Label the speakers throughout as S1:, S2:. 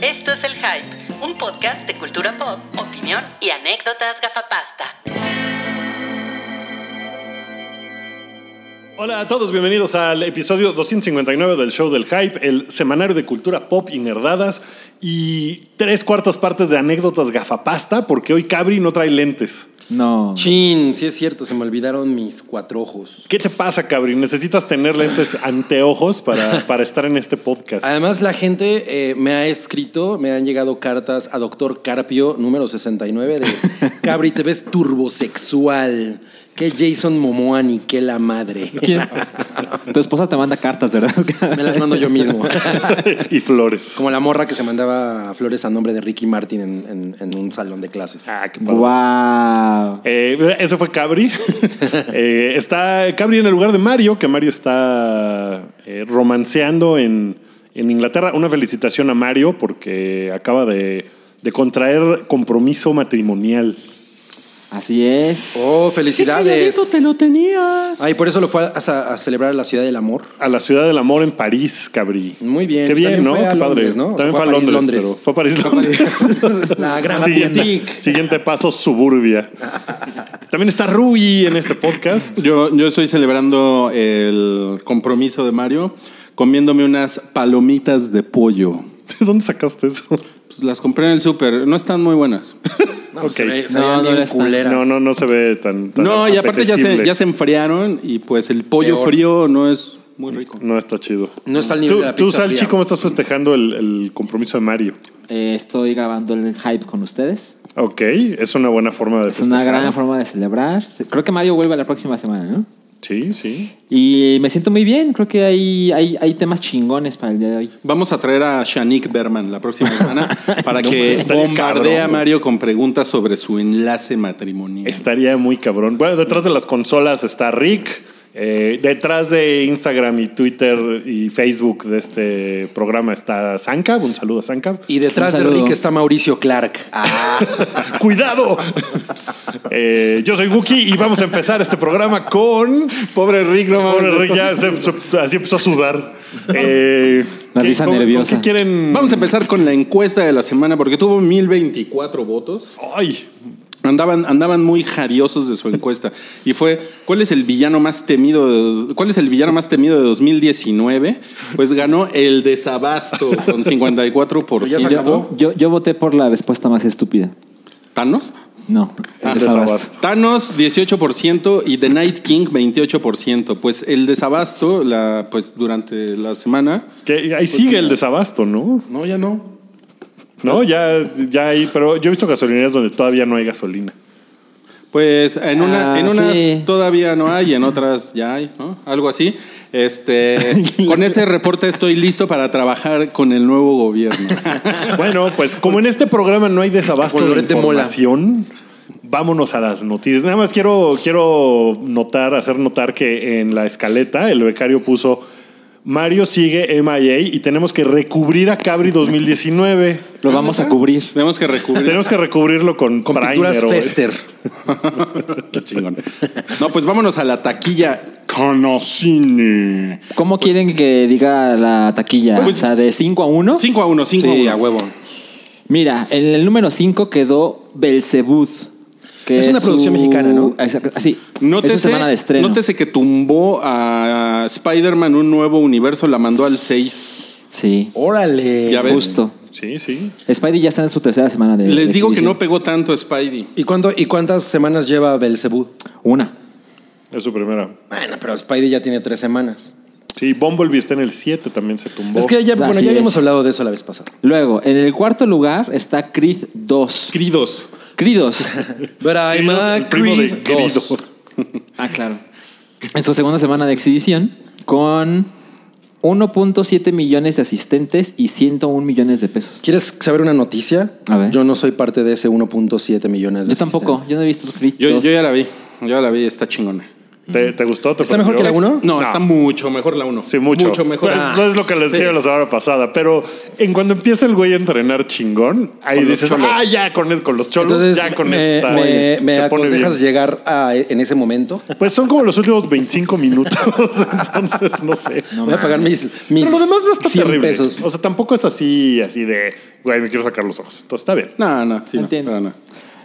S1: Esto es El Hype, un podcast de cultura pop, opinión y anécdotas gafapasta.
S2: Hola a todos, bienvenidos al episodio 259 del show del Hype, el semanario de cultura pop y nerdadas y tres cuartas partes de anécdotas gafapasta, porque hoy Cabri no trae lentes.
S3: No.
S4: Chin, sí es cierto, se me olvidaron mis cuatro ojos.
S2: ¿Qué te pasa, Cabri? Necesitas tener lentes anteojos para, para estar en este podcast.
S4: Además, la gente eh, me ha escrito, me han llegado cartas a Doctor Carpio, número 69, de Cabri, te ves turbosexual. Que Jason Momoa ni que la madre.
S3: Tu esposa te manda cartas, ¿verdad?
S4: Me las mando yo mismo.
S2: y flores.
S4: Como la morra que se mandaba flores a nombre de Ricky Martin en, en- en un salón de clases.
S2: Ah, qué padre.
S3: wow.
S2: Eh, ese fue Cabri. Eh, está Cabri en el lugar de Mario, que Mario está eh, romanceando en, en Inglaterra. Una felicitación a Mario porque acaba de, de contraer compromiso matrimonial.
S3: Así es.
S4: Oh, felicidades.
S3: te lo tenías.
S4: Ay, por eso lo fue a, a- a celebrar a la ciudad del amor.
S2: A la ciudad del amor en París, Cabri.
S4: Muy bien.
S2: Qué bien,
S4: También
S2: ¿no?
S4: fue a
S2: Qué
S4: Londres,
S2: padre.
S4: ¿no? O sea,
S2: También fue a Londres, pero fue a París, Londres.
S4: La gran
S2: siguiente,
S4: boutique.
S2: siguiente paso, suburbia. También está Rui en este podcast.
S5: Yo, yo estoy celebrando el compromiso de Mario comiéndome unas palomitas de pollo.
S2: ¿De dónde sacaste eso?
S5: Pues las compré en el súper, no están muy buenas.
S4: No, pues,
S2: Ok.
S4: se ve- se
S3: No,
S4: veían
S3: no
S4: bien
S3: le están-
S4: culeras.
S2: No, no, no se ve tan. tan
S5: No, y aparte ya se,
S2: apetecible.
S5: ya se enfriaron y pues el pollo
S4: Peor.
S5: frío no es muy rico.
S2: No está chido.
S4: No está al nivel
S2: ¿Tú,
S4: de la
S2: tú,
S4: pizza
S2: Salchi,
S4: fría.
S2: cómo estás festejando el, el compromiso de Mario?
S3: Eh, estoy grabando el hype con ustedes.
S2: Ok, es una buena forma de
S3: Es una
S2: festejar.
S3: gran forma de celebrar. Creo que Mario vuelve la próxima semana, ¿no?
S2: Sí, sí.
S3: Y me siento muy bien. Creo que hay, hay, hay temas chingones para el día de hoy.
S5: Vamos a traer a Shanique Berman la próxima semana para que
S2: estaría cabrón,
S5: bombardee a
S2: güey.
S5: Mario con preguntas sobre su enlace matrimonial.
S2: Estaría muy cabrón. Bueno, detrás de las consolas está Rick. eh, detrás de Instagram y Twitter y Facebook de este programa está Zancab. Un saludo a Zancab.
S4: Y detrás
S3: Un
S4: de
S3: saludo.
S4: Rick está Mauricio Clark.
S2: Ah, ¡Cuidado! Eh, yo soy Wookie y vamos a empezar este programa con. Pobre Rick, no Pobre Rick, ya se- se- así empezó a sudar. Eh,
S3: La
S2: ¿qué-
S3: risa
S2: con- con
S3: nerviosa.
S2: ¿Qué quieren?
S5: Vamos a empezar con la encuesta de la semana porque tuvo 1024 votos.
S2: Ay,
S5: Andaban, andaban muy jariosos de su encuesta. Y fue, ¿cuál es el villano más temido? de- ¿Cuál es el villano más temido de 2019? Pues ganó el desabasto con 54%.
S4: Pues Ya se acabó.
S3: Yo, yo voté por la respuesta más estúpida.
S5: Thanos.
S3: No. el
S2: Ah,
S3: desabasto.
S2: desabasto.
S5: Thanos 18% y The Night King 28%. Pues el desabasto, la, pues durante la semana,
S2: que ahí sigue el desabasto, ¿no?
S4: No, ya no.
S2: No, ya, ya hay, pero yo he visto gasolineras donde todavía no hay gasolina.
S5: pues en, una,
S3: Ah,
S5: en unas
S3: sí.
S5: todavía no hay, en otras ya hay, ¿no? Algo así. Este, con este reporte estoy listo para trabajar con el nuevo gobierno.
S2: Bueno, pues como en este programa no hay desabasto
S4: Con
S2: de
S4: Lorete Mola.
S2: información, vámonos a las noticias. Nada más quiero, quiero notar, hacer notar que en la escaleta el becario puso Mario sigue MIA y tenemos que recubrir a Cabri 2019.
S3: Lo vamos a cubrir.
S5: Tenemos que recubrir.
S2: tenemos que recubrirlo con,
S4: Con
S2: primer,
S4: pinturas
S2: güey.
S4: Fester.
S2: Qué chingón.
S5: No, pues vámonos a la taquilla Canocine.
S3: ¿Cómo quieren que diga la taquilla?
S5: Pues-
S3: o sea, de 5 a 1.
S5: 5 a 1, 5
S4: Sí,
S5: a
S4: a
S5: 1.
S4: huevo.
S3: Mira, en el número 5 quedó Belzebuth. que
S4: Es una producción mexicana, ¿no?
S3: Exacto, Sí.
S5: No
S3: es
S5: te
S3: su semana de
S5: sé,
S3: estreno.
S5: no te sé que tumbó a Spider-Man un nuevo universo, la mandó al 6.
S3: Sí,
S4: Órale.
S5: Ya ves.
S3: justo.
S2: Sí, sí.
S3: Spidey ya está en su tercera semana de
S5: Les
S3: de
S5: digo que
S3: exhibición.
S5: no pegó tanto Spidey.
S4: ¿Y, cuánto, ¿Y cuántas semanas lleva Belcebú?
S3: Una.
S2: Es su primera.
S4: Bueno, pero Spidey ya tiene tres semanas.
S2: Sí, Bumblebee está en el 7, también se tumbó.
S4: Es que ya, bueno,
S3: Así
S4: ya habíamos
S3: es.
S4: hablado de eso la vez pasada.
S3: Luego, en el cuarto lugar está Creed 2.
S5: Cridos.
S3: Creed 2.
S4: But I'm a
S2: el primo de
S4: Creed dos.
S2: Grido.
S3: ah, claro. En su segunda semana de exhibición, con 1.7 millones de asistentes y 101 millones de pesos.
S4: ¿Quieres saber una noticia?
S3: A ver.
S4: Yo no soy parte de ese 1.7 millones de
S3: Yo tampoco,
S4: asistentes.
S3: yo no he visto Creed
S5: Yo,
S3: 2.
S5: yo ya la vi. Yo ya la vi, está chingona.
S2: ¿Te, te gustó? ¿Te
S4: ¿Está mejor que la
S2: sorprendió?
S4: uno?
S5: No, está mucho mejor la 1.
S2: Sí, mucho.
S5: mejor.
S2: Pues, no es lo que les decía la semana pasada, pero en cuando empieza el güey a entrenar chingón, ahí
S5: Con los
S2: dices,
S5: cholos.
S2: ah, ya con, es- con los cholos,
S4: Entonces,
S2: ya con
S4: me,
S2: esta.
S4: me, me
S2: se pone
S4: aconsejas
S2: bien.
S4: llegar a- en ese momento.
S2: Pues son como los últimos 25 minutos, entonces no sé.
S4: Voy a pagar mis, mis
S2: pero lo demás no está
S4: 100
S2: terrible.
S4: pesos.
S2: O sea, tampoco es así, así de, güey, me quiero sacar los ojos. Entonces está bien.
S5: No, no, sí, no,
S3: Entiendo.
S5: para nada.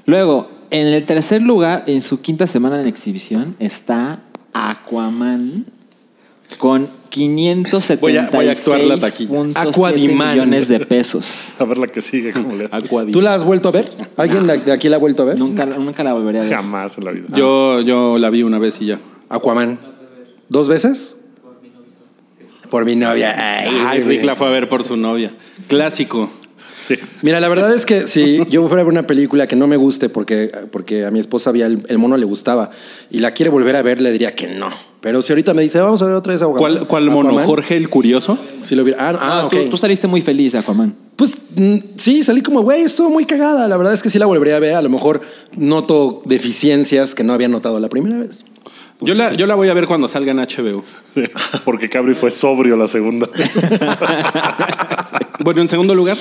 S3: Luego, en el tercer lugar, en su quinta semana en exhibición, está Aquaman con
S5: Voy a- voy a actuar la taquilla.
S3: 576.7
S4: Aquadiman.
S3: millones de pesos.
S2: A ver la que sigue, como le
S5: Aquadi.
S4: ¿Tú la has vuelto a ver? ¿Alguien de- de aquí la ha vuelto a ver?
S3: Nunca, nunca la volvería a ver.
S2: Jamás en la vida.
S5: Yo, yo la vi una vez y ya.
S4: Aquaman. ¿Dos veces? Por mi novia. Ay,
S5: Ay,
S4: güey.
S5: Rick la fue a ver por su novia. Clásico.
S2: Sí.
S4: Mira, la verdad es que si yo fuera a ver una película que no me guste porque, porque a mi esposa había el, el mono le gustaba y la quiere volver a ver, le diría que no. Pero si ahorita me dice, vamos a ver otra vez Aquaman.
S5: ¿Cuál, cuál mono?
S4: Aquaman,
S5: ¿Jorge el Curioso?
S4: Si lo hubiera- Ah, no, ah,
S3: Ah,
S4: ok.
S3: tú, tú saliste muy feliz, Aquaman.
S4: Pues mm, sí, salí como, güey, estuvo muy cagada. La verdad es que sí la volvería a ver. A lo mejor noto deficiencias que no había notado la primera vez.
S5: Yo la, yo la voy a ver cuando salga en HBO.
S2: Porque Cabri fue sobrio la segunda.
S5: Bueno, en segundo lugar,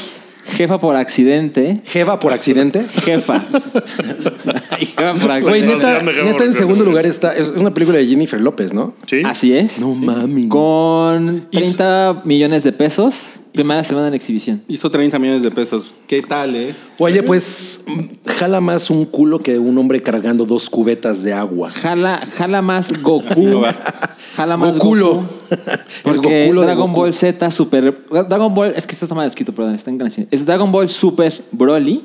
S3: Jefa por accidente.
S4: Jeva por accidente.
S3: Jefa. Jefa por accidente.
S4: Güey,
S2: Sí,
S4: neta,
S2: sí, sí, sí,
S4: neta, en
S2: sí.
S4: segundo lugar está. Es una película de Jennifer López, ¿no?
S2: Sí.
S3: Así es.
S4: No
S3: Sí.
S4: mames.
S3: Con 30 millones de pesos, primera semana en exhibición.
S5: hizo 30 millones de pesos. ¿Qué tal, eh?
S4: Oye, pues mm, jala más un culo que un hombre cargando dos cubetas de agua.
S3: Jala, jala más
S5: Así no
S3: Goku.
S5: va.
S3: Jala más
S4: Gokulo.
S3: Goku.
S4: El
S3: Porque
S4: Gokulo de
S3: Dragon
S4: Goku.
S3: Ball Z Super. Dragon Ball. Es que esto está mal escrito, perdón, está en canción. Es Dragon Ball Super Broly.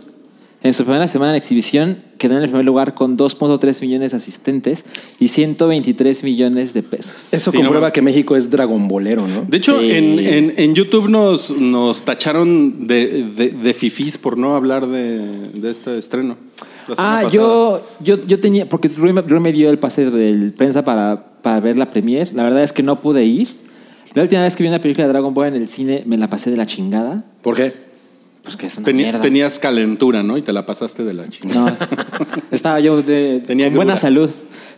S3: En su primera semana en exhibición quedó en el primer lugar con 2.3 millones de asistentes y 123 millones de pesos.
S4: Eso
S5: Sí, no
S4: comprueba
S5: mames.
S4: que México es dragonbolero, ¿no?
S5: De hecho,
S3: Sí.
S5: en, en- en YouTube nos, nos tacharon de, de, de fifís por no hablar de, de este estreno. la semana
S3: Ah,
S5: pasada.
S3: yo, yo, yo tenía, porque Rui, me- Rui me dio el pase del prensa para, para ver la premier. La verdad es que no pude ir. La última vez que vi una película de Dragon Ball en el cine me la pasé de la chingada.
S4: ¿Por qué?
S3: Pues que es una
S5: Tenía-
S3: mierda.
S5: tenías calentura, ¿no? Y te la pasaste de la chingada.
S3: No, estaba yo de
S5: Tenía
S3: con buena
S5: grudas.
S3: salud.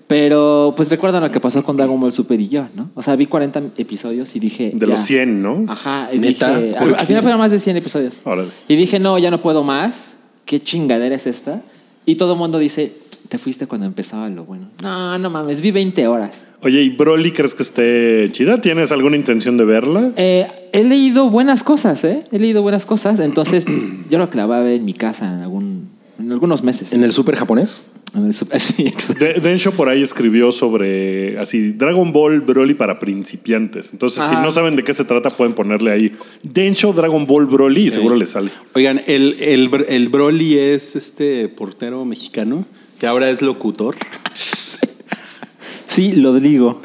S3: Pero pues recuerdan lo que pasó con Dragon Ball Super y yo, ¿no? O sea, vi 40 episodios y dije.
S2: De los 100, ¿no?
S3: Ajá, y
S4: ¿Neta?
S3: dije.
S4: ¿Por
S3: Al, al final fueron más de 100 episodios.
S2: Órale.
S3: Y dije, no, ya no puedo más. ¿Qué chingadera es esta? Y todo el mundo dice, te fuiste cuando empezaba lo bueno. No, no mames, vi 20 horas.
S2: Oye, ¿y Broly crees que esté chida? ¿Tienes alguna intención de verla?
S3: Eh, he leído buenas cosas, ¿eh? He leído buenas cosas. Entonces, yo lo clavaba en mi casa en, algún, en algunos meses.
S4: ¿En el súper japonés?
S3: En el super- sí, exacto.
S2: De- Densho por ahí escribió sobre así Dragon Ball Broly para principiantes. Entonces, si
S3: Ajá.
S2: no saben de qué se trata, pueden ponerle ahí Densho Dragon Ball Broly y seguro le sale.
S5: Oigan, el, el, Br- el Broly es este portero mexicano que ahora es locutor.
S3: Sí, lo digo.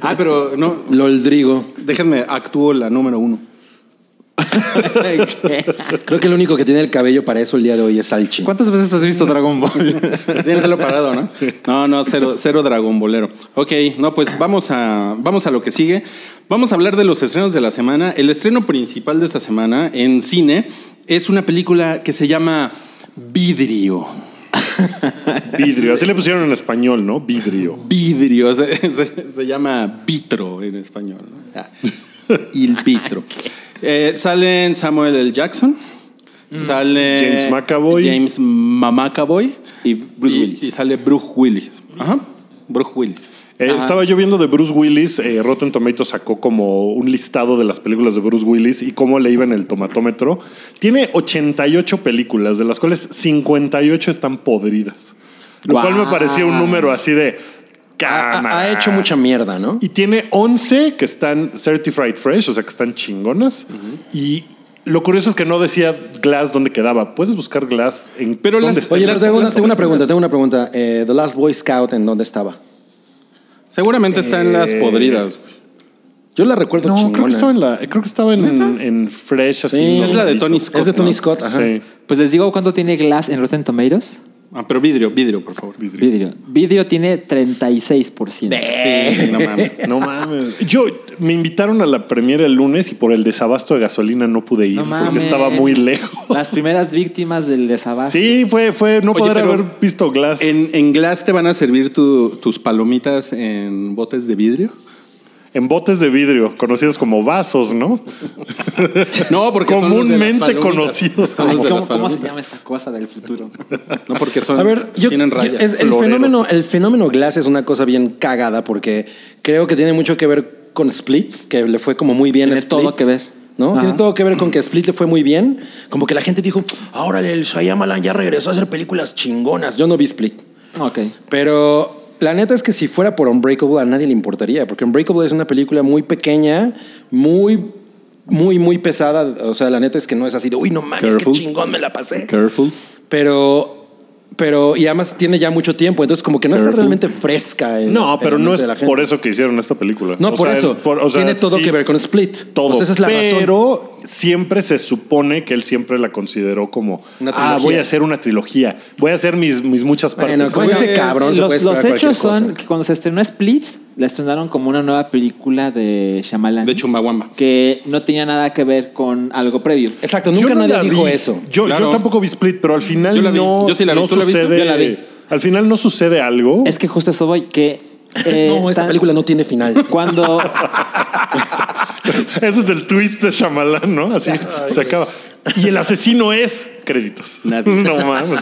S5: Ah, pero no,
S4: Loldrigo.
S5: déjenme, actúo la número uno.
S4: Creo que el único que tiene el cabello para eso el día de hoy es Salchi.
S3: ¿Cuántas veces has visto Dragon Ball?
S5: Déjenlo parado, ¿no? No, no, cero, cero Dragon Bolero. Ok, no, pues vamos a, vamos a lo que sigue. Vamos a hablar de los estrenos de la semana. El estreno principal de esta semana en cine es una película que se llama Vidrio.
S2: Vidrio. Así le pusieron en español, ¿no? Vidrio.
S5: Vidrio, se, se- se llama vitro en español. ¿no? Ah, Il vitro. Eh, salen Samuel L. Jackson, sale
S2: James McAvoy.
S5: James McAvoy
S3: Y Bruce Willis.
S5: Y sale Bruce Willis. Ajá, Bruce Willis.
S2: Eh, estaba yo viendo de Bruce Willis, eh, Rotten Tomatoes sacó como un listado de las películas de Bruce Willis y cómo le iba en el tomatómetro. Tiene 88 películas, de las cuales 58 están podridas. Lo cual me
S3: Guau.
S2: parecía un número así de...
S4: Ha, ha-
S2: cámara.
S4: ha hecho mucha mierda, ¿no?
S2: Y tiene 11 que están certified fresh, o sea, que están chingonas. Y lo curioso es que no decía Glass dónde quedaba. Puedes buscar Glass en
S5: Pero
S2: dónde
S5: las-
S2: está?
S4: Oye, pero
S5: Las-
S4: tengo, una,
S5: las
S4: tengo una pregunta,
S5: películas.
S4: tengo una pregunta. Eh, The Last Boy Scout, ¿en dónde estaba?
S5: Seguramente está en las
S2: Eh,
S5: podridas.
S4: Yo la recuerdo
S2: No, creo que
S4: chingona.
S2: estaba en la, creo que estaba en, en Fresh así.
S4: Sí.
S2: ¿no?
S5: Es la de Tony Scott.
S4: Es de Tony
S5: ¿no?
S4: Scott, ajá.
S2: Sí.
S3: Pues les digo cuánto tiene Glass en Rotten Tomatoes.
S5: Ah, pero vidrio, vidrio, por favor.
S2: Vidrio.
S3: Vidrio. Vidrio tiene 36%.
S5: Sí, no mames.
S2: No mames. Yo me invitaron a la premiera el lunes y por el desabasto de gasolina no pude ir
S3: No
S2: porque
S3: mames.
S2: estaba muy lejos.
S3: Las primeras víctimas del desabasto.
S2: Sí, fue, fue no
S5: Oye,
S2: poder
S5: pero
S2: haber visto Glass. En,
S5: ¿En, en Glass te van a servir tu- tus palomitas en botes de vidrio?
S2: botes de vidrio, conocidos como vasos, ¿no?
S5: No, porque son los de las
S2: Comúnmente
S5: palomitas.
S2: conocidos.
S5: Son los de
S3: ¿Cómo, cómo
S5: las
S3: se
S5: palomitas.
S3: llama esta cosa del futuro?
S5: No, porque son,
S4: A ver, yo,
S5: tienen
S4: yo-
S5: rayas.
S4: es- el,
S2: florero.
S4: fenómeno, el fenómeno Glass es una cosa bien cagada porque creo que tiene mucho que ver con Split, que le fue como muy bien a
S3: Tiene
S4: Split.
S3: todo que ver.
S4: ¿No?
S3: Ajá.
S4: Tiene todo que ver con que a Split le fue muy bien. Como que la gente dijo, ahora el Shyamalan ya regresó a hacer películas chingonas. Yo no vi Split.
S3: Ok.
S4: Pero la neta es que si fuera por Unbreakable a nadie le importaría, porque Unbreakable es una película muy pequeña, muy, muy, muy pesada. O sea, la neta es que no es así de, uy, no mames, qué
S5: Careful.
S4: chingón me la pasé.
S5: Careful.
S4: Pero... Pero, y además tiene ya mucho tiempo, entonces como que no está
S5: Careful.
S4: realmente fresca. en-
S2: No, pero
S4: en la
S2: no
S4: mente
S2: es
S4: de la gente.
S2: por eso que hicieron esta película.
S4: No,
S2: O
S4: por
S2: sea,
S4: eso.
S2: por- o sea,
S4: tiene todo
S2: sí,
S4: que ver con Split.
S2: todo.
S4: Pues esa es la razón.
S2: pero siempre se supone que él siempre la consideró como,
S4: Una
S2: ah,
S4: trilogía".
S2: voy a hacer una trilogía, voy a hacer mis, mis muchas partes.
S4: Bueno, con
S3: Bueno,
S4: ese cabrón se puede
S3: Los, los
S4: esperar
S3: hechos
S4: cualquier
S3: son
S4: cosa.
S3: que cuando se estrenó Split, la estrenaron como una nueva película de Shyamalan.
S5: De Chumbawamba.
S3: Que no tenía nada que ver con algo previo.
S4: Exacto,
S2: Yo
S4: nunca
S2: no
S4: nadie
S2: la
S4: dijo
S2: vi.
S4: eso.
S2: Yo,
S5: Claro.
S2: yo tampoco vi Split, pero al final
S5: Yo la vi.
S2: no,
S5: Yo sí la vi.
S2: no
S5: ¿Tú la viste?
S2: sucede.
S3: Yo la vi.
S2: Al final no sucede algo.
S3: Es que justo eso voy, que... eh,
S4: no, esta
S3: tan-
S4: película no tiene final.
S3: Cuando...
S2: Ese es el twist de Shyamalan, ¿no? Así se acaba. Y el asesino es créditos.
S5: Nadie.
S2: No mames.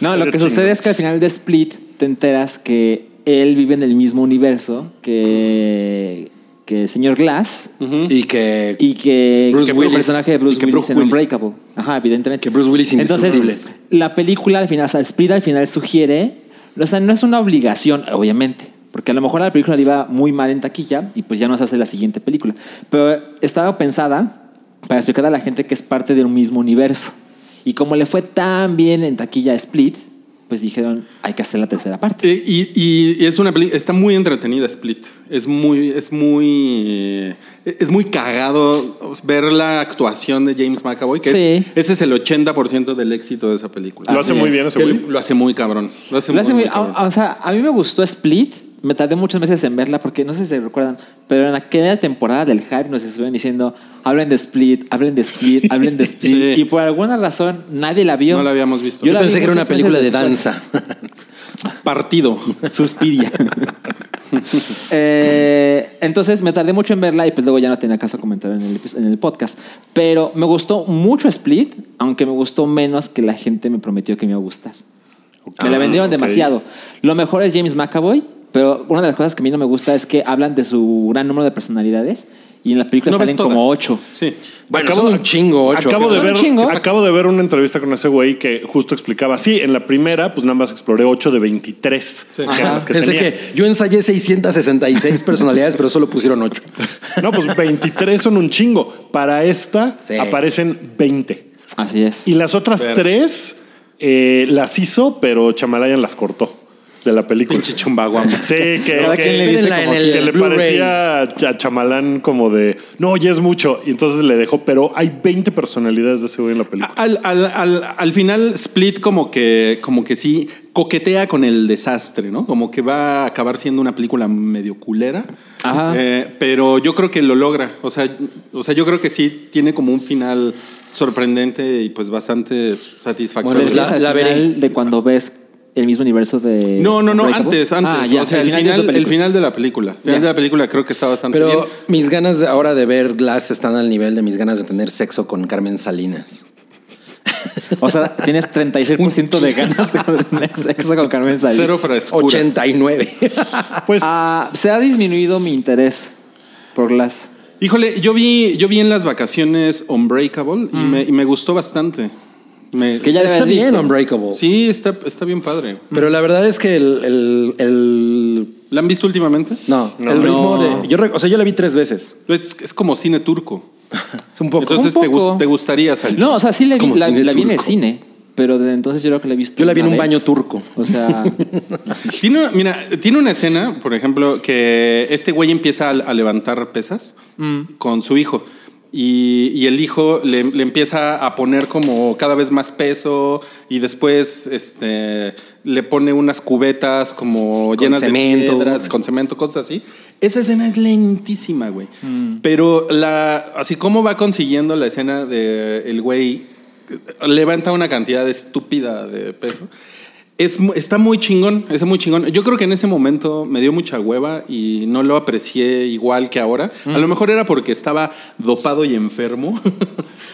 S3: No, lo
S2: Pero
S3: que
S2: chingo.
S3: sucede es que al final de Split te enteras que él vive en el mismo universo que, que el señor Glass
S4: Y que
S3: y que,
S4: Bruce
S3: que
S4: Willis.
S3: el personaje de Bruce
S4: Y que
S3: Willis
S4: Bruce
S3: en
S4: Willis.
S3: Unbreakable. Ajá, evidentemente.
S4: Que Bruce Willis es
S3: Entonces,
S4: indestructible.
S3: la película al final, o sea, Split al final sugiere, o sea, no es una obligación, obviamente, porque a lo mejor a la película le iba muy mal en taquilla y pues ya nos hace la siguiente película. Pero estaba pensada para explicar a la gente que es parte de un mismo universo. Y como le fue tan bien en taquilla a Split, pues dijeron, hay que hacer la tercera parte.
S5: Eh, Y, y- y es una peli- está muy entretenida Split. Es muy, es muy, eh, es muy cagado ver la actuación de James McAvoy, que es-
S3: Sí.
S5: ese es el 80% del éxito de esa película.
S2: Lo
S3: Así
S2: hace muy
S3: es.
S2: bien ese
S5: Que
S2: güey.
S5: lo hace muy cabrón. Lo hace
S3: Lo hace muy-
S5: muy, muy cabrón.
S3: a- a- o sea, a mí me gustó Split. Me tardé muchos meses en verla porque no sé si se recuerdan, pero en aquella temporada del hype nos estuvieron diciendo, hablen de Split, hablen de Split, hablen de Split.
S5: Sí.
S3: Y por alguna razón nadie la vio.
S5: No la habíamos visto. Yo
S3: la
S4: pensé
S3: vi
S4: que era una
S3: muchos meses
S4: película de
S3: después.
S4: danza.
S5: Partido.
S3: Suspiria. Eh, entonces me tardé mucho en verla y pues luego ya no tenía caso comentar en el, epi- en el podcast. Pero me gustó mucho Split, aunque me gustó menos que la gente me prometió que me iba a gustar. Me la
S2: Ah,
S3: vendieron
S2: ok.
S3: demasiado. Lo mejor es James McAvoy, pero una de las cosas que a mí no me gusta es que hablan de su gran número de personalidades y en la película
S5: No ves
S3: salen como
S5: todas.
S3: ocho.
S5: Sí.
S4: Bueno, son un chingo, ocho.
S2: Acabo
S4: ¿no?
S2: de,
S3: Son
S2: ver,
S3: un chingo.
S2: acabo de ver una entrevista con ese güey que justo explicaba. Sí, en la primera, pues nada más exploré 8 de 23. que eran
S3: Ajá.
S2: las que
S4: Pensé
S2: tenía.
S4: que yo ensayé 666 personalidades, pero solo pusieron 8.
S2: No, pues 23 son un chingo. Para esta
S4: Sí.
S2: aparecen 20.
S3: Así es.
S2: Y las otras
S5: Ver.
S2: tres eh, las hizo, pero Chamalayan las cortó de la película.
S5: Pinche chumbaguamba.
S2: Sí, que,
S3: Cada
S2: que-
S3: quien le
S2: que-
S3: dice
S4: como
S2: que
S4: quiere.
S2: le
S4: Blu-ray.
S2: parecía a Cha- Chamalán como de no, ya es mucho. Y entonces le dejó, pero hay 20 personalidades de ese güey en la película.
S5: Al, al- al- al final, Split como que, como que sí coquetea con el desastre, ¿no? Como que va a acabar siendo una película medio culera.
S3: Ajá.
S5: Eh, pero yo creo que lo logra. O sea, o sea, yo creo que sí tiene como un final sorprendente y pues bastante satisfactorio.
S4: Bueno, pues la-
S3: Regresas al
S4: la veré.
S3: final de cuando ves el mismo universo de.
S5: no, no, no,
S3: Unbreakable.
S5: antes, antes.
S3: Ah, ya,
S5: o sea,
S3: el final de esa
S5: el
S3: película.
S5: final de la película. El final
S3: Ya.
S5: de la película creo que está bastante
S4: Pero
S5: bien.
S4: mis ganas de- ahora de ver Glass están al nivel de mis ganas de tener sexo con Carmen Salinas.
S3: O sea, tienes 36% de ganas de tener sexo con Carmen Salinas.
S5: Cero frescura.
S4: 89.
S2: Pues
S3: Ah, se ha disminuido mi interés por las.
S5: Híjole, yo vi, yo vi en las vacaciones Unbreakable y, me, y me gustó bastante. Me-
S3: Mm. Que ya la
S4: Está
S3: habías
S4: bien
S3: visto.
S4: Unbreakable.
S5: Sí, está, está bien padre.
S4: Pero la verdad es que el... el- el-
S5: ¿La han visto últimamente?
S4: no,
S2: No.
S4: el ritmo
S3: No.
S4: de... Yo, re- o sea, yo la vi tres veces.
S5: Es, es como cine turco.
S4: Es un poco.
S5: Entonces
S3: Un
S5: te,
S3: poco.
S5: gus- te gustaría salir.
S3: No, o sea, sí la,
S4: Es
S3: vi,
S4: como
S3: la,
S4: cine
S3: la vi en el
S4: turco.
S3: cine, pero desde entonces yo creo que la he visto.
S4: Yo la vi en
S3: una
S4: un baño
S3: vez.
S4: turco.
S3: O sea,
S5: Tiene, una- mira, tiene una escena, por ejemplo, que este güey empieza a, a levantar pesas con su hijo. Y, y el hijo le, le empieza a poner como cada vez más peso y después este, le pone unas cubetas como
S4: Con
S5: llenas
S4: cemento.
S5: de piedras, con cemento, cosas así. Esa escena es lentísima, güey. Pero la, así como va consiguiendo la escena de el güey eh, levanta una cantidad estúpida de peso. Es, mu- está muy chingón, es muy chingón. Yo creo que en ese momento me dio mucha hueva y no lo aprecié igual que ahora. A lo mejor era porque estaba dopado y enfermo.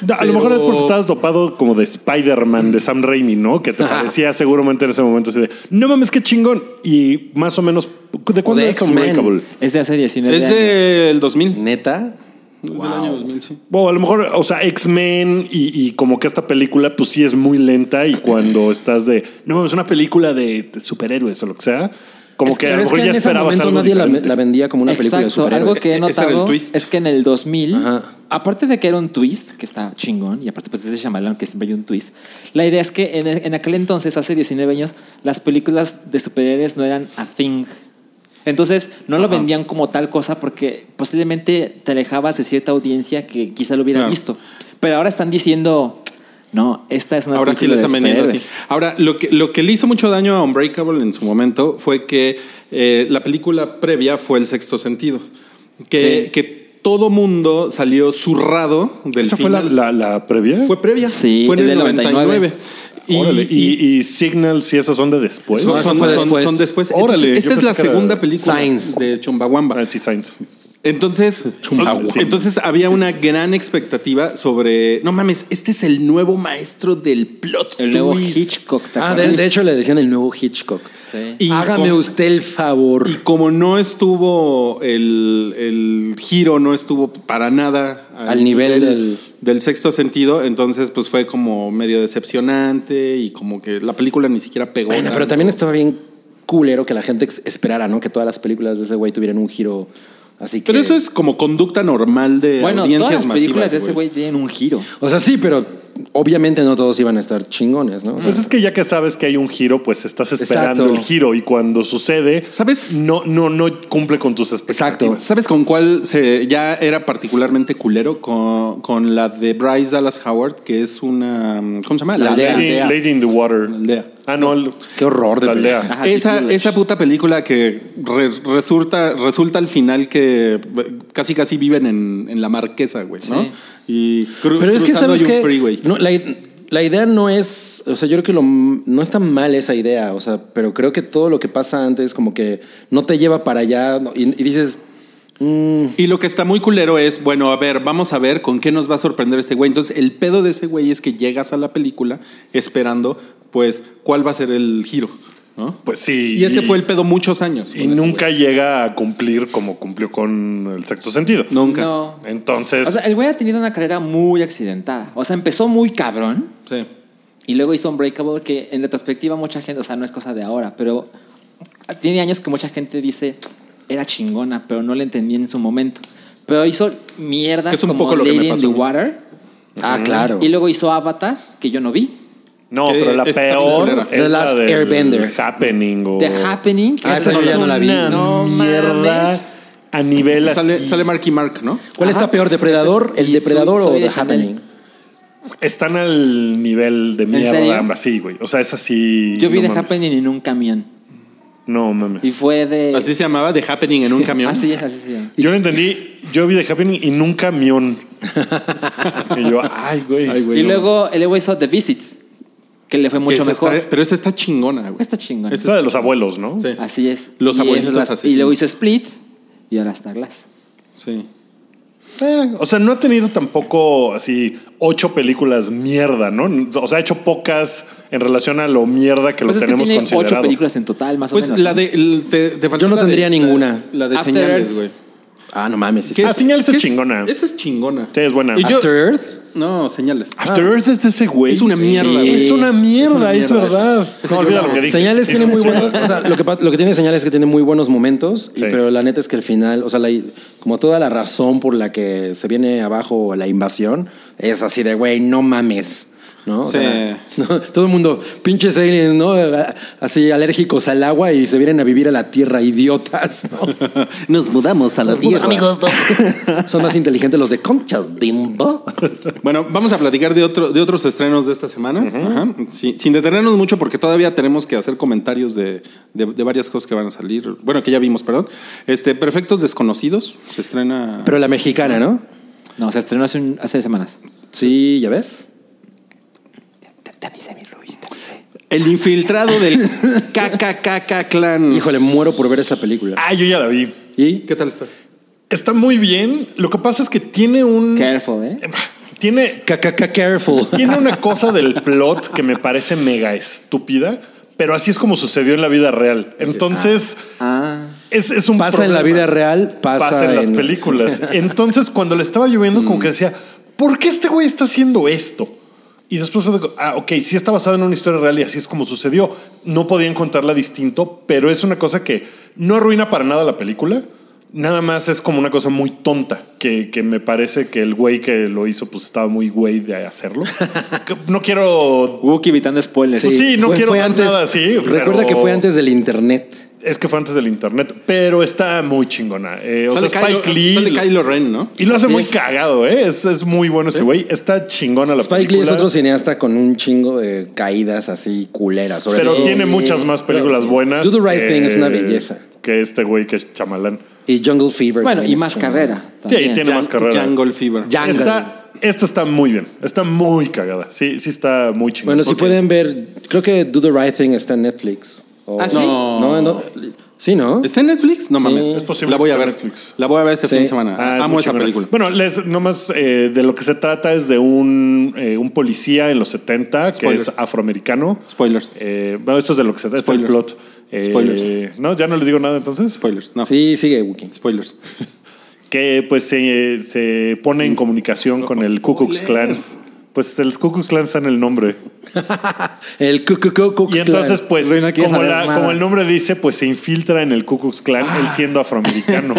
S2: Da- A lo mejor es porque
S5: Pero-
S2: estabas dopado como de Spider-Man de Sam Raimi, ¿no? Que te parecía seguramente en ese momento así de, no mames, qué chingón. Y más o menos, ¿de cuándo
S4: de
S2: es
S4: X-Men.
S2: Unbreakable?
S3: Es de hace 19
S5: Es
S3: años.
S5: del 2000.
S4: Neta.
S5: Es del año 2000, sí.
S2: Bueno, a lo mejor, o sea, X-Men y, y como que esta película, pues sí es muy lenta y cuando estás de, no, es una película de, de superhéroes o lo que sea, como
S4: Es
S2: que,
S4: pero
S2: a lo
S4: es
S2: mejor
S4: que
S2: ya
S4: en ese
S2: esperabas
S4: momento
S2: algo
S4: nadie la,
S2: diferente.
S4: la vendía como una película de
S3: Exacto, algo
S4: superhéroes.
S3: que he
S5: E-, Ese era el
S3: notado
S5: twist.
S3: es que en el 2000,
S4: Ajá.
S3: aparte de que era un twist, que está chingón, y aparte pues es de Shyamalan que siempre hay un twist, la idea es que en, en aquel entonces, hace 19 años, las películas de superhéroes no eran a thing. Entonces no lo vendían como tal cosa porque posiblemente te alejabas de cierta audiencia que quizá lo hubiera
S5: Claro.
S3: visto. Pero ahora están diciendo, no, esta es una
S5: Ahora sí
S3: película
S5: le
S3: de
S5: están vendiendo así.
S3: superhéroes".
S5: Ahora, lo que, lo que le hizo mucho daño a Unbreakable en su momento fue que eh, la película previa fue El Sexto Sentido. Que,
S3: Sí.
S5: que todo mundo salió zurrado del
S2: ¿Esa fue la,
S5: final.
S2: la- la previa?
S5: Fue previa.
S3: Sí,
S5: fue
S3: es
S5: en el
S3: del
S5: 99.
S3: 99.
S5: Y-
S2: Órale,
S5: y-
S2: y, y Signals y esas son de Pues después.
S5: son,
S4: No, eso
S5: Ah, son-
S4: fue
S5: son-
S4: después.
S5: son después.
S2: Órale,
S5: Entonces,
S2: yo
S5: esta es
S2: pensé
S5: la
S2: que era-
S5: segunda película
S4: Signs.
S5: de Chumbawamba.
S2: Ah, sí, Sainz.
S5: Entonces,
S2: Chihuahua.
S5: entonces había una gran expectativa sobre, no mames, este es el nuevo maestro del plot.
S3: El nuevo
S5: twist.
S3: Hitchcock. ¿te
S4: Ah,
S3: acuerdas?
S4: de, de hecho le decían el nuevo Hitchcock.
S3: Sí.
S5: Y
S2: Ah,
S4: Hágame
S5: con-
S4: usted el favor.
S5: Y como no estuvo el, el giro, no estuvo para nada
S4: Al nivel del-
S5: del sexto sentido, entonces pues fue como medio decepcionante y como que la película ni siquiera pegó.
S4: Bueno, pero
S5: tanto.
S4: también estaba bien culero que la gente ex- esperara, ¿no? Que todas las películas de ese güey tuvieran un giro así que.
S5: Pero eso es como conducta normal de
S3: bueno, todas
S5: audiencias
S3: las películas
S5: masivas.
S3: de ese
S5: güey.
S3: güey tienen un giro.
S4: O sea, sí, pero obviamente no todos iban a estar chingones, ¿no? O
S2: Pues
S4: sea,
S2: es que ya que sabes que hay un giro, pues estás esperando
S4: Exacto.
S2: el giro y cuando sucede,
S5: ¿Sabes?
S2: No, no, no cumple con tus expectativas.
S5: ¿Sabes con cuál se, ya era particularmente culero? Con, con la de Bryce Dallas Howard, que es una. ¿Cómo se llama?
S4: La aldea.
S2: Lady, Lady in the Water.
S5: aldea.
S2: Ah, no. el-
S4: Qué horror de
S2: la aldea.
S4: película.
S3: Ajá,
S5: esa,
S3: Village.
S5: esa puta película que re- resulta, resulta al final que eh, casi casi viven en, en la marquesa, güey, ¿no?
S3: Sí.
S5: Y cru-
S4: Pero es que
S5: cruzando
S4: sabes
S5: hay un
S4: que
S5: freeway.
S4: no, la, i- la idea no es, o sea, yo creo que lo, m- no es tan mal esa idea, o sea, pero creo que todo lo que pasa antes como que no te lleva para allá no, y, y dices,
S5: Y lo que está muy culero es, bueno, a ver, vamos a ver con qué nos va a sorprender este güey. Entonces, el pedo de ese güey es que llegas a la película esperando, pues, cuál va a ser el giro, ¿no?
S2: Pues sí.
S5: Y ese fue el pedo muchos años.
S2: Y
S5: con ese
S2: nunca llega a cumplir como cumplió con el sexto sentido.
S5: güey. Nunca.
S3: No.
S2: Entonces,
S3: O sea, el güey ha tenido una carrera muy accidentada. O sea, empezó muy cabrón
S5: Sí.
S3: y luego hizo Unbreakable, que en retrospectiva mucha gente, o sea, no es cosa de ahora, pero tiene años que mucha gente dice, era chingona, pero no le entendí en su momento. Pero hizo mierdas
S5: Que es un
S3: como
S5: poco lo que
S3: Lady
S5: me pasó.
S3: in the Water
S4: ah, claro.
S3: y luego hizo Avatar, que yo no vi.
S2: no,
S5: que
S2: pero la
S5: esta
S2: peor
S5: culera.
S2: es
S4: The
S2: la
S4: Last
S2: del
S4: Airbender.
S2: Happening o-
S3: The
S5: Oh.
S3: Happening, que
S4: Ah,
S3: es
S4: esa yo ya no la vi.
S2: una
S3: No
S2: mierda
S3: mames.
S2: a nivel
S5: Sale,
S2: así.
S5: sale Marky Mark, ¿no?
S4: ¿Cuál
S3: Ajá.
S4: está peor, Depredador,
S3: Ese es-
S4: el
S3: y
S4: Depredador
S3: soy- soy de
S4: o The Happening?
S2: Están al nivel de mierda
S3: serio?
S2: ambas, sí, güey. O sea, es así.
S3: yo vi
S2: no
S3: The
S2: mames.
S3: Happening en un camión
S2: No mames.
S3: y fue de...
S5: Así se llamaba The Happening en un camión.
S3: Así es, así es.
S2: Yo lo entendí, yo vi The Happening y nunca camión. y yo, ay, güey.
S5: Ay, güey,
S3: Y
S5: no.
S3: luego el güey hizo The Visit, que le fue
S5: Que
S3: mucho
S5: esa
S3: mejor.
S5: está- pero esta está chingona, güey.
S3: Está chingona.
S5: Esa
S2: Es la de los abuelos, ¿no?
S5: Sí.
S3: Así es.
S5: Los
S3: y
S5: abuelitos
S3: esas las- Y
S5: asesinos.
S3: luego hizo Split y ahora está Glass.
S5: Sí.
S2: Eh, o sea, no ha tenido tampoco así ocho películas mierda, ¿no? O sea, ha hecho pocas en relación a lo mierda que
S3: Pues
S2: lo
S3: es que
S2: tenemos
S3: tiene ocho
S2: considerado.
S3: películas en total, más
S5: Pues
S3: o menos.
S5: la de. el- te- te faltó
S4: Yo no
S5: la de-
S4: tendría
S5: la-
S4: ninguna.
S5: La de
S3: After
S5: señales,
S3: Earth.
S5: güey.
S4: Ah, no mames, sí,
S5: Que
S2: Ah,
S5: es-
S2: Señales
S5: que
S2: es chingona.
S5: Esa es chingona.
S2: Sí, es buena.
S5: Y yo-
S4: After Earth.
S5: no, señales.
S2: After Earth es de ese güey.
S5: Es una mierda,
S2: Sí.
S5: güey.
S2: Es una mierda, es,
S5: Es una mierda.
S2: verdad.
S5: Esa
S2: No,
S5: yo
S2: olvida
S5: la-
S2: lo que dije.
S4: Señales
S2: Sí,
S4: tiene
S2: no,
S4: muy
S2: sí.
S4: buenos, o sea, lo que, pa- lo que tiene Señales es que tiene muy buenos momentos, y-
S2: Sí.
S4: pero la neta es que el final, o sea, la- como toda la razón por la que se viene abajo la invasión, es así de, güey, no mames. ¿no? O
S5: Sí.
S4: sea, ¿no? Todo el mundo, pinches aliens, ¿no? Así alérgicos al agua y se vienen a vivir a la tierra, idiotas, ¿no?
S5: Nos mudamos a las
S4: Amigos, no. son más inteligentes los de conchas, bimbo.
S5: Bueno, vamos a platicar de, otro, de otros estrenos de esta semana. Ajá. Sí, sin detenernos mucho, porque todavía tenemos que hacer comentarios de, de- de varias cosas que van a salir. Bueno, que ya vimos, perdón. Este, Perfectos Desconocidos se estrena.
S4: Pero la mexicana, ¿no?
S3: No, se estrenó hace, un- hace semanas.
S4: Sí, ya ves.
S3: Te avisé, mi Rubí, te avisé.
S5: El infiltrado del KKKK Clan.
S4: Híjole, muero por ver esa película.
S2: Ah, yo ya la vi.
S4: ¿Y?
S5: ¿Qué tal está?
S2: Está muy bien. Lo que pasa es que tiene un.
S3: Careful, ¿eh?
S2: Tiene,
S4: Cacaca careful.
S2: tiene una cosa del plot que me parece mega estúpida, pero así es como sucedió en la vida real. Entonces,
S3: Ah.
S2: es, es un
S4: Pasa en la
S2: problema.
S4: vida real, pasa,
S2: en las películas. Entonces, cuando le estaba lloviendo, como que decía, ¿por qué este güey está haciendo esto? Y después fue de, ah, ok, sí está basado en una historia real y así es como sucedió. No podían contarla distinto, pero es una cosa que no arruina para nada la película. Nada más es como una cosa muy tonta, que, que me parece que el güey que lo hizo, pues estaba muy güey de hacerlo. Que no quiero...
S3: Wookie evitando spoilers.
S2: Sí. no quiero dar nada así,
S4: Recuerda
S2: pero-
S4: que fue antes del internet.
S2: Es que fue antes del internet, pero está muy chingona. Eh, o sea,
S5: Sale,
S2: Spike
S5: Kylo,
S2: Lee...
S5: sale Kylo Ren, ¿no?
S2: Y lo hace
S3: Sí.
S2: muy cagado, ¿eh? Es, es muy bueno ese güey. Está chingona la
S4: Spike Lee
S2: película.
S4: es otro cineasta con un chingo de caídas así culeras. sobre
S2: pero
S4: todo.
S2: tiene muchas más películas
S4: Sí.
S2: buenas.
S4: Do the right
S2: que-
S4: thing es una belleza.
S2: Que este güey que es chamalán.
S4: Y Jungle Fever.
S3: Bueno,
S4: también
S3: y
S4: es
S3: más
S4: chingón.
S3: carrera.
S2: Sí, y
S3: también.
S2: tiene más carrera.
S5: Jungle Fever.
S4: Jungle.
S2: Esta, esta está muy bien. Está muy cagada. Sí, sí está muy chingona.
S4: Bueno, si
S2: Porque-
S4: pueden ver, creo que Do the right thing está en Netflix. O-
S3: ¿Ah, sí?
S4: No, no, no. Sí, ¿no?
S5: ¿Está en Netflix? No mames.
S2: Es posible
S5: La voy
S2: que
S5: a
S2: esté
S5: ver.
S2: en Netflix.
S5: La voy a ver este
S4: Sí.
S5: fin de semana.
S2: Ah, es
S5: Amo
S2: muy
S5: esa
S2: chingona.
S5: película.
S2: Bueno, les, nomás eh, de lo que se trata es de un, eh, un policía en los 70 que
S5: Spoilers.
S2: es afroamericano.
S5: Spoilers.
S2: Eh, bueno, esto es de lo que se trata. Este es el
S5: Spoilers.
S2: plot. Eh,
S5: Spoilers.
S2: No, ya no les digo nada entonces.
S5: Spoilers. No.
S4: Sí, sigue, Wookie.
S5: Spoilers.
S2: que pues se, se pone en comunicación con el Ku Klux Klan. Pues el Ku Klux Klan está en el nombre.
S4: El Cucucucu.
S2: Y entonces, pues,
S3: Rey, no quiere
S2: como,
S3: saber
S2: la-
S3: nada.
S2: como el nombre dice, pues se infiltra en el Ku Klux Klan, él
S5: Ah.
S2: siendo afroamericano.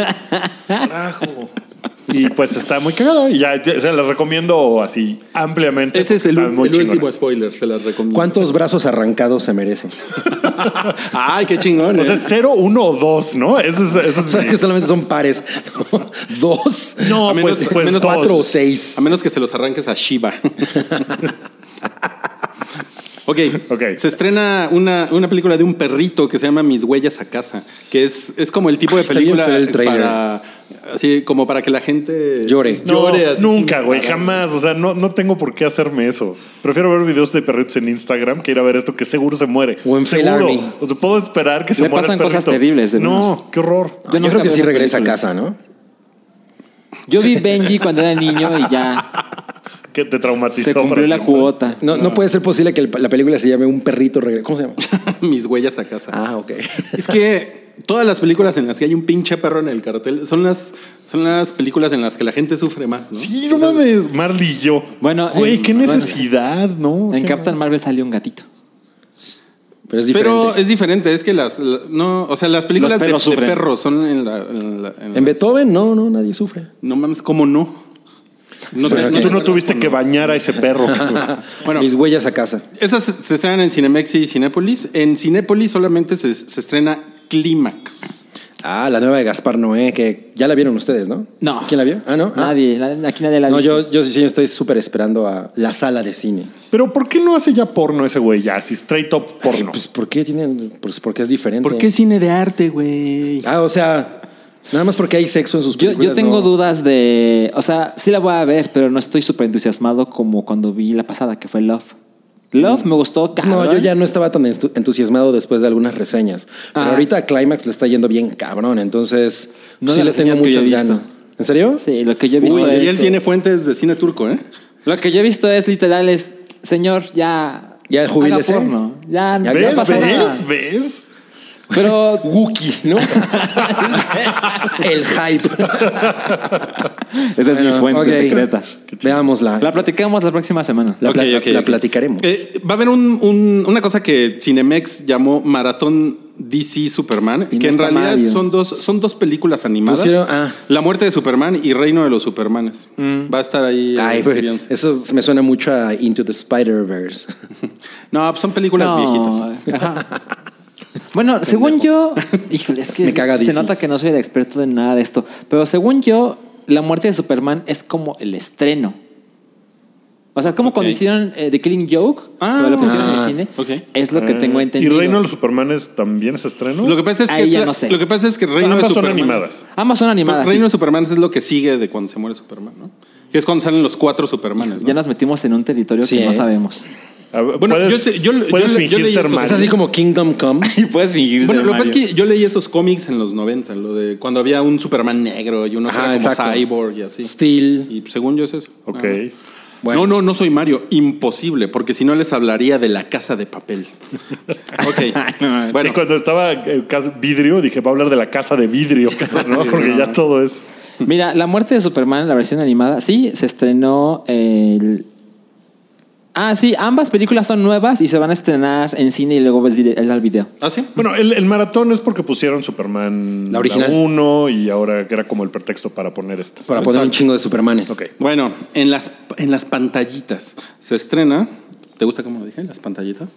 S2: Y pues está muy cagado. Y ya, ya se las recomiendo así ampliamente.
S5: Ese es el,
S2: Está
S5: ul-
S2: muy
S5: el
S2: chingona.
S5: último spoiler, se las recomiendo.
S4: ¿Cuántos brazos arrancados se merecen?
S5: Ay, qué chingón.
S2: O sea,
S5: eh.
S2: es cero, uno o dos, ¿no? Eso es, eso es
S4: O sea,
S2: mi-
S4: que solamente son pares. Dos.
S2: No,
S5: a menos-
S2: pues, pues
S5: menos
S2: dos.
S4: cuatro o seis.
S5: A menos que se los arranques a Shiva. ok.
S2: Ok.
S5: Se estrena una, una película de un perrito que se llama Mis huellas a casa, que es, es como el tipo de
S4: Ay, está bien
S5: película
S4: feo el trailer.
S5: para así como para que la gente
S4: Llore.
S2: No,
S5: así
S2: nunca,
S5: sin
S2: güey,
S5: parar.
S2: jamás. O sea, no, no tengo por qué hacerme eso. Prefiero ver videos de perritos en Instagram que ir a ver esto que seguro se muere.
S4: O en Fail
S2: Seguro.
S4: Army.
S2: O sea, puedo esperar que se
S3: Le
S2: muera el
S3: pasan cosas
S2: perrito.
S3: terribles de menos.
S2: No, qué horror.
S4: Yo,
S3: nunca
S4: creo que
S3: veo
S4: sí
S3: esas
S4: regresa a
S3: películas.
S4: casa, ¿no?
S3: Yo vi Benji cuando era niño y ya
S2: Que te traumatizó.
S3: se cumplió
S2: para
S3: la
S2: siempre.
S3: cuota.
S4: No, no puede ser posible que el- la película se llame Un perrito regresa. ¿Cómo se llama?
S5: Mis huellas a casa.
S4: Ah, ok.
S5: Es que todas las películas en las que hay un pinche perro en el cartel son las, son las películas en las que la gente sufre más. ¿no?
S2: Sí, no mames, Marley y yo.
S3: Bueno,
S2: güey,
S3: en-
S2: qué
S3: bueno.
S2: necesidad, ¿no?
S3: En
S2: Qué
S3: Captain Marvel salió un gatito.
S4: Pero es diferente.
S5: Pero es diferente, es que las la- no, o sea, las películas
S3: Los
S5: de,
S3: perros
S5: de
S3: sufren.
S5: perros son en la, en la- en
S4: En
S5: la-
S4: Beethoven, no, no, nadie sufre.
S5: no mames, ¿cómo no? No,
S4: Pero
S5: te-
S2: mal.
S5: te
S2: Tú no
S5: acuerdas
S2: tuviste
S5: cuando-
S2: que bañar a ese perro. cabrón.
S5: Bueno.
S4: Mis huellas a casa.
S5: Esas se, se estrenan en Cinemex y Cinépolis. En Cinépolis solamente se, se estrena Clímax.
S4: Ah, la nueva de Gaspar Noé, que ya la vieron ustedes, ¿no?
S3: No.
S4: ¿Quién la vio? Ah, no. Ah.
S3: Nadie, nadie- aquí nadie la vio.
S4: No, yo, yo sí sí estoy súper esperando a la sala de cine.
S2: Pero ¿por qué no hace ya porno ese güey? Ya, así, straight up
S4: Ay,
S2: porno.
S4: pues, ¿por qué tienen? Pues, porque es diferente.
S5: ¿Por qué cine de arte, güey?
S4: Ah, o sea, nada más porque hay sexo en sus
S3: Yo,
S4: películas.
S3: yo tengo
S4: no.
S3: dudas de. O sea, sí la voy a ver, pero no estoy súper entusiasmado como cuando vi la pasada, que fue Love. Love me gustó, Ah, cabrón.
S4: No, yo ya no estaba tan entu- entusiasmado después de algunas reseñas. Pero
S3: Ah.
S4: ahorita a Climax le está yendo bien cabrón, entonces
S3: No
S4: sí
S3: de
S4: le
S3: las
S4: tengo
S3: reseñas que yo
S4: muchas
S3: he visto.
S4: ganas. ¿En serio?
S3: Sí, lo que yo he visto
S5: Uy,
S3: es.
S5: y él tiene fuentes de cine turco, ¿eh?
S3: Lo que yo he visto es literal, es. Señor, ya.
S4: Ya
S3: haga
S4: jubílese.
S3: porno. Ya, ya,
S4: Ya
S2: ¿Ves?
S3: pasa nada.
S2: ¿Ves? ¿Ves?
S3: Pero.
S4: Wookie, ¿no? El hype.
S3: Esa es mi fuente
S4: ok.
S3: secreta.
S4: Veámosla.
S3: La platicamos la próxima semana.
S4: La,
S5: Ok,
S4: pla-
S5: ok, Eh,
S4: la
S5: ok.
S4: platicaremos.
S5: Eh, va a haber un- un- una cosa que Cinemex llamó Maratón DC Superman,
S3: Y no
S5: que en
S3: está
S5: realidad
S3: Mario.
S5: son dos, son dos películas animadas.
S4: Pusieron- ah.
S5: La muerte de Superman y Reino de los Supermanes. Va a estar ahí. eh,
S4: Ay, güey,
S5: Beyoncé.
S4: eso se me suena mucho a Into the Spider-Verse.
S5: No, pues son películas
S3: No,
S5: viejitas.
S3: ajá. Bueno, según yo, híjole, es que
S4: Me caga
S3: se
S4: Disney.
S3: nota que no soy el experto en nada de esto, pero según yo, la muerte de Superman es como el estreno. O sea, como cuando
S5: Ok.
S3: hicieron eh, The Killing Joke,
S5: Ah,
S3: cuando lo pusieron en
S4: ah,
S3: el cine,
S5: ok.
S3: es lo que tengo
S2: Ah,
S3: entendido.
S2: ¿Y Reino de los Supermanes también se estrenó?
S5: Lo que pasa es que,
S3: Ahí
S5: es
S3: ya
S5: la-
S3: no sé.
S5: Lo que, pasa es que Reino de
S2: ambas son
S5: Supermanes.
S2: animadas.
S3: Ambas son animadas.
S5: Reino de
S3: sí.
S5: Supermanes es lo que sigue de cuando se muere Superman, ¿no? Que es cuando salen los cuatro Supermanes. ¿no?
S3: Ya nos metimos en un territorio
S4: Sí,
S3: que no
S4: ¿eh?
S3: sabemos.
S2: A ver,
S5: Bueno,
S2: puedes,
S5: yo sé- yo- yo-
S2: puedes
S5: yo- yo
S2: fingir
S5: leí
S2: ser
S5: eso.
S4: Es
S2: malo.
S4: así como Kingdom Come.
S6: Y puedes fingir
S5: Bueno,
S6: ser
S5: lo que pasa
S6: Mario.
S5: es que yo leí esos cómics en los 90, lo de cuando había un Superman negro y uno que
S4: Ajá,
S5: era como
S4: exacto.
S5: cyborg y así.
S4: Steel.
S5: Y según yo es eso.
S2: Ok.
S5: nada más.
S2: Ah,
S4: Bueno.
S5: No, no, no soy Mario. Imposible, porque si no les hablaría de la casa de papel. ok.
S2: Bueno.
S5: bueno,
S2: cuando estaba eh, cas- vidrio, dije, va a hablar de la casa de vidrio, ¿no? Porque ya todo es...
S3: Mira, La muerte de Superman, la versión animada, sí, se estrenó el... Ah, sí, ambas películas son nuevas y se van a estrenar en cine y luego ves dire- es al video.
S5: ¿ah, sí?
S2: Bueno, el, el maratón es porque pusieron Superman
S4: La original.
S2: 1 y ahora era como el pretexto para poner esto.
S4: Para poner un chingo de Supermanes.
S2: Ok.
S5: Bueno, en las, en las pantallitas se estrena. ¿Te gusta cómo lo dije? Las pantallitas.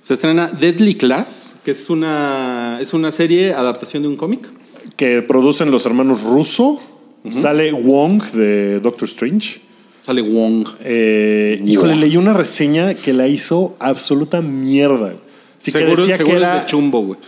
S5: Se estrena Deadly Class, que es una, es una serie, adaptación de un cómic.
S2: Que producen los hermanos Russo. Sale Wong de Doctor Strange.
S5: Sale Wong.
S2: Eh, Híjole, leí una reseña que la hizo absoluta mierda. Sí, que
S5: seguro
S2: decía que
S5: seguro
S2: era-
S5: es de chumbo, güey.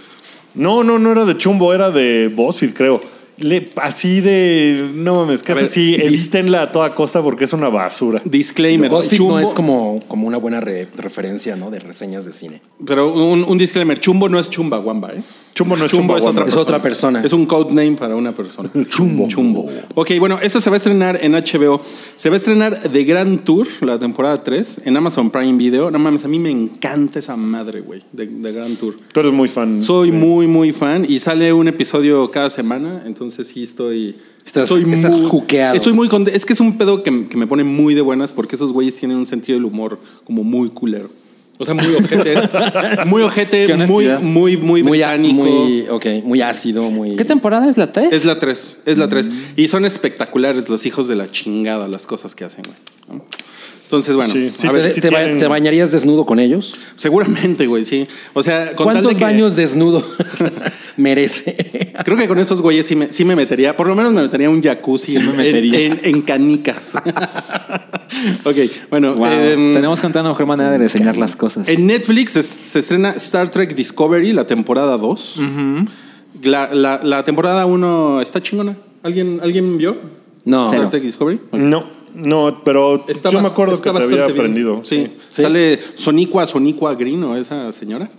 S2: No, no, no era de Chumbo, era de BuzzFeed, creo. Le- así de. No mames, casi
S5: ver,
S2: así.
S5: dis-
S2: Evítenla a toda costa porque es una basura.
S5: Disclaimer.
S4: BuzzFeed
S5: Chumbo-
S4: no es como, como una buena re- referencia, ¿no? De reseñas de cine.
S5: Pero un, un disclaimer, chumbo no es chumba guamba, ¿eh?
S2: Chumbo no es
S5: Chumbo es
S2: Chumbawamba.
S5: otra,
S4: Es otra persona.
S5: Es un code name para una persona. Chumbo. Chumbo. Ok, bueno, esto se va a estrenar en HBO. Se va a estrenar The Grand Tour, la temporada 3, en Amazon Prime Video. No mames, a mí me encanta esa madre, güey, de The Grand Tour.
S2: Tú eres muy fan.
S5: Soy muy, muy fan y sale un episodio cada semana, entonces sí estoy...
S4: Estás- estás juqueado.
S5: Estoy muy conte- Es que es un pedo que, que me pone muy de buenas porque esos güeyes tienen un sentido del humor como muy culero. O sea, muy ojete. muy
S3: Qué
S5: ojete, muy,
S3: honestidad.
S5: muy, muy
S4: muy, a-
S5: británico.
S4: muy, ok, muy ácido, muy.
S3: ¿Qué temporada es la 3?
S5: Es la 3, es la 3.
S4: Mm.
S5: Y son espectaculares los hijos de la chingada las cosas que hacen, güey. ¿no? Entonces, bueno,
S2: Sí, sí,
S5: a
S4: ¿Te,
S5: ver,
S2: si
S4: te ba-
S2: tienen-
S4: te bañarías desnudo con ellos?
S5: seguramente, güey, sí. O sea, con tal de
S4: ¿Cuántos
S5: que-
S4: baños desnudo merece?
S5: Creo que con estos güeyes sí me, sí me metería, por lo menos me metería un jacuzzi en,
S6: metería.
S5: en- en canicas. ok, bueno. em,
S3: Tenemos que encontrar una mejor manera de reseñar las cosas.
S5: en Netflix es- se, estrena Star Trek Discovery, la temporada 2. la, la- la temporada 1 está chingona. ¿Alguien, ¿alguien vio?
S4: No.
S5: Star
S3: Cero.
S5: Trek Discovery.
S2: No, no, pero
S5: Está
S2: yo me
S5: bas-
S2: acuerdo que
S5: está
S2: te había
S5: bastante bien.
S2: aprendido.
S5: Sí. Sale Sonicua, Sonicua Grino, esa señora.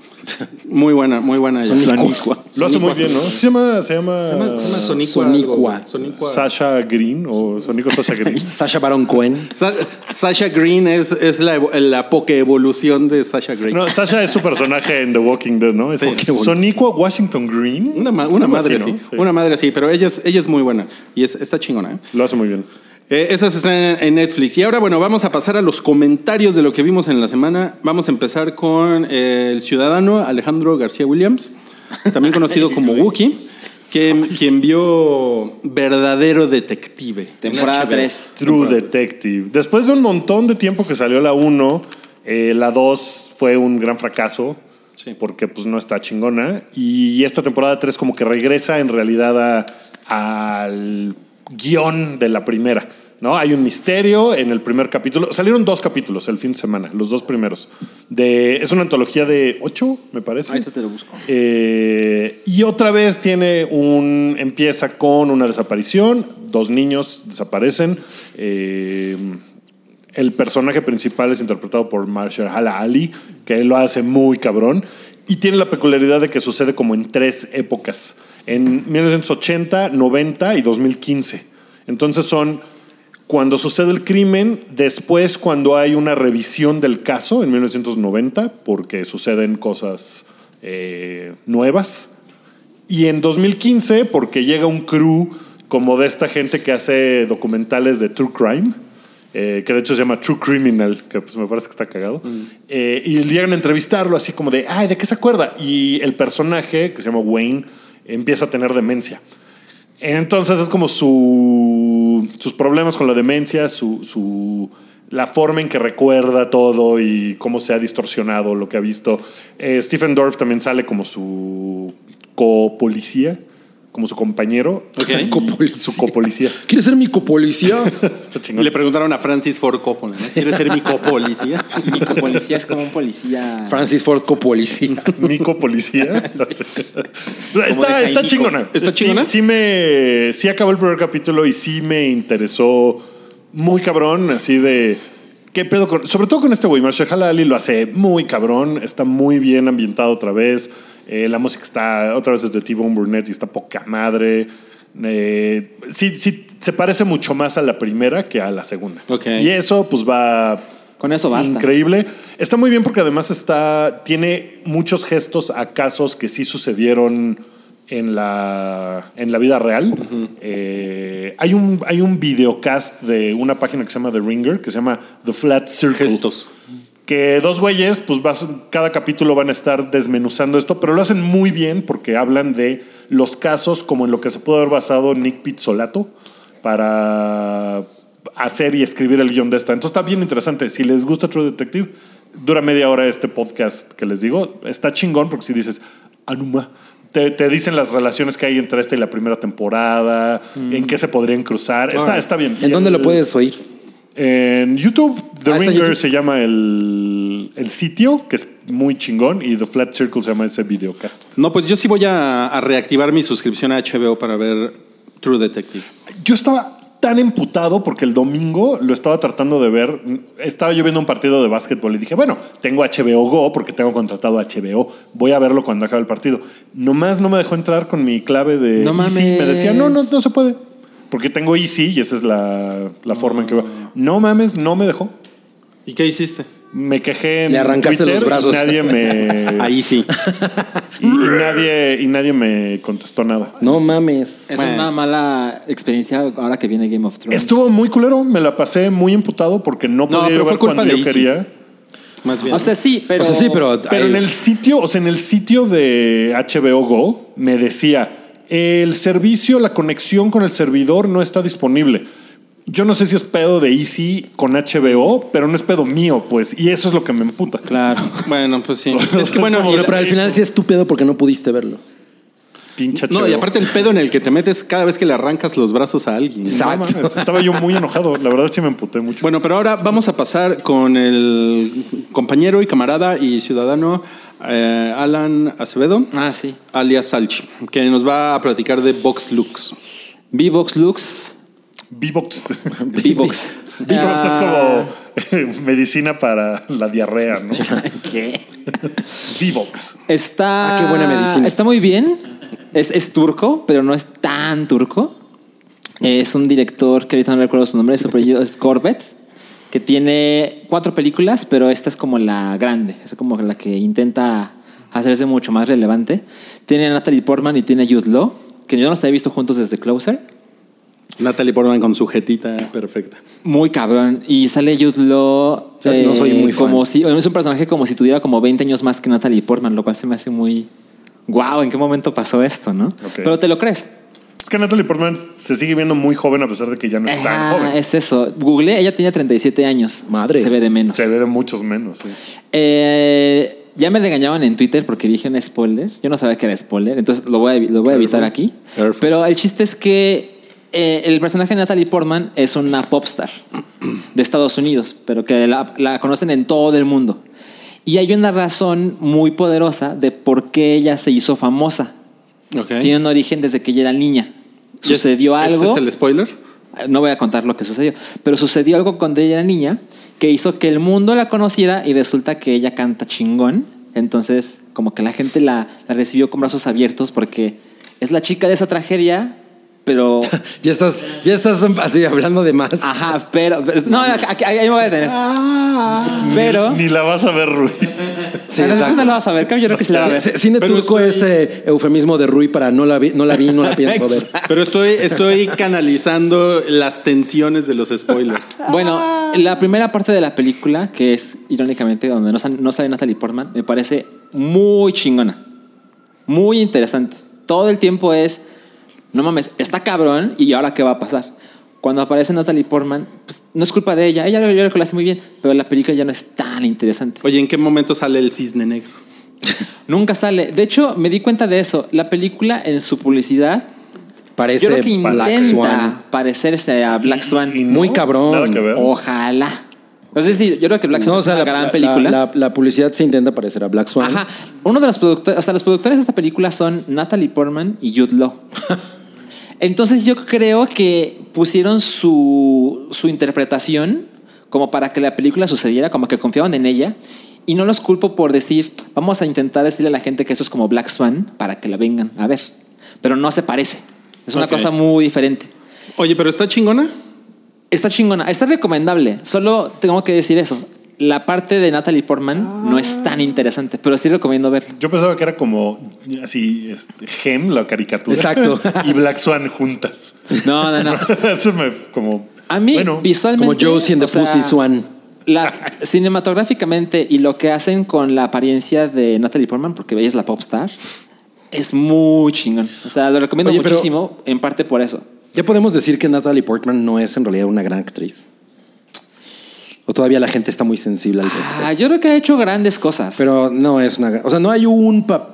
S5: Muy buena, muy buena. ella.
S4: Sonicua.
S2: Lo hace muy bien, ¿no? Se llama. Se llama,
S5: Se llama- se llama Sonicua.
S4: Sonicua.
S5: algo. Sonicua.
S2: Sasha Green o Sonico Sasha Green.
S4: Sasha Baron Cohen.
S5: Sa- Sasha Green es, es la, evo- la pokeevolución de Sasha Green.
S2: No, Sasha es su personaje en The Walking Dead, ¿no? Es
S5: Sí.
S2: Sonico Washington Green.
S5: Una, ma- una
S2: Algo así,
S5: madre
S2: ¿no?
S5: así,
S2: Sí.
S5: una madre así, pero ella es, ella es muy buena y es, está chingona. ¿eh?
S2: Lo hace muy bien.
S5: Eh, esas están en, en Netflix. Y ahora, bueno, vamos a pasar a los comentarios de lo que vimos en la semana. Vamos a empezar con eh, el ciudadano Alejandro García Williams, también conocido como Wookie, quien, quien vio Verdadero Detective.
S3: Temporada
S5: En HBO.
S3: 3.
S2: True Detective. Después de un montón de tiempo que salió la 1, eh, la 2 fue un gran fracaso.
S5: Sí.
S2: Porque pues no está chingona. Y esta temporada 3 como que regresa en realidad a- al guión de la primera. ¿No? Hay un misterio en el primer capítulo. Salieron dos capítulos el fin de semana, los dos primeros. De, es una antología de ocho, me parece.
S3: Ahorita te lo busco.
S2: Eh, y otra vez tiene un. Empieza con una desaparición. Dos niños desaparecen. Eh, el personaje principal es interpretado por Marshall Hala Ali, que lo hace muy cabrón. Y tiene la peculiaridad de que sucede como en tres épocas: en 1980, 90 y 2015. Entonces son cuando sucede el crimen, después cuando hay una revisión del caso en 1990, porque suceden cosas eh, nuevas. Y en 2015, porque llega un crew como de esta gente que hace documentales de True Crime eh, que de hecho se llama True Criminal, que pues me parece que está cagado. Eh, y llegan a entrevistarlo así como de, ay, ¿de qué se acuerda? Y el personaje, que se llama Wayne, empieza a tener demencia. Entonces es como su, sus problemas con la demencia, su, su, la forma en que recuerda todo y cómo se ha distorsionado lo que ha visto. Eh, Stephen Dorff también sale como su copolicía, como su compañero.
S5: Ok.
S2: Copolicía. Su copolicía.
S4: ¿Quieres ser mi copolicía?
S2: Está chingón.
S5: Le preguntaron a Francis Ford Coppola, ¿no? ¿quieres ser mi copolicía?
S3: Un policía es como un policía.
S4: Francis Ford copolicía.
S2: Nico Policía. está
S3: de
S2: está
S3: Jaimico.
S2: chingona.
S5: ¿Está
S2: Sí-
S5: chingona?
S2: Sí, me. Sí acabó el primer capítulo y sí me interesó muy cabrón, así de. ¿Qué pedo con.? Sobre todo con este güey. Marshala Ali lo hace muy cabrón. Está muy bien ambientado otra vez. Eh, la música está otra vez es de T-Bone Burnett y está poca madre. Eh, sí, sí, se parece mucho más a la primera que a la segunda.
S5: Ok.
S2: Y eso, pues va.
S3: Con eso basta.
S2: Increíble. Está muy bien porque además está, tiene muchos gestos a casos que sí sucedieron en la, en la vida real. Eh, hay, un, hay un videocast de una página que se llama The Ringer, que se llama The Flat Circle.
S5: Gestos.
S2: Que dos güeyes, pues vas- cada capítulo van a estar desmenuzando esto, pero lo hacen muy bien porque hablan de los casos como en lo que se pudo haber basado Nick Pizzolato para hacer y escribir el guión de esta. Entonces está bien interesante. Si les gusta True Detective, dura media hora este podcast que les digo. Está chingón porque si dices, Anuma. Te, te dicen las relaciones que hay entre esta y la primera temporada, en qué se podrían cruzar. Está, está bien.
S4: Mm. ¿En dónde lo
S2: puedes
S4: puedes oír?
S2: en YouTube, The
S4: Ah, está en
S2: Ringer
S4: YouTube.
S2: se llama el, el sitio, que es muy chingón, y The Flat Circle se llama ese videocast.
S5: No, pues yo sí voy a, a reactivar mi suscripción a HBO para ver True Detective.
S2: Yo estaba tan emputado porque el domingo lo estaba tratando de ver. Estaba yo viendo un partido de básquetbol y dije, bueno, tengo HBO Go porque tengo contratado HBO. Voy a verlo cuando acabe el partido. Nomás no me dejó entrar con mi clave de
S3: No
S2: Easy.
S3: mames.
S2: Me decía, no, no, no se puede. Porque tengo Easy y esa es la, la forma en que veo. No mames, no me dejó.
S5: ¿Y qué hiciste?
S2: Me quejé en
S4: Le arrancaste
S2: Twitter
S4: los brazos.
S2: y nadie me
S5: Eh, Ahí sí.
S2: y, y nadie y nadie me contestó nada.
S4: No mames.
S3: Es
S5: Bueno.
S3: una mala experiencia ahora que viene Game of Thrones.
S2: Estuvo muy culero, me la pasé muy emputado porque no podía
S5: pero
S2: yo
S5: fue
S2: ver
S5: culpa
S2: cuando yo
S5: de Izzy.
S2: quería.
S5: Más bien.
S3: O sea, sí, pero.
S4: o sea, sí, pero.
S2: Pero en el sitio, o sea, en el sitio de HBO Go me decía, el servicio, la conexión con el servidor no está disponible. Yo no sé si es pedo de Easy con HBO, pero no es pedo mío, pues, y eso es lo que me emputa.
S3: Claro.
S5: bueno, pues sí. es que
S2: como-
S5: bueno, y-
S4: Pero, pero al final sí es tu pedo porque no pudiste verlo.
S2: Pinche HBO.
S5: no, y aparte el pedo en el que te metes cada vez que le arrancas los brazos a alguien.
S2: No mames, estaba yo muy enojado, la verdad sí me emputé mucho.
S5: Bueno, pero ahora vamos a pasar con el compañero y camarada y ciudadano eh, Alan Acevedo,
S3: Ah, sí.
S5: alias Salchi, que nos va a platicar de Vox Lux.
S3: V-Box Lux.
S2: Vivox.
S3: V-Box.
S2: Vivox pues, es como medicina para la diarrea, ¿no?
S3: Ah. ¿Qué?
S2: Vivox.
S3: Está.
S4: Ah, qué buena medicina.
S3: Está muy bien. Es, es turco, pero no es tan turco. Es un director que ahorita no recuerdo su nombre, su apellido es Corbett, que tiene cuatro películas, pero esta es como la grande, es como la que intenta hacerse mucho más relevante. Tiene a Natalie Portman y tiene a Jude Law, que yo no los había visto juntos desde Closer.
S5: Natalie Portman con su jetita perfecta.
S3: Muy cabrón. Y sale Jude Law. eh,
S4: Yo no soy muy fan.
S3: como si Es un personaje como si tuviera como 20 años más que Natalie Portman, lo cual se me hace muy. ¡Wow! ¿En qué momento pasó esto, no? Pero te lo crees.
S2: Es que Natalie Portman se sigue viendo muy joven a pesar de que ya no es tan
S3: Ajá,
S2: joven.
S3: es eso. Google, ella tenía 37 años.
S4: Madres.
S3: Se ve de menos.
S2: Se ve de muchos menos. sí.
S3: Eh, ya me regañaban en Twitter porque dije un spoiler. Yo no sabía que era spoiler, entonces lo voy a, evi- lo voy a evitar aquí.
S5: Careful.
S3: Pero el chiste es que eh, el personaje de Natalie Portman es una popstar de Estados Unidos, pero que la, la conocen en todo el mundo. Y hay una razón muy poderosa de por qué ella se hizo famosa.
S5: Ok.
S3: Tiene un origen desde que ella era niña.
S5: ¿Y es-
S3: Sucedió algo.
S5: ¿Ese es el spoiler?
S3: No voy a contar lo que sucedió, pero sucedió algo cuando ella era niña que hizo que el mundo la conociera y resulta que ella canta chingón. Entonces, como que la gente la, la recibió con brazos abiertos porque es la chica de esa tragedia pero.
S4: Ya estás, ya estás así hablando de más.
S3: Ajá, pero. No, aquí- ahí me voy a detener. Pero.
S2: Ni la vas a ver, Rui.
S4: Sí,
S3: Pero eso
S4: exacto.
S3: no lo vas a ver, creo- yo creo que sí la va a ver.
S4: C- Cine
S5: Pero
S4: turco es
S5: estoy-
S4: eh, eufemismo de Rui para no la vi, no la vi, no la pienso ver.
S5: Pero estoy, estoy canalizando las tensiones de los spoilers.
S3: Bueno, la primera parte de la película, que es irónicamente donde no, sal- no sale Natalie Portman, me parece muy chingona. Muy interesante. Todo el tiempo es, no mames, está cabrón y ahora qué va a pasar. Cuando aparece Natalie Portman, pues, no es culpa de ella, ella yo creo que lo hace muy bien, pero la película ya no es tan interesante.
S5: Oye, ¿en qué momento sale el cisne negro?
S3: Nunca sale. De hecho, me di cuenta de eso. La película en su publicidad,
S4: Parece
S3: yo creo que
S4: Black Swan.
S3: intenta parecerse a Black Swan.
S4: Muy cabrón.
S2: Nada que ver.
S3: Oh. Ojalá. No sé si yo creo que Black Swan
S4: No, o
S3: es
S4: sea,
S3: una
S4: la,
S3: gran
S4: la-
S3: película.
S4: La, la publicidad se intenta parecer a Black Swan.
S3: Ajá. Uno de los productores, o sea, los productores de esta película son Natalie Portman y Jude Law. Entonces yo creo que pusieron su, su interpretación como para que la película sucediera, como que confiaban en ella. Y no los culpo por decir, vamos a intentar decirle a la gente que eso es como Black Swan para que la vengan a ver. Pero no se parece. Es una
S5: Ok.
S3: cosa muy diferente.
S5: Oye, pero está chingona.
S3: Está chingona, está recomendable. Solo tengo que decir eso. La parte de Natalie Portman no es tan interesante, pero sí recomiendo verla.
S2: Yo pensaba que era como así, este, Gem, la caricatura.
S4: Exacto.
S2: y Black Swan juntas.
S3: No, no, no.
S2: Eso me como.
S3: A mí
S2: Bueno,
S3: visualmente.
S4: como Josie and the
S3: o sea,
S4: Pussy Swan.
S3: La, cinematográficamente y lo que hacen con la apariencia de Natalie Portman, porque ella es la popstar, es muy chingón. O sea, lo recomiendo
S4: Oye, pero-
S3: muchísimo, en parte por eso.
S4: Ya podemos decir que Natalie Portman no es en realidad una gran actriz. O todavía la gente está muy sensible al respecto.
S3: Ah, yo creo que ha hecho grandes cosas.
S4: Pero no es una. O sea, no hay un. pa-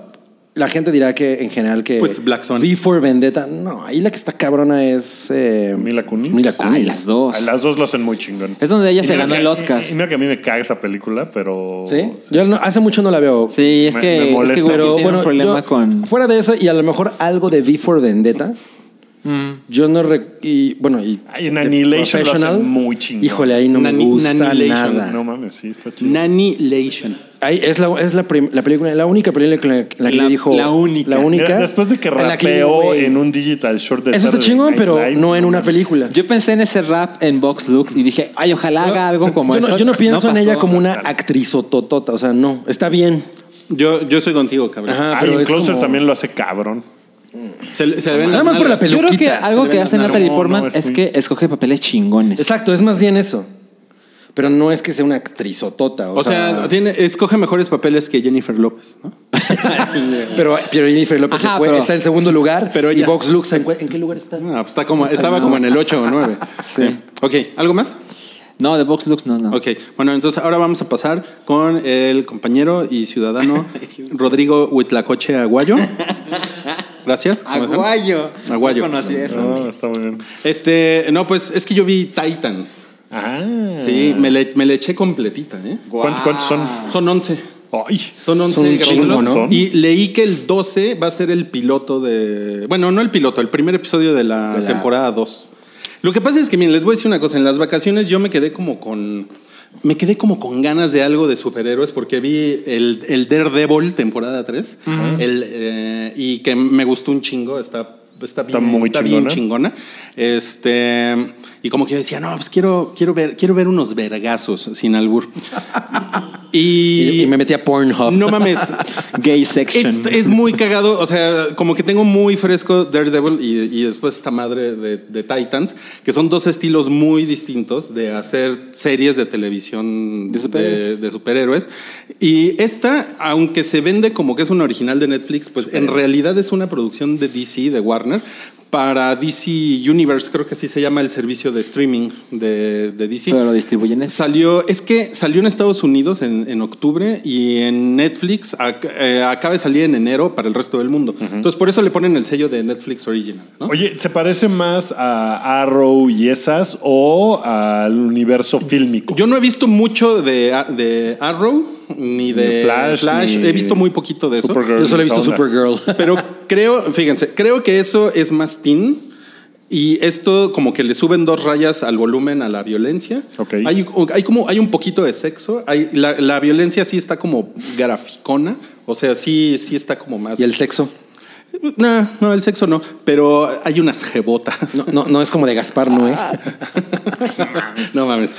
S4: la gente dirá que en general que.
S5: Pues, Black Swan.
S4: V for Vendetta. No, ahí la que está cabrona es. eh,
S2: Mila Kunis.
S4: Mila
S3: Ay,
S4: Kunis.
S3: las dos.
S2: A las dos lo hacen muy chingón.
S3: Es donde ella
S2: Y
S3: se
S2: mira
S3: ganó
S2: que-
S3: el Oscar.
S2: Y mira que a mí me caga esa película, pero.
S4: ¿Sí? Yo no- hace mucho no la veo.
S3: Sí, es
S2: Me- me
S3: que, es
S2: molesta.
S3: que
S2: Pero,
S3: pero, tiene
S4: bueno,
S3: un problema
S4: yo-
S3: con.
S4: Fuera de eso, y a lo mejor algo de V for Vendetta. Mm.
S3: mm.
S4: Yo no. rec- y bueno, y.
S2: Ay, en Annihilation lo hacen
S4: Professional.
S2: muy chingón.
S4: Híjole, ahí no me
S5: Nani-
S4: gusta
S5: Annihilation,
S4: nada.
S2: No mames, sí, está chido.
S5: Nanilation.
S4: Ahí es la, es la, prim- la película, la única película en la que, en la que
S3: La-
S4: le dijo.
S3: la única.
S4: La única.
S2: Mira, después de que
S4: en la
S2: rapeó
S4: güey,
S2: en un digital short de
S4: Eso está
S2: Saturday
S4: chingón,
S2: Night
S4: pero
S2: Live,
S4: no en una
S2: mames.
S4: película.
S3: Yo pensé en ese rap en Box Lux y dije, ay, ojalá haga algo como
S4: yo
S3: eso.
S4: No, yo no pienso en
S3: pasó.
S4: ella como una
S2: Chale.
S4: actriz o totota, o sea, no, está bien.
S5: Yo, yo soy contigo, cabrón.
S4: Ajá. Ah,
S2: Ay,
S4: pero
S2: en
S4: es
S2: Closer
S4: como-
S2: también lo hace cabrón.
S5: Se, se le ven
S4: Nada
S5: las
S4: más por la
S5: nalgas.
S4: pelu-
S3: Yo creo que
S4: peluquita.
S3: algo que hace
S5: No,
S3: Natalie
S2: no,
S3: Portman
S2: es
S3: es
S2: muy-
S3: que escoge papeles chingones.
S4: Exacto, es más bien eso. Pero no es que sea una actriz o totota, o,
S5: O sea, tiene, escoge mejores papeles que Jennifer López. ¿no?
S4: pero, pero Jennifer López
S3: Ajá,
S4: se fue,
S3: pero-
S4: está en segundo lugar,
S5: pero
S4: y
S5: ella-
S4: Vox Lux ¿en, cu- en qué lugar está?
S5: Ah, pues está como, estaba como en el 8 o 9. sí. Ok, ¿algo más?
S3: No, de Box Lux no, no.
S5: Ok, bueno, entonces ahora vamos a pasar con el compañero y ciudadano Rodrigo Huitlacoche Aguayo. Gracias. ¿Cómo se llama? Aguayo.
S4: Ah,
S2: No, está muy bien.
S5: Este, no, pues es que yo vi Titans.
S2: Ah.
S5: Sí, me le, me le eché completita, ¿eh?
S2: ¿Cuánto- ¿Cuántos son?
S5: Son 11.
S2: Ay.
S5: Son 11
S4: Son un
S5: capítulos.
S2: chingo, ¿no?
S5: Y leí que el 12 va a ser el piloto de. Bueno, no el piloto, el primer episodio de la,
S4: De la-
S5: temporada 2. Lo que pasa es que, miren, les voy a decir una cosa. En las vacaciones yo me quedé como con. Me quedé como con ganas de algo de superhéroes porque vi el, el Daredevil temporada 3 el, eh, y que me gustó un chingo. Está, está, bien,
S2: Está muy
S5: está bien
S2: chingona.
S5: chingona. Este, y como que yo decía, no, pues quiero, quiero, ver, quiero ver unos vergazos sin albur.
S4: Y,
S5: y,
S4: y me metí a Pornhub.
S5: no mames.
S3: Gay section.
S5: Es, es muy cagado, o sea, como que tengo muy fresco Daredevil y, y después esta madre de, de Titans, que son dos estilos muy distintos de hacer series de televisión
S3: De superhéroes.
S5: de- de superhéroes. Y esta, aunque se vende como que es una original de Netflix, pues en realidad es una producción de DC, de Warner, para DC Universe, creo que así se llama el servicio de streaming de, de DC.
S3: Pero lo distribuyen eso.
S5: Salió, es que salió en Estados Unidos en, en octubre y en Netflix ac- eh, acaba de salir en enero para el resto del mundo. Entonces, por eso le ponen el sello de Netflix Original. ¿no?
S2: Oye, ¿se parece más a Arrow y esas o al universo fílmico?
S5: Yo no he visto mucho de, A- de Arrow ni de,
S2: de Flash,
S5: Flash.
S2: ni-
S5: He visto muy poquito de eso.
S2: Supergirl.
S4: Yo solo he visto
S2: Onda.
S4: Supergirl.
S5: Pero creo, fíjense, creo que eso es más teen. Y esto como que le suben dos rayas al volumen a la violencia.
S2: Ok.
S5: Hay, hay como hay un poquito de sexo. Hay, la, la violencia sí está como graficona. O sea, sí, sí está como más.
S4: ¿Y el sexo?
S5: No, no, el sexo no, pero hay unas jebotas.
S4: No, no, no es como de Gaspar Noé.
S5: No mames.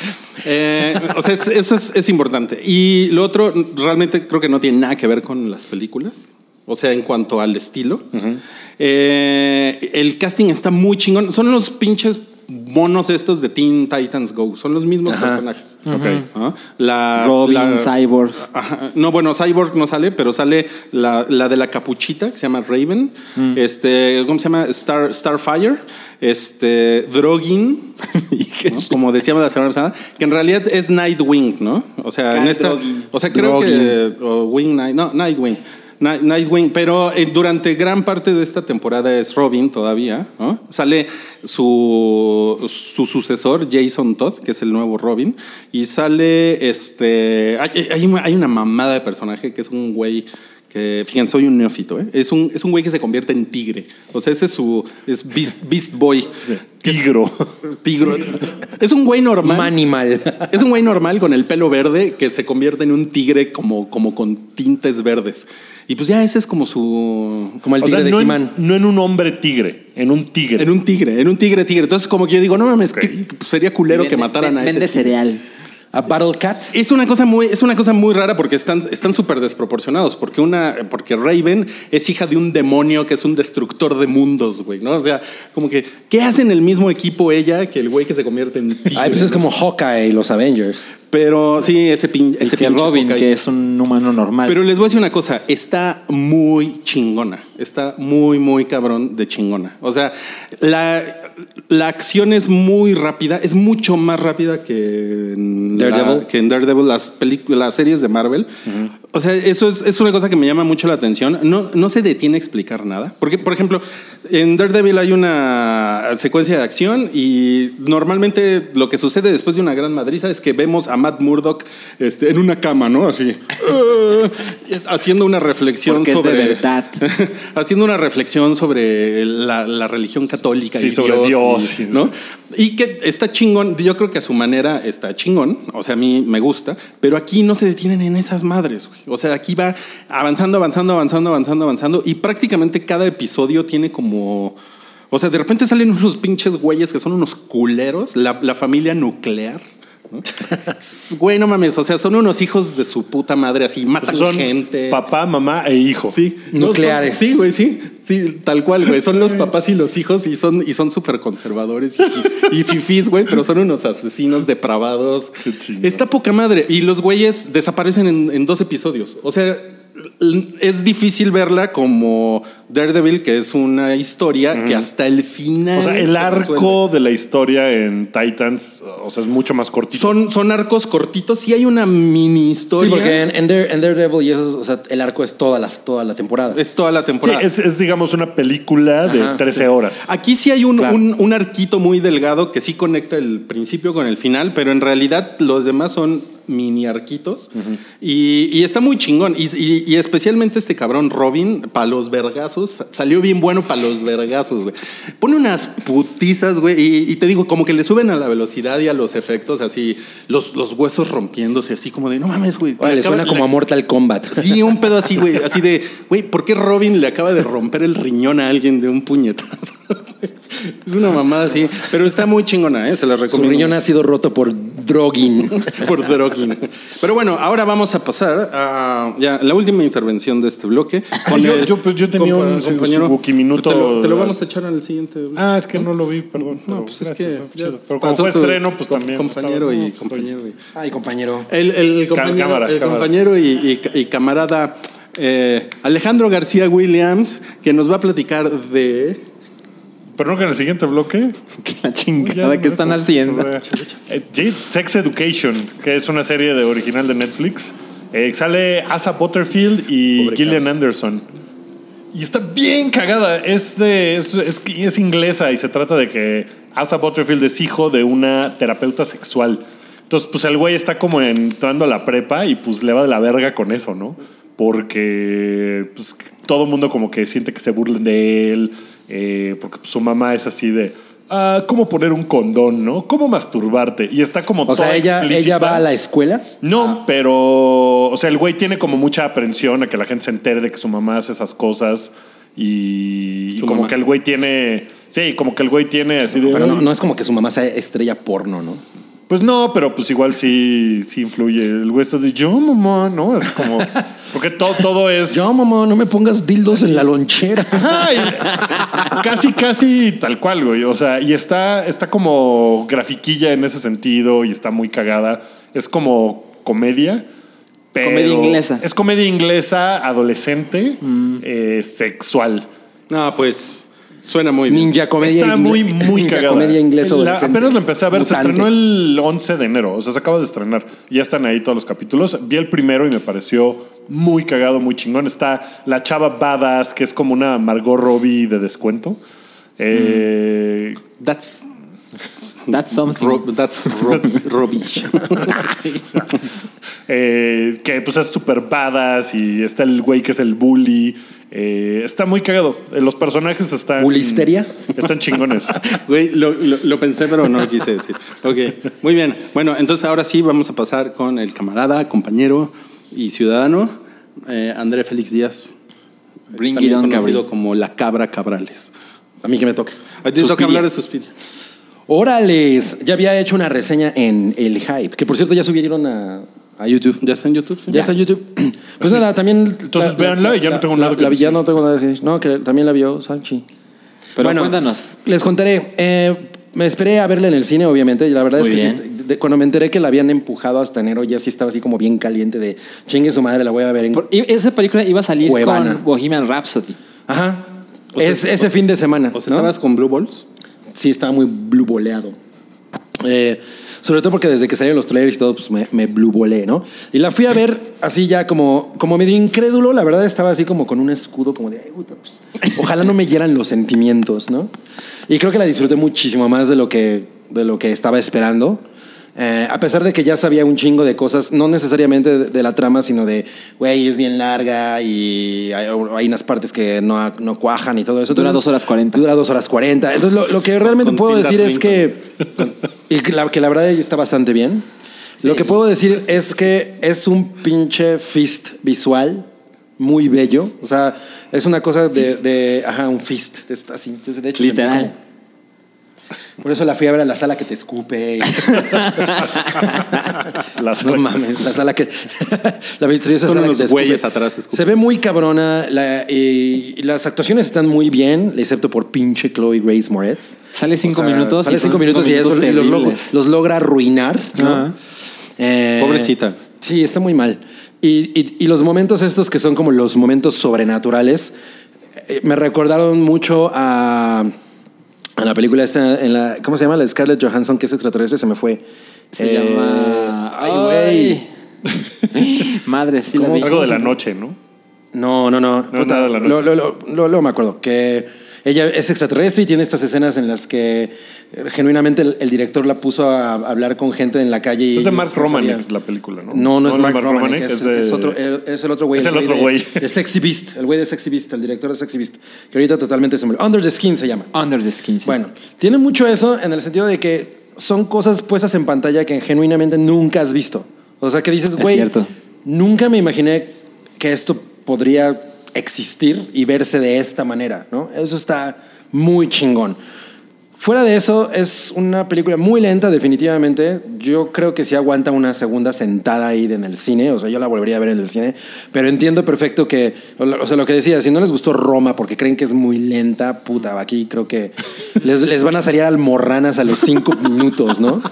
S5: Eh, o sea, es- eso es, es importante. Y lo otro, realmente creo que no tiene nada que ver con las películas. O sea, en cuanto al estilo. Eh, el casting está muy chingón. Son los pinches monos estos de Teen Titans Go. Son los mismos personajes.
S2: Ok.
S5: ¿no? La,
S3: Robin,
S5: la-
S3: Cyborg.
S5: Ajá. No, bueno, Cyborg no sale, pero sale la, la de la capuchita que se llama Raven. Este, ¿cómo se llama? Star, Starfire. Este, Drogin. ¿no? Como decíamos la semana pasada, que en realidad es Nightwing, ¿no? O sea, en esta. O sea, creo que. o Wing Night. No, Nightwing. Night- Nightwing, pero eh, durante gran parte de esta temporada es Robin todavía, ¿no? Sale su, su sucesor, Jason Todd, que es el nuevo Robin, y sale este. Hay, hay una- hay una mamada de personaje que es un güey. Que, fíjense, soy un neófito, ¿eh? Es un, es un güey que se convierte en tigre. O sea, ese es su. Es Beast, Beast Boy.
S2: Tigro.
S5: Tigro. Es un güey normal.
S4: Manimal.
S5: Es un güey normal con el pelo verde que se convierte en un tigre como, como con tintes verdes. Y pues ya ese es como su.
S4: Como el
S2: O
S4: tigre
S2: sea,
S4: de
S2: no en,
S4: He-Man.
S2: no en un hombre tigre, en un tigre.
S5: En un tigre, en un tigre tigre. Entonces, como que yo digo, no mames, que sería culero que mataran a ese.
S3: Vende
S5: tigre.
S3: cereal.
S4: A Battle Cat.
S5: Es una cosa muy, es una cosa muy rara porque están, están súper desproporcionados. Porque una, porque Raven es hija de un demonio que es un destructor de mundos, güey, ¿no? O sea, como que, ¿qué hacen el mismo equipo ella que el güey que se convierte en tigre?
S4: Ay, pues es como Hawkeye y los Avengers.
S5: Pero sí, ese pin,
S3: Y
S5: ese
S3: que
S5: pinche
S3: Robin,
S5: Hawkeye.
S3: que es un humano normal.
S5: Pero les voy a decir una cosa, está muy chingona, está muy, muy cabrón de chingona. O sea, la, la acción es muy rápida, es mucho más rápida que en la-
S4: Daredevil.
S5: que en Daredevil, las, pelic- las series de Marvel. O sea, eso es, es una cosa que me llama mucho la atención. No, no se detiene a explicar nada. Porque, por ejemplo, en Daredevil hay una secuencia de acción y normalmente lo que sucede después de una gran madriza es que vemos a Matt Murdock este, en una cama, ¿no? Así, eh, haciendo una reflexión
S3: Porque es de
S5: sobre...
S3: verdad.
S5: haciendo una reflexión sobre la, la religión católica
S2: Sí,
S5: y
S2: sobre Dios,
S5: y-
S2: sí,
S5: ¿no? Y que está chingón, yo creo que a su manera está chingón, o sea, a mí me gusta, pero aquí no se detienen en esas madres, güey. O sea, aquí va avanzando, avanzando, avanzando, avanzando, avanzando, y prácticamente cada episodio tiene como... O sea, de repente salen unos pinches güeyes que son unos culeros, la, la familia nuclear. ¿no? Güey, no mames, o sea, son unos hijos de su puta madre, así, matan
S2: Son
S5: gente.
S2: papá, mamá e hijo.
S5: Sí. No,
S4: Nucleares.
S5: son- sí, güey, sí. Sí, tal cual, güey. Son los papás y los hijos y son y son súper conservadores y, y fifís, güey, pero son unos asesinos depravados.
S2: chingón.
S5: Está poca madre. Y los güeyes desaparecen en, en dos episodios. O sea, l- es difícil verla como Daredevil, que es una historia que hasta el final.
S4: Ah,
S2: O sea, el
S5: se resuelve.
S2: arco de la historia en Titans, o sea, es mucho más cortito.
S5: Son, son arcos cortitos y hay una mini historia.
S4: Sí, porque en, en Dare- en Daredevil y eso, o sea, el arco es toda, las, toda la temporada.
S5: es toda la
S2: Sí,
S5: temporada.
S2: es, es, digamos una película de
S4: Ajá,
S2: 13 horas.
S5: Aquí sí hay un,
S3: Claro.
S5: un- un arquito muy delgado que sí conecta el principio con el final, pero en realidad los demás son mini arquitos y, y está muy chingón. Y, y- y especialmente este cabrón Robin, para los vergazos, salió bien bueno para los vergazos, güey. Pone unas putizas, güey, y, y te digo, como que le suben a la velocidad y a los efectos, así, los, los huesos rompiéndose, así como de, no mames, güey.
S4: Ahora, le
S5: acaba-
S4: suena como a Mortal Kombat.
S5: Sí, un pedo así, güey. Así de, güey, ¿por qué Robin le acaba de romper el riñón a alguien de un puñetazo? Es una mamada así. Pero está muy chingona, ¿eh? Se las
S4: Su
S5: recomiendo.
S4: riñón ha sido roto por Drogin.
S5: Por Droguin. Pero bueno, ahora vamos a pasar a ya, la última intervención de este bloque.
S2: yo- yo, pues, yo tenía un su- subuki minuto.
S5: Te lo, te lo vamos a echar al siguiente bloque.
S2: Ah, es que no lo vi, perdón. pero
S5: No, pues es
S2: gracias,
S5: que.
S2: chido.
S5: ya
S2: Pero como
S5: pasó
S2: fue
S5: tu
S2: estreno, pues
S5: com-
S2: también. pues,
S5: Compañero
S2: estaba-
S5: y
S2: no, pues,
S5: compañero. y-
S4: Ay, compañero.
S5: El, el
S2: Ca-
S5: compañero,
S2: cámara,
S5: el
S2: cámara.
S5: compañero y, y- y camarada eh, Alejandro García Williams, que nos va a platicar de.
S2: Pero no que en el siguiente bloque.
S3: la
S2: Ya,
S3: chingada que
S2: eso,
S3: están haciendo.
S2: o sea, eh, sí, Sex Education, que es una serie de original de Netflix. Eh, sale Asa Butterfield y
S5: Pobre
S2: Gillian Anderson. Y está bien cagada. Es, de, es, es- es inglesa y se trata de que Asa Butterfield es hijo de una terapeuta sexual. Entonces, pues el güey está como entrando a la prepa y pues le va de la verga con eso, ¿no? Porque pues, todo el mundo como que siente que se burlen de él, eh, porque pues, su mamá es así de, ah, ¿cómo poner un condón, no? ¿Cómo masturbarte? Y está como
S4: O sea,
S2: toda
S4: ella, ella
S2: explícita.
S4: va a la escuela.
S2: No, pero, o sea, el güey tiene como mucha aprensión a que la gente se entere de que su mamá hace esas cosas. Y, y
S5: Su
S2: como
S5: mamá.
S2: que el güey tiene. Sí, como que el güey tiene así de.
S4: Pero no, no es como que su mamá sea estrella porno, ¿no?
S2: Pues no, pero pues igual sí, sí influye. El güey está de yo, mamá, ¿no? Es como. Porque todo, todo es.
S4: Yo, mamá, no me pongas dildos en la lonchera.
S2: Ay, casi, casi tal cual, güey. O sea, y está, está como grafiquilla en ese sentido y está muy cagada. Es como comedia. pero-
S3: Comedia inglesa. Mm.
S2: Es comedia inglesa, adolescente, eh, sexual.
S5: No, pues suena muy bien.
S4: Ninja comedia
S2: Está
S4: ingle-
S2: muy, muy
S4: ninja
S2: cagada.
S4: comedia inglesa
S2: La-
S4: adolescente.
S2: apenas la empecé a ver, se
S4: Mutante.
S2: estrenó el 11 de enero, o sea, se acaba de estrenar. Ya están ahí todos los capítulos. Vi el primero y me pareció muy cagado, muy chingón. Está la chava Badass, que es como una Margot Robbie de descuento. Eh,
S5: That's,
S3: That's something.
S5: Rob- that's Rob- rubbish.
S2: eh, que pues es súper badass y está el güey que es el bully. Eh, está muy cagado. Eh, Los personajes están.
S4: ¿Bulisteria?
S2: Están chingones.
S5: Güey, lo, lo- lo pensé, pero no lo quise decir. Ok, muy bien. Bueno, entonces ahora sí vamos a pasar con el camarada, compañero y ciudadano, eh, André Félix Díaz.
S3: Bring
S5: también
S3: it on,
S5: conocido
S3: Gabriel.
S5: como la cabra Cabrales.
S4: A mí que me toca.
S5: Ahí Tienes que
S4: Suspiria.
S5: hablar de Suspiria.
S4: Órales, ya había hecho una reseña en El Hype, que por cierto ya subieron a, a YouTube.
S5: ¿Ya está en YouTube? sí?
S4: Ya, está en YouTube. Pues nada, también.
S2: Entonces, véanla y ya no tengo nada que
S4: la-
S2: decir.
S4: Ya no tengo nada que decir. No, que también la vio Salchi.
S3: Pero cuéntanos.
S4: Les contaré. Eh, me esperé a verla en el cine, obviamente, y la verdad
S3: Muy
S4: es que
S3: bien.
S4: sí est- de- cuando me enteré que la habían empujado hasta enero, ya sí estaba así como bien caliente de chingue su madre, la voy a ver en.
S3: Por- y esa película iba a salir
S4: Cuevana.
S3: con Bohemian Rhapsody.
S4: Ajá.
S5: O sea,
S4: es ese fin de semana. ¿no?
S5: O sea, pues ¿estabas con Blue Balls?
S4: sí estaba muy bluboleado. Eh, sobre todo porque desde que salieron los trailers y todo, pues me, me blubolé, ¿no? Y la fui a ver así ya como, como medio incrédulo, la verdad estaba así como con un escudo como de, "Ay, puta, pues, ojalá no me hieran los sentimientos, ¿no? Y creo que la disfruté muchísimo más de lo que, de lo que estaba esperando. Eh, a pesar de que ya sabía un chingo de cosas, no necesariamente de, de la trama, sino de, güey, es bien larga y hay, hay unas partes que no, no cuajan y todo eso.
S3: Dura
S4: Entonces,
S3: dos horas cuarenta.
S4: Dura dos horas cuarenta. Entonces, lo, lo que realmente
S5: Con
S4: puedo
S5: Tilda
S4: decir es
S5: Swinton.
S4: que y que la, que la verdad ella está bastante bien. Lo que puedo decir es que es un pinche fist visual muy bello. O sea, es una cosa de, de- Ajá, un fist. de esta- así. Entonces, de hecho, se me
S3: Literal.
S4: como- Por eso la fui a ver a la sala que te escupe.
S2: Las
S4: no
S2: reglas.
S4: mames, la sala que. la misteriosa
S5: Son
S4: sala
S5: unos
S4: que te escupe.
S5: güeyes atrás, escupe.
S4: Se ve muy cabrona. la- y, y las actuaciones están muy bien, excepto por pinche Chloe Grace Moretz.
S3: Sale cinco
S4: O sea,
S3: minutos.
S4: Sale
S3: y son
S4: cinco minutos y eso y los,
S3: terribles.
S4: log- los logra arruinar. ¿no?
S3: Ajá.
S4: Eh,
S5: Pobrecita.
S4: Sí, está muy mal. Y, y- y los momentos estos que son como los momentos sobrenaturales eh, me recordaron mucho a, a la película esta, en la, ¿cómo se llama? La de Scarlett Johansson, que es extraterrestre, se me fue.
S3: Se
S4: Eh,
S3: llama.
S4: Ay, güey.
S3: Ay. Madre, sí la
S4: ¿Cómo?
S3: vi.
S2: Algo de la noche, ¿no?
S4: No, no, no.
S2: No, nada de la noche.
S4: Lo, lo- lo- lo- lo me acuerdo. Que ella es extraterrestre y tiene estas escenas en las que eh, genuinamente el, el director la puso a hablar con gente en la calle. Y
S2: Es de
S4: ellos
S2: Mark
S4: no
S2: Romanek
S4: sabían.
S2: la película, ¿no?
S4: No, no es
S2: No, no
S4: Mark
S2: es Mark
S4: Romanek,
S2: Romanek,
S4: es,
S2: es de-
S4: es otro, el- es el otro güey.
S2: Es el otro
S4: de-
S2: güey.
S4: De, Sexy Beast, el güey de Sexy Beast, el director de Sexy Beast, que ahorita totalmente se me olvidó. Under the Skin se llama.
S3: Under the Skin. sí.
S4: Bueno, tiene mucho eso en el sentido de que son cosas puestas en pantalla que genuinamente nunca has visto. O sea, que dices,
S3: Es
S4: güey,
S3: cierto.
S4: nunca me imaginé que esto podría existir y verse de esta manera, ¿no? Eso está muy chingón. Fuera de eso, es una película muy lenta, definitivamente. Yo creo que sí aguanta una segunda sentada ahí en el cine. O sea, yo la volvería a ver en el cine. Pero entiendo perfecto que, o sea, lo que decía, si no les gustó Roma porque creen que es muy lenta, puta, aquí creo que les, les van a salir almorranas a los cinco minutos, ¿no?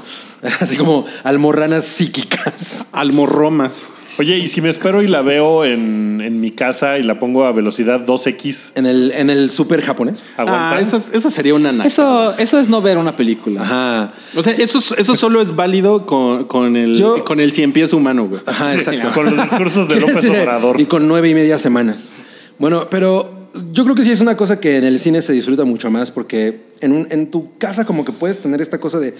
S4: Así como almorranas psíquicas.
S5: Almorromas.
S2: Oye, y si me espero y la veo en, en mi casa y la pongo a velocidad 2X,
S4: En el, en el súper japonés.
S2: ¿aguanta?
S5: Ah, eso, es- eso sería una naca.
S3: Eso, eso es no ver una película.
S4: Ajá.
S5: O sea, eso, es- eso solo es válido con, con el,
S4: Yo-
S5: con el cien pies humano, güey.
S4: Ajá, exacto.
S2: Con los discursos de López
S4: Sí,
S2: Obrador.
S4: Y con nueve y media semanas. Bueno, pero yo creo que sí es una cosa que en el cine se disfruta mucho más porque en, un- en tu casa como que puedes tener esta cosa de...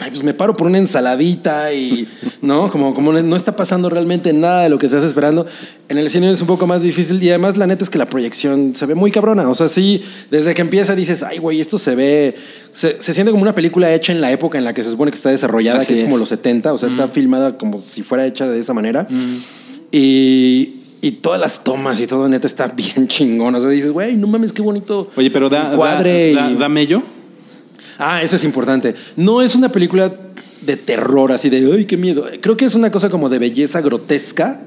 S4: "Ay, pues me paro por una ensaladita y no, como, como no está pasando realmente nada de lo que estás esperando. En el cine es un poco más difícil y además la neta es que la proyección se ve muy cabrona. O sea, sí, desde que empieza dices, ay, güey, esto se ve, se, se siente como una película hecha en la época en la que se supone que está desarrollada,
S3: Así
S4: que es, como
S3: es.
S5: Mm.
S4: los 70, o sea, está filmada como si fuera hecha de esa manera. Y, Y todas las tomas y todo, neta, está bien chingón. O sea, dices, güey, no mames, qué bonito.
S5: Oye, pero da,
S4: encuadre
S5: da, da-
S4: y-
S5: da mello.
S4: Ah, eso es importante. No es una película de terror, así de, ¡ay, qué miedo! Creo que es una cosa como de belleza grotesca,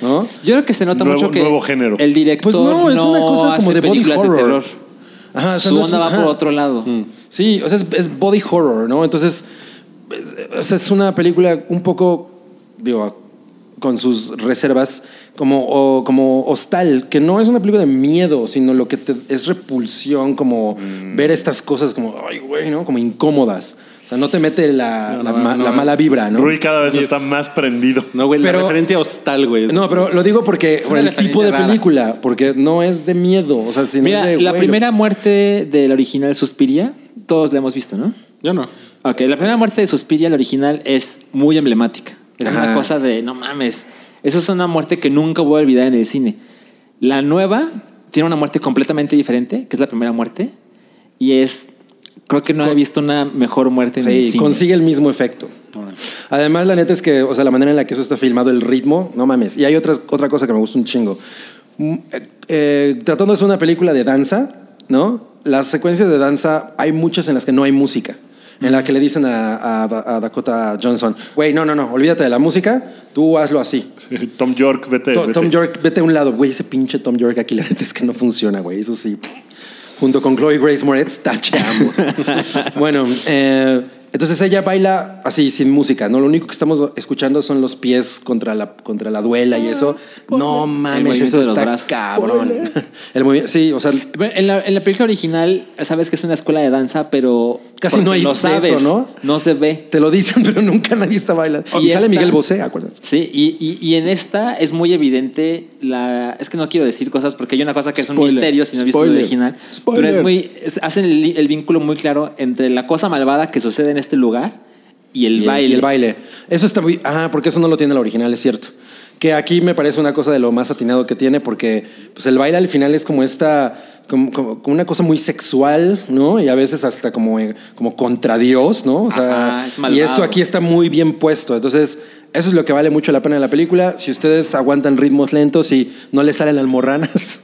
S4: ¿no?
S3: Yo creo que se nota
S2: Nuevo-
S3: mucho que
S2: nuevo género.
S3: el director
S4: Pues
S3: no,
S4: no, es una cosa
S3: hace
S4: como de body
S3: películas de
S4: horror.
S3: terror.
S4: Ajá, o sea,
S3: Su
S4: no es-
S3: onda va
S4: ajá.
S3: por otro lado.
S4: Sí, o sea, es, es body horror, ¿no? Entonces, es, o sea, es una película un poco, digo, con sus reservas, como, o- como hostal, que no es una película de miedo, sino lo que te- es repulsión, como
S5: Mm.
S4: ver estas cosas como, ay, güey, ¿no? Como incómodas. O sea, no te mete la, la
S5: no,
S4: ma-
S5: no,
S4: la
S5: no.
S4: mala vibra, ¿no?
S2: Rui cada vez está más prendido.
S5: No, güey,
S4: Pero-
S5: la referencia hostal, güey. es-
S4: No, pero lo digo porque por
S3: una
S4: el tipo
S3: referencia
S4: de
S3: rara.
S4: película, porque no es de miedo, o sea, sino
S3: Mira,
S4: es de,
S3: la
S4: güey,
S3: primera muerte del original Suspiria, todos la hemos visto, ¿no?
S5: Yo no.
S3: Ok, la primera muerte de Suspiria, la original, es muy emblemática. Es una cosa de, no mames, eso es una muerte que nunca voy a olvidar en el cine. La nueva tiene una muerte completamente diferente, que es la primera muerte, y es, creo que no he visto una mejor muerte en el
S4: Sí,
S3: cine.
S4: consigue el mismo efecto. Además, la neta es que, o sea, la manera en la que eso está filmado, el ritmo, no mames. Y hay otras, otra cosa que me gusta un chingo. Mm, eh, eh, tratando de hacer una película de danza, ¿no? Las secuencias de danza, hay muchas en las que no hay música. En la que le dicen a, a- a Dakota Johnson, güey, no, no, no, olvídate de la música, tú hazlo así.
S2: Tom York, vete.
S4: To-
S2: vete.
S4: Tom York, vete a un lado, güey, ese pinche Tom York aquí la neta es que no funciona, güey, eso sí. Junto con Chloe Grace Moretz, tache a ambos. bueno, eh, entonces ella baila así, sin música, ¿no? Lo único que estamos escuchando son los pies contra la, contra la duela y eso. No mames,
S3: Ah, movimiento
S4: eso
S3: de los
S4: está
S3: brazos.
S4: cabrón. El movimiento, sí, o sea,
S3: Bueno, En la, en la película original sabes que es una escuela de danza, pero
S4: Casi no hay
S3: lo
S4: de
S3: sabes,
S4: eso, ¿no?
S3: No se ve.
S4: te lo dicen, pero nunca nadie está bailando.
S3: Y
S4: Y, sale
S3: esta-
S4: Miguel Bosé, acuérdate.
S3: Sí, y, y- y en esta es muy evidente la. Es que no quiero decir cosas porque hay una cosa que es un
S5: Spoiler,
S3: misterio si no he visto el
S5: spoiler,
S3: original.
S5: spoiler.
S3: Pero es muy. es- hacen el, el vínculo muy claro entre la cosa malvada que sucede en este lugar y el
S4: y
S3: baile.
S4: y el baile. Eso está muy. Ah, porque eso no lo tiene la original, es cierto. Que aquí me parece una cosa de lo más atinado que tiene, porque pues, el baile al final es como esta. Como, como- como una cosa muy sexual, ¿no? Y a veces hasta como, eh, como contra Dios, ¿no? O sea,
S3: Ajá, es
S4: y
S3: malvado.
S4: esto aquí está muy bien puesto. Entonces, eso es lo que vale mucho la pena de la película. Si ustedes aguantan ritmos lentos y no les salen almorranas,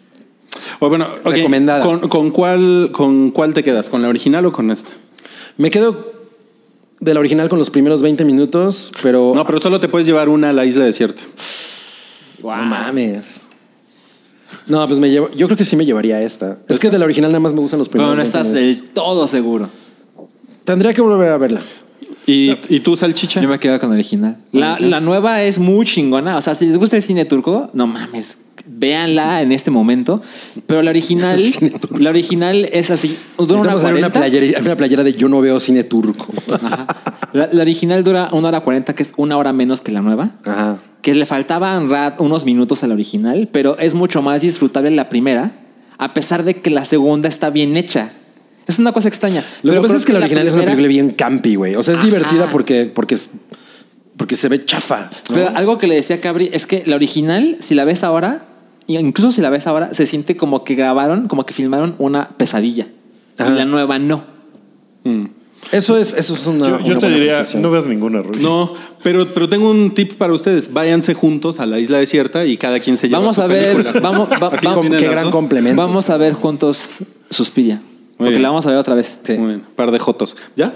S5: O bueno, ok,
S4: Recomendada.
S5: ¿Con, con cuál, ¿Con cuál te quedas? ¿Con la original o con esta?
S4: me quedo de la original con los primeros 20 minutos, pero.
S5: No, pero solo te puedes llevar una a la isla desierta.
S4: No mames. No, pues me llevo, yo creo que sí me llevaría esta. Es que de la original nada más me gustan los
S3: Pero
S4: primeros.
S3: no estás
S4: 20 minutos.
S3: del todo seguro.
S4: Tendría que volver a verla.
S5: ¿Y, y tú, salchicha?
S3: Yo me quedo con la original. La, la nueva es muy chingona. O sea, si les gusta el cine turco, no mames, véanla en este momento. Pero la original, la original es así. Dura una
S4: Necesitamos hacer una
S3: 40.
S4: playera, una playera de yo no veo cine turco.
S3: Ajá. La, la original dura una hora 40, que es una hora menos que la nueva.
S4: Ajá.
S3: Que le faltaban ra- unos minutos a la original, pero es mucho más disfrutable la primera, a pesar de que la segunda está bien hecha. Es una cosa extraña.
S4: Lo
S3: pero
S4: que pasa
S3: creo
S4: es que la original es una
S3: primera-
S4: película bien campi, güey. O sea, es
S3: Ajá.
S4: divertida porque, porque, es- porque se ve chafa. ¿no?
S3: Pero algo que le decía Cabri es que la original, si la ves ahora, y incluso si la ves ahora, se siente como que grabaron, como que filmaron una pesadilla.
S4: Ajá.
S3: Y la nueva no.
S4: Eso es, eso es una.
S2: Yo, yo
S4: una
S2: te
S4: buena
S2: diría,
S4: apreciación.
S2: no veas ninguna, Rui.
S5: No, pero, pero tengo un tip para ustedes. Váyanse juntos a la isla desierta y cada quien se lleva
S3: Vamos
S5: su
S3: a ver,
S5: película.
S3: vamos, va-
S5: Así
S3: vamos-
S5: tienen
S4: qué
S5: las
S4: gran
S5: dos.
S4: complemento.
S3: Vamos a ver juntos Suspiria.
S5: Muy
S3: Porque
S5: bien.
S3: la vamos a ver otra vez.
S4: Sí.
S5: Muy bien, par de jotos. ¿Ya?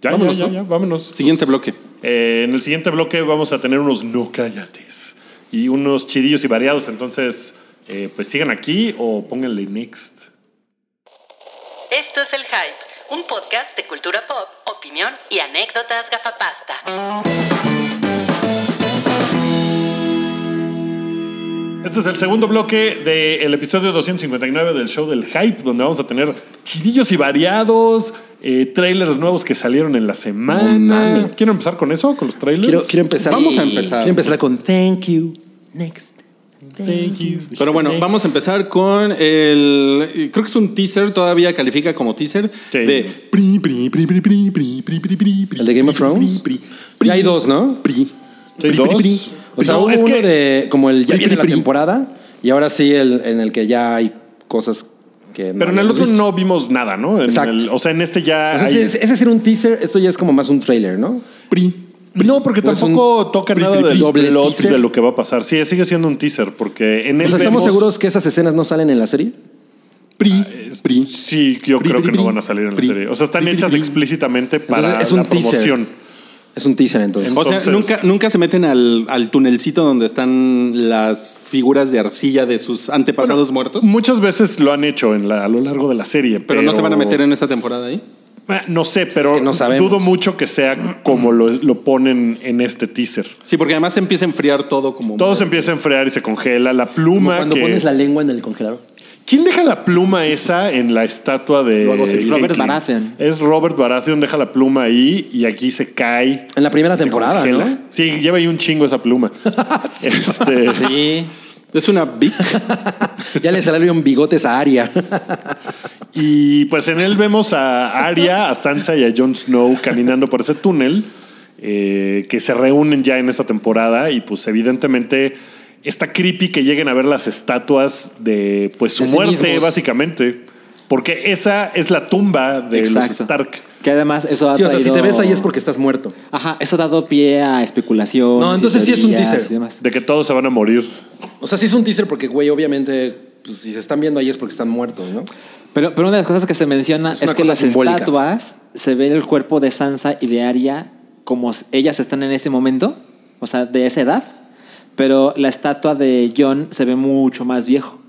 S2: Ya,
S5: Vámonos,
S2: ya, ya,
S5: ¿no?
S2: ya, vámonos.
S5: Siguiente
S2: Pues,
S5: bloque.
S2: eh, en el siguiente bloque vamos a tener unos no cállates y unos chidillos y variados. Entonces, eh, pues sigan aquí o pónganle next.
S1: Esto es El Hype, un podcast de cultura pop, opinión y anécdotas gafapasta.
S2: Este es el segundo bloque del episodio 259 del show del hype, donde vamos a tener chidillos y variados, eh, trailers nuevos que salieron en la semana.
S4: mames.
S2: ¿Quieren empezar con eso? ¿Con los trailers?
S4: Quiero, quiero empezar.
S5: Vamos a
S4: Sí.
S5: empezar.
S4: Quiero empezar con Thank You. Next.
S2: Thank you.
S5: Pero bueno, vamos a empezar con el. Creo que es un teaser, todavía califica como teaser.
S2: Sí.
S5: De.
S4: ¿El de Game of Thrones? Ya hay dos, ¿no?
S2: Sí,
S5: Pri,
S2: dos.
S5: pri, pri.
S4: O sea,
S2: No,
S4: hubo
S2: es
S4: uno
S2: que-
S4: de como el ya
S5: Pri,
S4: viene
S5: pri,
S4: la
S5: pri.
S4: temporada y ahora sí el en el que ya hay cosas que no
S2: Pero en el
S4: habíamos
S2: otro
S4: visto.
S2: no vimos nada, ¿no? En
S4: Ah, Exacto.
S2: el- o sea, en este ya.
S4: O sea,
S2: hay-
S4: ese, ese era un teaser, esto ya es como más un trailer, ¿no?
S5: pri.
S2: No, porque
S4: Pues
S2: tampoco toca nada del
S4: doble
S2: plot
S4: teaser.
S2: de lo que va a pasar. Sí, sigue siendo un teaser, porque en
S4: O
S2: él
S4: sea,
S2: vemos-
S4: ¿estamos
S2: Ah,
S4: seguros que esas escenas no salen en la serie?
S5: Pri, pri.
S2: Sí, yo
S5: Pri,
S2: creo
S5: pri,
S2: que no
S5: pri,
S2: van a salir en la
S5: pri,
S2: serie. O sea, están
S5: pri, pri,
S2: hechas
S5: pri.
S2: explícitamente para
S4: Entonces, es un
S2: la
S4: teaser.
S2: promoción.
S4: Es un teaser entonces.
S5: O sea,
S2: Entonces-
S5: nunca, nunca se meten al, al tunelcito donde están las figuras de arcilla de sus antepasados muertos.
S2: Muchas veces lo han hecho en la- a lo largo de la serie.
S5: Pues, Pero no se van a meter en esta temporada ahí.
S2: Eh, No sé, pero
S4: que no sabemos.
S2: dudo mucho que sea como lo, lo ponen en este teaser.
S5: Sí, porque además se empieza a enfriar todo como.
S2: Todo se empieza a enfriar y se congela. La
S4: Como
S2: pluma.
S4: cuando
S2: que-
S4: pones la lengua en el congelador.
S2: ¿Quién deja la pluma esa en la estatua de
S4: Luego se-
S3: Robert
S2: Jekyll?
S3: Baratheon.
S2: Es Robert Baratheon, deja la pluma ahí y aquí se cae.
S4: En la primera
S2: Se
S4: temporada,
S2: congela.
S4: ¿no?
S2: Sí, lleva ahí un chingo esa pluma. Este,
S3: Sí.
S5: Es una big.
S4: Ya le salieron bigotes a Aria.
S2: Y pues en él vemos a Arya, a Sansa y a Jon Snow caminando por ese túnel eh, que se reúnen ya en esta temporada y pues evidentemente está creepy que lleguen a ver las estatuas de pues su
S4: De sí
S2: muerte
S4: mismos.
S2: básicamente porque esa es la tumba de los
S3: Exacto.
S2: Stark.
S3: Que además eso ha
S4: Sí, o sea, si te
S3: traído-
S4: ves ahí es porque estás muerto.
S3: Ajá, eso ha dado pie a especulación.
S4: No, entonces sí es un teaser.
S2: De que todos se van a morir.
S4: O sea, sí es un teaser porque, güey, obviamente, pues, si se están viendo ahí es porque están muertos, ¿no?
S3: Pero, pero una de las cosas que se menciona
S4: Es
S3: es,
S4: una
S3: que
S4: cosa
S3: las
S4: simbólica.
S3: estatuas se ve el cuerpo de Sansa y de Arya como s- ellas están en ese momento, o sea, de esa edad. Pero la estatua de Jon se ve mucho más viejo,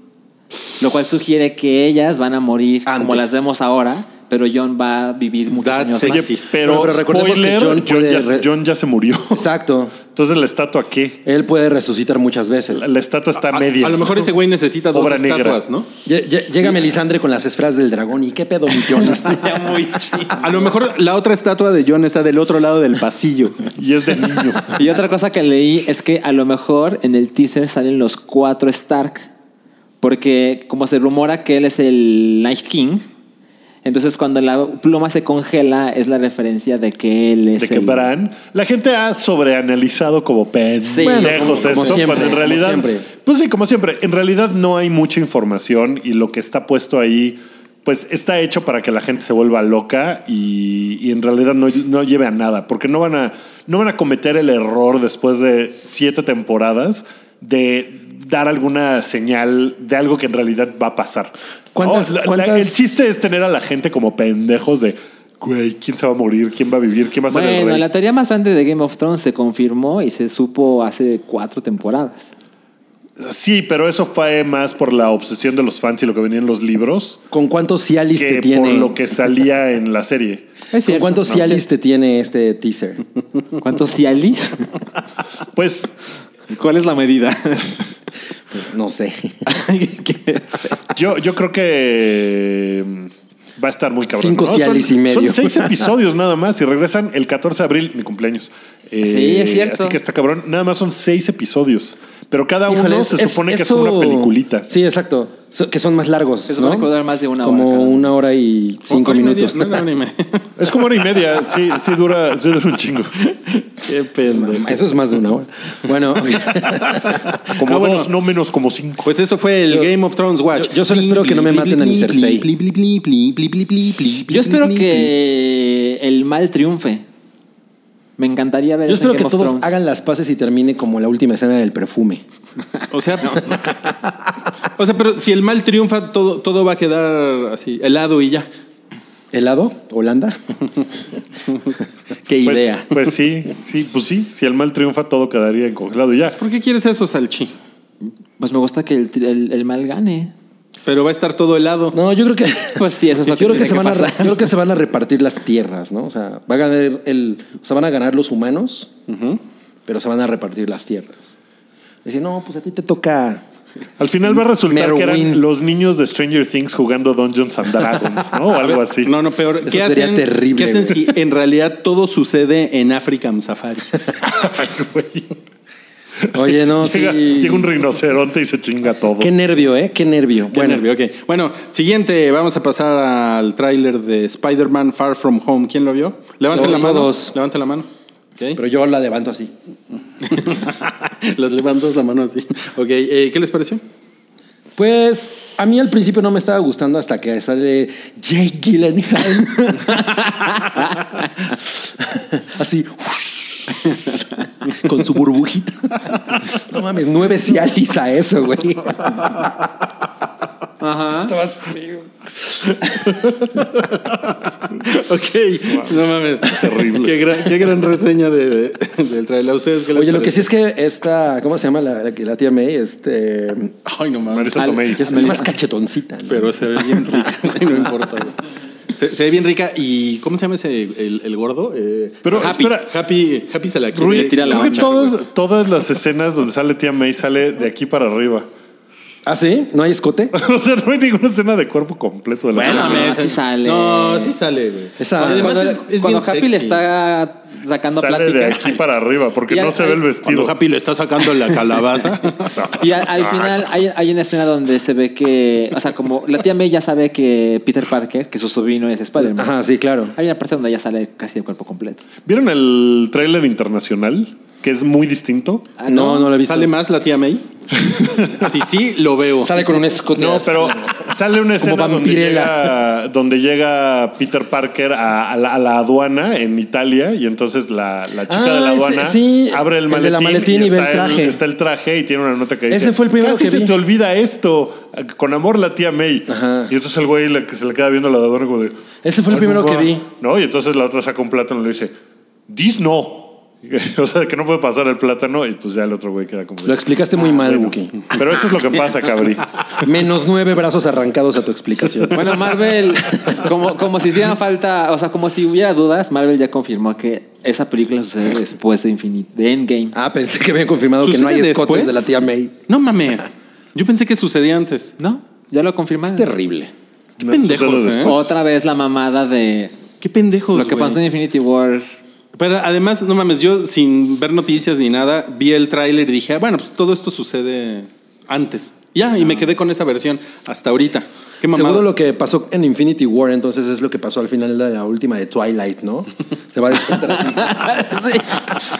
S3: lo cual sugiere que ellas van a morir como
S4: Antes.
S3: las vemos ahora, pero Jon va a vivir muchos
S5: That's
S3: años
S5: a
S3: más.
S5: Sí,
S2: Oye, pero,
S4: bueno, pero recordemos que
S2: spoiler,
S4: Jon
S2: Jon,
S4: puede
S2: ya,
S4: re-
S2: Jon ya se murió.
S4: Exacto.
S2: Entonces la estatua qué?
S4: Él puede resucitar muchas veces.
S2: La, la estatua está
S5: A,
S2: media.
S5: a lo mejor ese güey necesita dos
S2: Obra negra.
S5: estatuas, ¿no?
S4: Lle- lle- Llega Melisandre con las esferas del dragón y qué pedo, mi Jon?
S5: A lo mejor la otra estatua de John está del otro lado del pasillo.
S2: y es de niño.
S3: Y otra cosa que leí es que a lo mejor en el teaser salen los cuatro Stark, porque como se rumora que él es el Night King, entonces cuando la pluma se congela es la referencia de que él es
S2: de que
S3: el...
S2: Bran. La gente ha sobreanalizado como pendejos
S3: Sí. Bueno,
S4: como- como
S2: esto,
S4: siempre,
S2: cuando en
S4: como
S2: realidad.
S4: siempre.
S2: Pues sí, como siempre. En realidad no hay mucha información y lo que está puesto ahí, pues está hecho para que la gente se vuelva loca y, y en realidad no, no lleve a nada, porque no van a, no van a cometer el error después de siete temporadas de dar alguna señal de algo que en realidad va a pasar. Oh,
S4: ¿Cuántas-
S2: la- la-
S4: cuántas-
S2: el chiste es tener a la gente como pendejos de, güey, ¿quién se va a morir? ¿Quién va a vivir? ¿Quién va a ser el
S3: Bueno,
S2: rey?
S3: la teoría más grande de Game of Thrones se confirmó y se supo hace cuatro temporadas.
S2: Sí, pero eso fue más por la obsesión de los fans y lo que venía en los libros
S4: ¿Con cuántos Cialis
S2: que
S4: te tiene?
S2: por lo que salía en la serie.
S3: Es
S4: ¿Con
S3: cierto,
S4: cuántos
S3: ¿no?
S4: Cialis te tiene este teaser?
S3: ¿Cuántos Cialis?
S2: Pues
S5: ¿Cuál es la medida?
S4: Pues no sé.
S2: yo, yo creo que mm, va a estar muy cabrón.
S4: Cinco
S2: ¿no? Son-
S4: Cialis y medio.
S2: Son seis episodios nada más y regresan el 14 de abril, mi cumpleaños. Eh,
S3: Sí, es cierto.
S2: Así que está cabrón. Nada más son seis episodios, pero cada
S4: Híjole,
S2: uno
S4: es-
S2: se
S4: es-
S2: supone que es
S4: eso-
S2: como una peliculita.
S4: Sí, exacto. So- que son más largos.
S3: Eso
S4: ¿no?
S3: van a durar más de una
S4: Como
S3: hora cada uno.
S4: una hora y cinco minutos.
S2: Es como hora y media. Sí, sí dura, sí dura un chingo.
S5: Qué pendejo.
S4: Eso es más de una hora. Bueno,
S2: Como
S5: Ah, bueno.
S2: dos, no menos como cinco.
S5: Pues eso fue el
S4: Yo-
S5: Game of Thrones Watch.
S4: yo- yo solo espero que no me maten a mi Cersei.
S3: Yo
S5: Yo
S3: espero que el mal triunfe. Me encantaría ver
S4: yo
S3: eso en
S4: espero que
S3: Game of
S4: todos
S3: Thrones.
S4: hagan las paces y termine como la última escena del perfume.
S5: O sea, o sea, pero si el mal triunfa, todo, todo va a quedar así, helado y ya.
S4: ¿Helado? ¿Holanda?
S5: Qué
S2: Pues-
S5: idea.
S2: Pues, sí, sí, pues sí. Si el mal triunfa, todo quedaría en congelado y ya.
S5: ¿Por qué quieres eso, Salchi?
S3: Pues me gusta que el, tri- el- el mal gane.
S5: Pero va a estar todo helado.
S4: No, yo creo que.
S3: Pues sí, eso es lo que
S4: yo creo
S3: tiene
S4: se
S3: que
S4: van a, re-
S3: pasar.
S4: yo creo que se van a repartir las tierras, ¿no? O sea, va a ganar el, o sea, van a ganar los humanos, pero se van a repartir las tierras. Dice, no, pues a ti te toca.
S2: Al final va a resultar que
S4: Merwin.
S2: eran los niños de Stranger Things jugando Dungeons and Dragons, ¿no? O algo así.
S5: No, no, peor.
S4: Eso
S5: ¿Qué
S4: sería
S5: hacen,
S4: terrible,
S5: ¿Qué hacen
S4: güey.
S5: si en realidad todo sucede en African Safari?
S2: Ay, güey.
S4: Oye, no,
S2: llega,
S4: sí.
S2: llega un rinoceronte y se chinga todo.
S4: Qué nervio, ¿eh? Qué nervio.
S5: Qué nervio, ok. Bueno, siguiente, vamos a pasar al tráiler de Spider-Man Far From Home. ¿Quién lo vio? Levanten
S4: Lo
S5: la
S4: vi
S5: mano.
S4: todos.
S5: Levanten la mano. Ok.
S4: pero yo la levanto así.
S5: Los levantas la mano así. Ok, eh, ¿qué les pareció?
S4: Pues a mí al principio no me estaba gustando hasta que sale Jake Gyllenhaal. Así.
S5: Con su burbujita.
S4: No mames, nueve Cialis a eso, güey.
S7: Ajá.
S4: Estabas
S5: Ok, no mames.
S2: Terrible.
S5: Qué gran, qué gran reseña de, del trailer. ¿A ustedes qué les
S4: Oye, lo que sí
S5: pareció?
S4: es que esta, ¿cómo se llama la, la, que- la tía May? Este,
S5: Ay, no mames.
S2: Marisa Tomei.
S4: ya está más cachetoncita. ¿no?
S5: Pero se ve bien rica, güey, no importa, güey. Se, se ve bien rica y ¿cómo se llama ese el, el gordo? Eh,
S2: Pero,
S5: Happy,
S2: espera.
S5: Happy, Happy se la quiere.
S2: Rui,
S5: le tira la
S2: creo que
S5: onda, güey.
S2: todas, todas las escenas donde sale tía May sale de aquí para arriba.
S4: ¿Ah, sí? ¿No hay escote?
S2: o sea, no hay ninguna escena de cuerpo completo de la
S4: Ah,
S7: Bueno,
S5: Ah, No, mames,
S7: sí sale.
S5: No, sí sale, güey.
S4: Esa-
S5: Además
S4: Cuando-
S5: es- es
S3: Cuando
S5: bien
S3: Happy le
S5: sexy.
S3: está sacando
S2: Sale
S3: plática.
S2: de aquí para arriba porque
S3: Y al-
S2: no se ve el
S3: al-
S5: Cuando
S2: vestido.
S5: Happy le está sacando la calabaza.
S3: Y al, al final hay, hay una escena donde se ve que, o sea, como la tía May ya sabe que Peter Parker, que su sobrino es Spider-Man.
S4: Ajá, sí, claro.
S3: Hay una parte donde ya sale casi el cuerpo completo.
S2: ¿Vieron el tráiler internacional? Que es muy distinto.
S3: Ah,
S4: No, no la he visto.
S5: ¿Sale más la tía May? sí, sí, lo veo.
S4: Sale con un escote.
S2: No, pero sale una escena donde
S4: vampirela.
S2: llega, donde llega Peter Parker a, a la, a la aduana en Italia y entonces la, la chica
S4: Ah,
S2: de la
S4: ese-
S2: aduana
S4: sí,
S2: abre el
S4: el de
S2: maletín,
S4: la maletín y ve
S2: está
S4: el traje.
S2: está el traje y tiene una nota que dice
S4: Ese fue el primero
S2: casi
S4: que
S2: se
S4: vi".
S2: te olvida esto con amor la tía May y entonces el güey le- que se le queda viendo a la aduana como de
S4: Ese fue
S2: "Ay,
S4: el primero
S2: no
S4: que
S2: va".
S4: vi.
S2: no y entonces la otra saca un plátano y le dice dis no o sea que no puede pasar el plátano y pues ya el otro güey queda como de,
S4: Lo explicaste muy mal,
S2: bueno.
S4: Wookie.
S2: pero eso es lo que pasa cabrí
S4: Menos nueve brazos arrancados a tu explicación.
S3: Bueno, Marvel, como, como si hicieran falta, o sea, como si hubiera dudas, Marvel ya confirmó que esa película sucede después de Infinite, de Endgame.
S4: Ah, pensé que habían confirmado que
S5: ¿Sucede
S4: no hay escotes
S5: después?
S4: de la tía May.
S5: No mames. Yo pensé que sucedía antes.
S3: ¿No? Ya lo confirmaron.
S4: Terrible.
S5: Qué pendejos,
S2: sucede
S5: ¿eh?
S2: después.
S3: Otra vez la mamada de
S5: Qué pendejos,
S3: lo que
S5: pues, güey.
S3: pasó en Infinity War.
S5: Pero además, no mames, yo sin ver noticias ni nada, vi el tráiler y dije, "Ah, bueno, pues todo esto sucede antes. Ya, y me quedé con esa versión hasta ahorita. Qué mamada.
S4: Ah. Seguro lo que pasó en Infinity War, entonces es lo que pasó al final de la última de Twilight, ¿no? Se va a despertar así.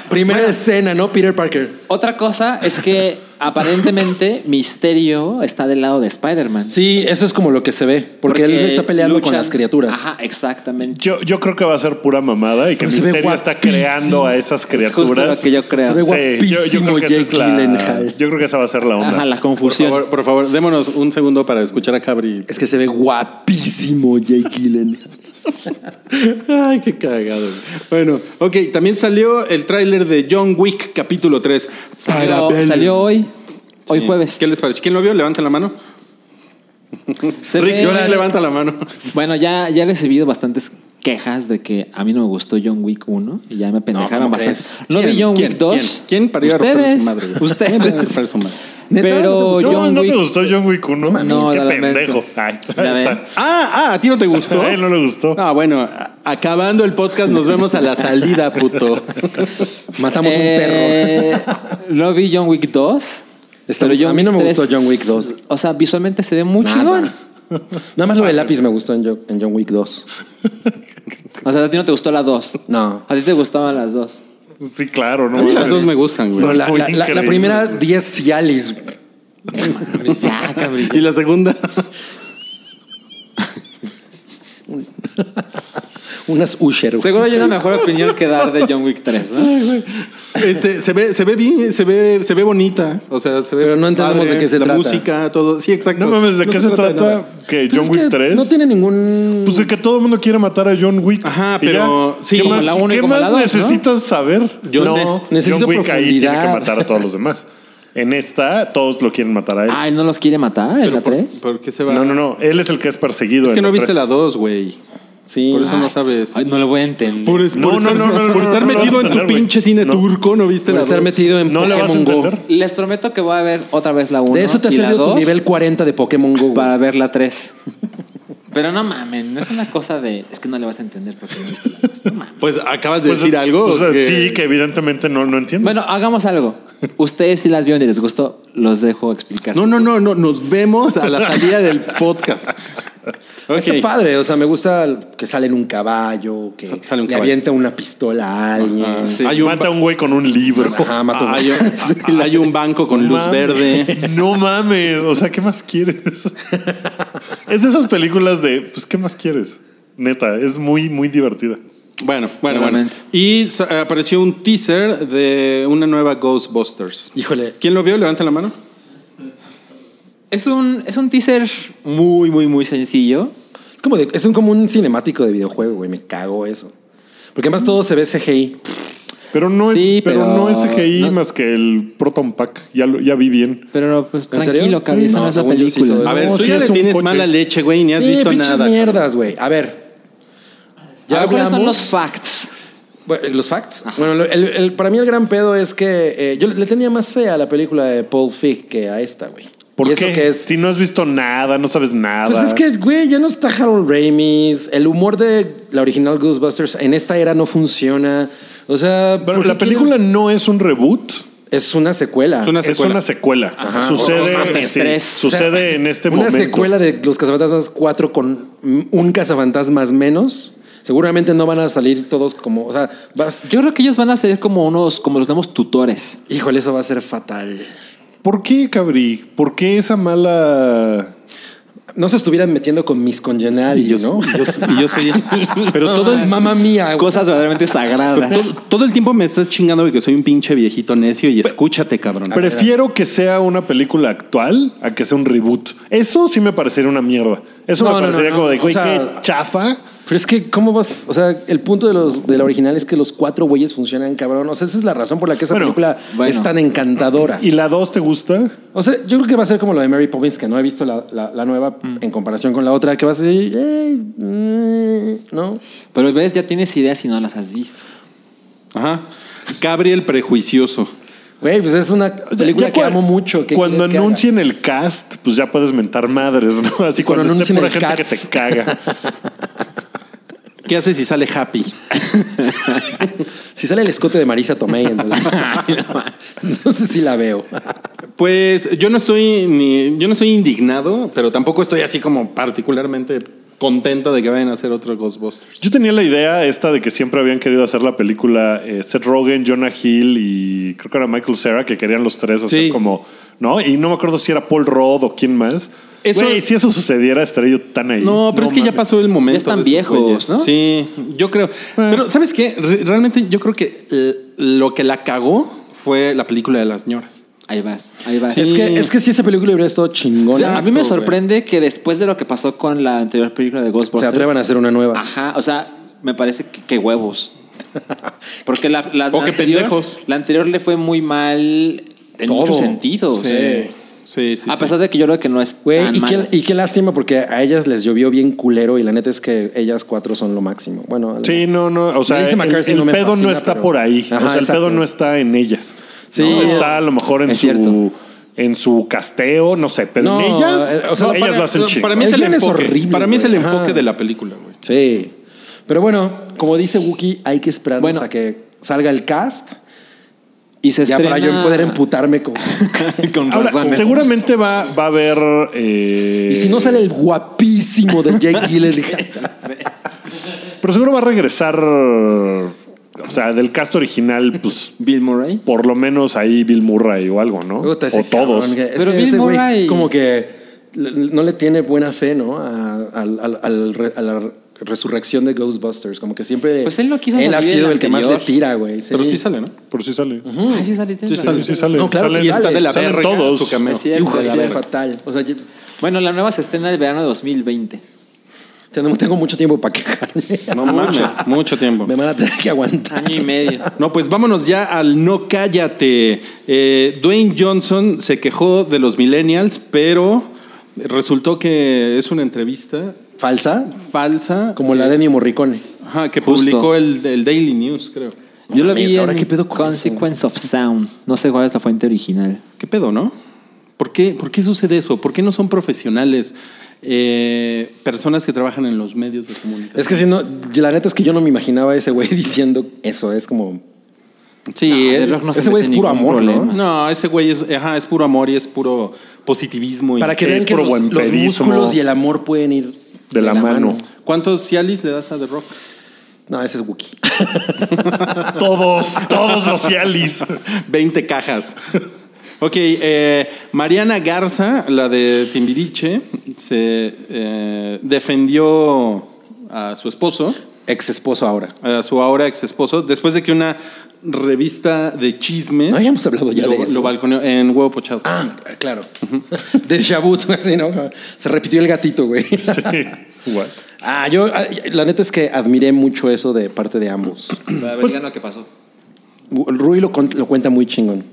S4: Primera escena, ¿no? Peter Parker.
S3: Otra cosa es que aparentemente Misterio está del lado de Spider-Man.
S4: Sí, eso es como lo que se ve, porque, él está peleando con
S3: luchan-
S4: las criaturas.
S3: Ajá, exactamente.
S2: Yo, yo creo que va a ser pura mamada y que
S4: Pero se ve
S2: Misterio está
S4: guapísimo.
S2: creando a esas
S3: Es justo
S2: criaturas.
S3: lo que yo creo.
S4: Se ve
S2: Sí, yo, yo creo
S4: guapísimo
S2: que esa es
S4: Jake
S2: la,
S4: Gyllenhaal.
S2: yo creo que esa va a ser la onda.
S3: Ajá, la
S5: por
S3: confusión.
S5: favor, por favor, démonos un segundo para escuchar a Cabri.
S4: Es que se ve guapísimo Jake Gyllenhaal.
S5: Ay, qué cagado. güey. Bueno, ok, también salió el tráiler de John Wick capítulo 3.
S3: Salió, salió hoy, hoy jueves.
S5: ¿Qué les pareció? ¿Quién lo vio? Levanta la mano.
S3: Se
S5: Rick,
S3: ve-
S5: Jonas, levanta la mano.
S3: Bueno, ya, ya he recibido bastantes quejas de que a mí no me gustó John Wick 1 y ya me pendejaron
S4: ¿cómo
S3: bastante.
S4: crees?
S3: No vi John
S5: ¿Quién?
S3: Wick 2.
S5: ¿Quién? ¿Quién para ir a romper
S3: Ustedes.
S5: su madre? güey? ¿Quién para ir a
S3: Ustedes.
S5: romper su madre?
S4: ¿Neta?
S3: Pero
S2: No,
S3: John
S2: ¿no te
S3: Wick-
S2: gustó John Wick 1?
S3: No,
S2: Qué
S3: la lamento.
S2: pendejo. Ahí está,
S3: Ya
S2: ahí
S3: ven.
S2: está.
S5: Ah, ah, a ti no te gustó.
S2: A él no le gustó.
S5: Ah, bueno, a- acabando el podcast, nos vemos a la salida, puto.
S4: Matamos un perro.
S3: Eh, No vi John Wick 2.
S4: Está-
S3: pero John
S4: a mí no
S3: Wick
S4: me
S3: 3,
S4: gustó John Wick 2.
S3: O sea, visualmente se ve muy
S4: Nada.
S3: chingón.
S4: Nada más lo del lápiz me gustó en Jo- en John Wick 2.
S3: O sea, a ti no te gustó la 2.
S4: No.
S3: A ti te gustaban las dos.
S2: Sí, claro. No,
S5: A mí las
S2: mames.
S5: dos me gustan, güey.
S4: No, la,
S2: Fue
S4: la- la- la
S2: increíble.
S4: primera 10 Cialis.
S3: ya, cabrón.
S5: Y la segunda,
S4: Unas Usher. güey.
S3: Seguro hay una mejor opinión que dar de John Wick 3, ¿no?
S5: este, se ve, se ve bien, se ve, se ve bonita. O sea, se ve.
S4: Pero no entendemos de qué se
S5: la
S4: trata.
S5: música, todo. Sí, exacto.
S2: No mames, ¿de qué se,
S5: de
S2: trata?
S5: nada.
S2: Que
S4: Pues
S2: John
S4: es
S2: Wick
S4: que
S2: 3.
S4: No tiene ningún.
S2: Pues de que todo el mundo quiere matar a John Wick.
S5: Ajá,
S2: Y ya.
S5: pero- sí,
S2: ¿Qué
S5: como
S2: más,
S3: la uno y
S2: qué
S3: como
S2: más
S3: la dos, ¿no?
S2: necesitas saber?
S5: Yo
S2: no,
S5: sé.
S4: Necesito
S2: John Wick ahí tiene que
S4: profundidad.
S2: matar a todos los demás. En esta, todos lo quieren matar a él.
S3: Ay, Ah, ¿no los quiere matar en la 3?
S5: ¿Por qué Ah, se va?
S2: No, no, no. Él es el que es perseguido.
S5: Es que
S2: en
S5: no
S2: la
S5: viste
S2: tres.
S5: la 2, güey.
S4: Sí.
S5: Por eso no sabes.
S3: Ay, no lo voy a entender.
S5: Por, es-
S2: No,
S5: por
S2: no,
S5: estar-
S2: no, no, no,
S5: por estar
S2: no, no, no,
S5: metido en tu
S2: no, güey.
S5: pinche cine
S2: No.
S5: turco, no viste
S4: Por
S5: la
S4: estar
S5: dos?
S4: metido en
S2: No le vas a
S4: Pokémon Go.
S2: entender.
S3: Les prometo que voy a ver otra vez la 1.
S4: De eso te ha
S3: y la
S4: salido tu
S3: 2
S4: nivel 40 de Pokémon Go. güey.
S3: para ver la 3. Pero no mamen, no es una cosa de. Es que no le vas a entender porque no viste la 2. No mamen.
S5: Pues acabas de
S2: Pues,
S5: decir algo.
S2: pues,
S5: que-
S2: Sí, que evidentemente no, no entiendes.
S3: Bueno, hagamos algo. Ustedes si las vieron y les gustó, los dejo explicar.
S5: No, no, no, no. Nos vemos a la salida del podcast. Este Ok.
S4: Está padre, o sea, me gusta que sale en un caballo, que
S5: Sa- sale un
S4: le
S5: caballo.
S4: avienta una pistola a alguien.
S5: Ah, sí.
S2: hay un mata a un güey con un libro.
S5: Ah,
S4: Ajá, mata un-
S5: Hay, un- hay un banco con luz
S2: Mames.
S5: verde.
S2: No mames. O sea, ¿qué más quieres? es de esas películas de, pues, ¿qué más quieres? Neta, es muy, muy divertida.
S5: Bueno, bueno, bueno.
S3: Nuevamente.
S5: Y sa- apareció un teaser de una nueva Ghostbusters.
S4: Híjole.
S5: ¿Quién lo vio? Levanta la mano.
S3: Es un, es un teaser muy, muy, muy sencillo.
S4: Es como, de- es un, como un cinemático de videojuego, güey. Me cago eso. Porque además todo se ve CGI.
S2: Pero no,
S3: Sí,
S2: pero,
S3: pero
S2: no es CGI
S3: no-
S2: más que el Proton Pack. Ya, lo- ya vi bien.
S3: Pero pues
S4: ¿En serio?
S3: tranquilo, cabrón,
S4: Sí,
S3: esa
S4: no,
S3: no es la
S4: según yo sí todo
S3: película.
S4: eso.
S5: A ver,
S2: No,
S5: tú
S2: sí,
S5: ya
S2: es
S5: le
S2: un
S5: tienes
S2: coche.
S5: mala leche, güey, y ni has
S4: Sí,
S5: visto
S4: pinches
S5: nada.
S4: mierdas, güey. A ver.
S3: A
S4: Ah,
S3: ver, ¿Cuáles son
S4: hablamos-
S3: los facts?
S4: Bueno, los facts. Bueno, lo- el- el- para mí el gran pedo es que eh, yo le- le tenía más fe a la película de Paul Fig que a esta, güey.
S2: ¿Por
S4: y
S2: qué?
S4: Eso que es,
S2: Si no has visto nada, no sabes nada.
S4: Pues es que, güey, ya no está Harold Ramis. El humor de la original Ghostbusters en esta era no funciona. O sea,
S2: Pero
S4: ¿por qué
S2: la película
S4: quieres-
S2: no es un reboot.
S4: es una secuela.
S5: Es una
S2: es
S5: secuela.
S2: una secuela.
S3: O
S2: Sucede,
S3: Ghostbusters
S2: sí,
S3: 3.
S2: sucede en este
S4: una
S2: momento.
S4: secuela de Los Cazafantasmas 4 con un Cazafantasmas menos. Seguramente no van a salir todos como. O sea, vas-
S3: Yo creo que ellos van a ser como unos, como los nuevos tutores.
S4: híjole, eso va a ser fatal.
S2: ¿Por qué, Cabri? ¿Por qué esa mala...?
S4: No se estuvieran metiendo con mis congenarios, ¿no?
S5: Y yo, y yo soy. Pero todo el,
S4: Mamma mía. güey.
S3: Cosas verdaderamente sagradas.
S5: todo, todo el tiempo me estás chingando de que soy un pinche viejito necio y escúchate, cabrón.
S2: Prefiero que sea una película actual a que sea un reboot. Eso sí me parecería una mierda. Eso
S4: No,
S2: me
S4: no,
S2: parecería
S4: no,
S2: como
S4: no.
S2: de, güey,
S4: O sea-
S2: qué chafa.
S4: Pero es que, ¿cómo vas? O sea, el punto de los de la original es que los cuatro güeyes funcionan, cabrón. O sea, esa es la razón por la que esa
S2: Bueno,
S4: película
S3: bueno.
S4: es tan encantadora.
S2: ¿Y la dos te gusta?
S4: O sea, yo creo que va a ser como lo de Mary Poppins, que no he visto la, la- la nueva
S5: Mm.
S4: en comparación con la otra, que vas a decir, "Ey, mm", ¿no?
S3: Pero ves, ya tienes ideas y no las has visto.
S5: Ajá. Gabriel prejuicioso.
S4: Güey, pues es una película
S2: Ya
S4: que
S2: cua-
S4: amo mucho. ¿qué
S2: Cuando
S4: quieres que haga?
S2: anuncien el cast, pues ya puedes mentar madres, ¿no? Así
S4: Cuando
S2: cuando, esté
S4: anuncien
S2: pura
S4: el
S2: gente que
S4: cast.
S2: te caga.
S5: ¿Qué haces si sale happy?
S4: Si sale el escote de Marisa Tomei, entonces. entonces sí la veo.
S5: Pues yo no estoy ni, yo no estoy indignado, pero tampoco estoy así como particularmente contento de que vayan a hacer otro Ghostbusters.
S2: Yo tenía la idea esta de que siempre habían querido hacer la película eh, Seth Rogen, Jonah Hill y creo que era Michael Cera, que querían los tres hacer
S4: Sí.
S2: como, ¿no? Y no me acuerdo si era Paul Rudd o quién más.
S5: Eso-
S2: Güey, si eso sucediera, estaría yo tan ahí.
S5: No, pero es que ya pasó el momento.
S3: Ya están
S5: de esos
S3: viejos,
S5: güeyes.
S3: ¿no? Eh.
S5: Sí, yo creo. Pero ¿sabes qué? Re- realmente yo creo que eh, lo que la cagó fue la película de las señoras.
S3: Ahí vas, ahí vas.
S4: Es, que, es que si esa película hubiera estado chingona,
S3: O sea, a mí me
S5: Exacto, güey.
S3: sorprende que después de lo que pasó con la anterior película de Ghostbusters.
S4: se atrevan a hacer una nueva.
S3: Ajá, o sea, me parece que, que huevos. Porque la, la,
S5: O
S3: la
S5: que
S3: anterior,
S5: pendejos.
S3: la anterior le fue muy mal en
S4: Todo.
S3: muchos sentidos.
S5: Sí, sí, sí.
S3: a pesar de que yo creo que no es
S4: Güey,
S3: tan
S4: y
S3: mala.
S4: qué, y qué lástima porque a ellas les llovió bien culero y la neta es que ellas cuatro son lo máximo. Bueno,
S2: Sí, no, no. O sea,
S4: Melissa
S2: el,
S4: McCarthy
S2: el
S4: no me
S2: pedo no
S4: fascina,
S2: está
S4: pero-
S2: por ahí.
S4: Ajá,
S2: o sea, el
S4: exacto.
S2: pedo no está en ellas.
S4: Sí.
S2: ¿no? Está a lo mejor en
S3: Es cierto.
S2: su en su casteo, no sé, pero en
S4: No,
S2: ellas,
S4: eh, o sea,
S2: no,
S4: para-
S2: ellas lo hacen
S5: No,
S2: chingo.
S5: para mí es Ah.
S4: El
S5: el
S4: guion es
S5: enfoque.
S4: horrible,
S5: para mí es el
S4: güey.
S5: enfoque
S4: Ajá.
S5: de la película, güey.
S4: Sí. Pero bueno, como dice Wookie, hay que esperarnos
S3: Bueno.
S4: a que salga el cast.
S3: Y se
S4: Ya para yo
S3: estrena-
S4: poder emputarme con.
S5: Con
S2: Ahora,
S5: razón.
S2: seguramente va, va a haber. eh,
S4: y si no sale el guapísimo de Jake Gyllenhaal.
S2: Pero seguro va a regresar. O sea, del cast original, pues
S3: Bill Murray.
S2: por lo menos ahí Bill Murray o algo, ¿no?
S4: Puta, ese
S2: o todos.
S4: cabrón, que- es
S3: Pero
S4: que
S3: Bill
S4: ese güey
S3: Murray-
S4: como que le- no le tiene buena fe, ¿no? A, al- al- al re- a la resurrección de Ghostbusters. Como que siempre.
S3: Pues él no quiso
S4: Él ha
S3: salir en
S4: sido
S3: la
S4: el que más le
S3: anterior.
S4: tira, güey.
S5: Pero sí sale, ¿no?
S2: Por si sale.
S3: Ay, sí sale, tienes
S2: Sí
S3: razón.
S2: sale, sí sale.
S4: No, claro,
S2: Salen-
S5: Y está de la
S2: salen
S5: verga
S2: todos.
S5: su cameo.
S3: Es cierto,
S4: Hijo,
S3: de la
S4: sí,
S3: verga.
S4: fatal. O sea, yo-
S3: Bueno, la nueva se estrena el verano de 2020.
S4: tengo tengo mucho tiempo para quejarme.
S5: No mames, mucho tiempo.
S4: Me van a tener que aguantar.
S3: Año y medio.
S5: No, pues vámonos ya al no cállate. Eh, Dwayne Johnson se quejó de los millennials, pero resultó que es una entrevista
S4: Falsa,
S5: falsa.
S4: como la de Ennio Morricone.
S5: Ajá, que
S3: Justo.
S5: publicó el, el Daily News, creo.
S3: Yo lo
S4: Mames,
S3: vi
S4: ahora
S3: en
S4: qué pedo con
S3: Consequence of Sound. No sé cuál es la fuente original.
S5: ¿Qué pedo, no? ¿Por qué, ¿Por qué sucede eso? ¿Por qué no son profesionales eh, personas que trabajan en los medios de comunicación?
S4: Es que si no, la neta es que yo no me imaginaba a ese güey diciendo eso. Es como.
S5: sí,
S3: de
S5: él-
S3: rock no se
S4: ese güey
S3: mete
S4: es puro
S3: ningún
S4: amor, ¿no?
S3: problema.
S5: No, ese güey es, ajá, es puro amor y es puro positivismo. y-
S4: Para que
S2: es
S4: vean que
S2: puro
S4: los,
S2: buen
S4: los
S2: pedismo.
S4: músculos y el amor pueden ir
S2: De la mano.
S5: ¿Cuántos Cialis le das a The Rock?
S4: No, ese es Wookie.
S2: Todos, todos los Cialis.
S5: 20 cajas. Ok, eh, Mariana Garza, la de Timbiriche, se eh, defendió a su esposo
S4: ex esposo ahora.
S5: a su ahora ex esposo, después de que una revista de chismes.
S4: No habíamos hablado ya
S5: lo,
S4: de eso.
S5: Lo balconeó en huevo pochado.
S4: Ah, claro. Déjà vu, así, ¿no? Se repitió el gatito, güey.
S2: What?
S4: Ah, yo, ah, la neta es que admiré mucho eso de parte de ambos.
S6: A
S4: Pues
S6: ver, díganos qué pasó.
S4: Rui lo, cont- lo cuenta muy chingón.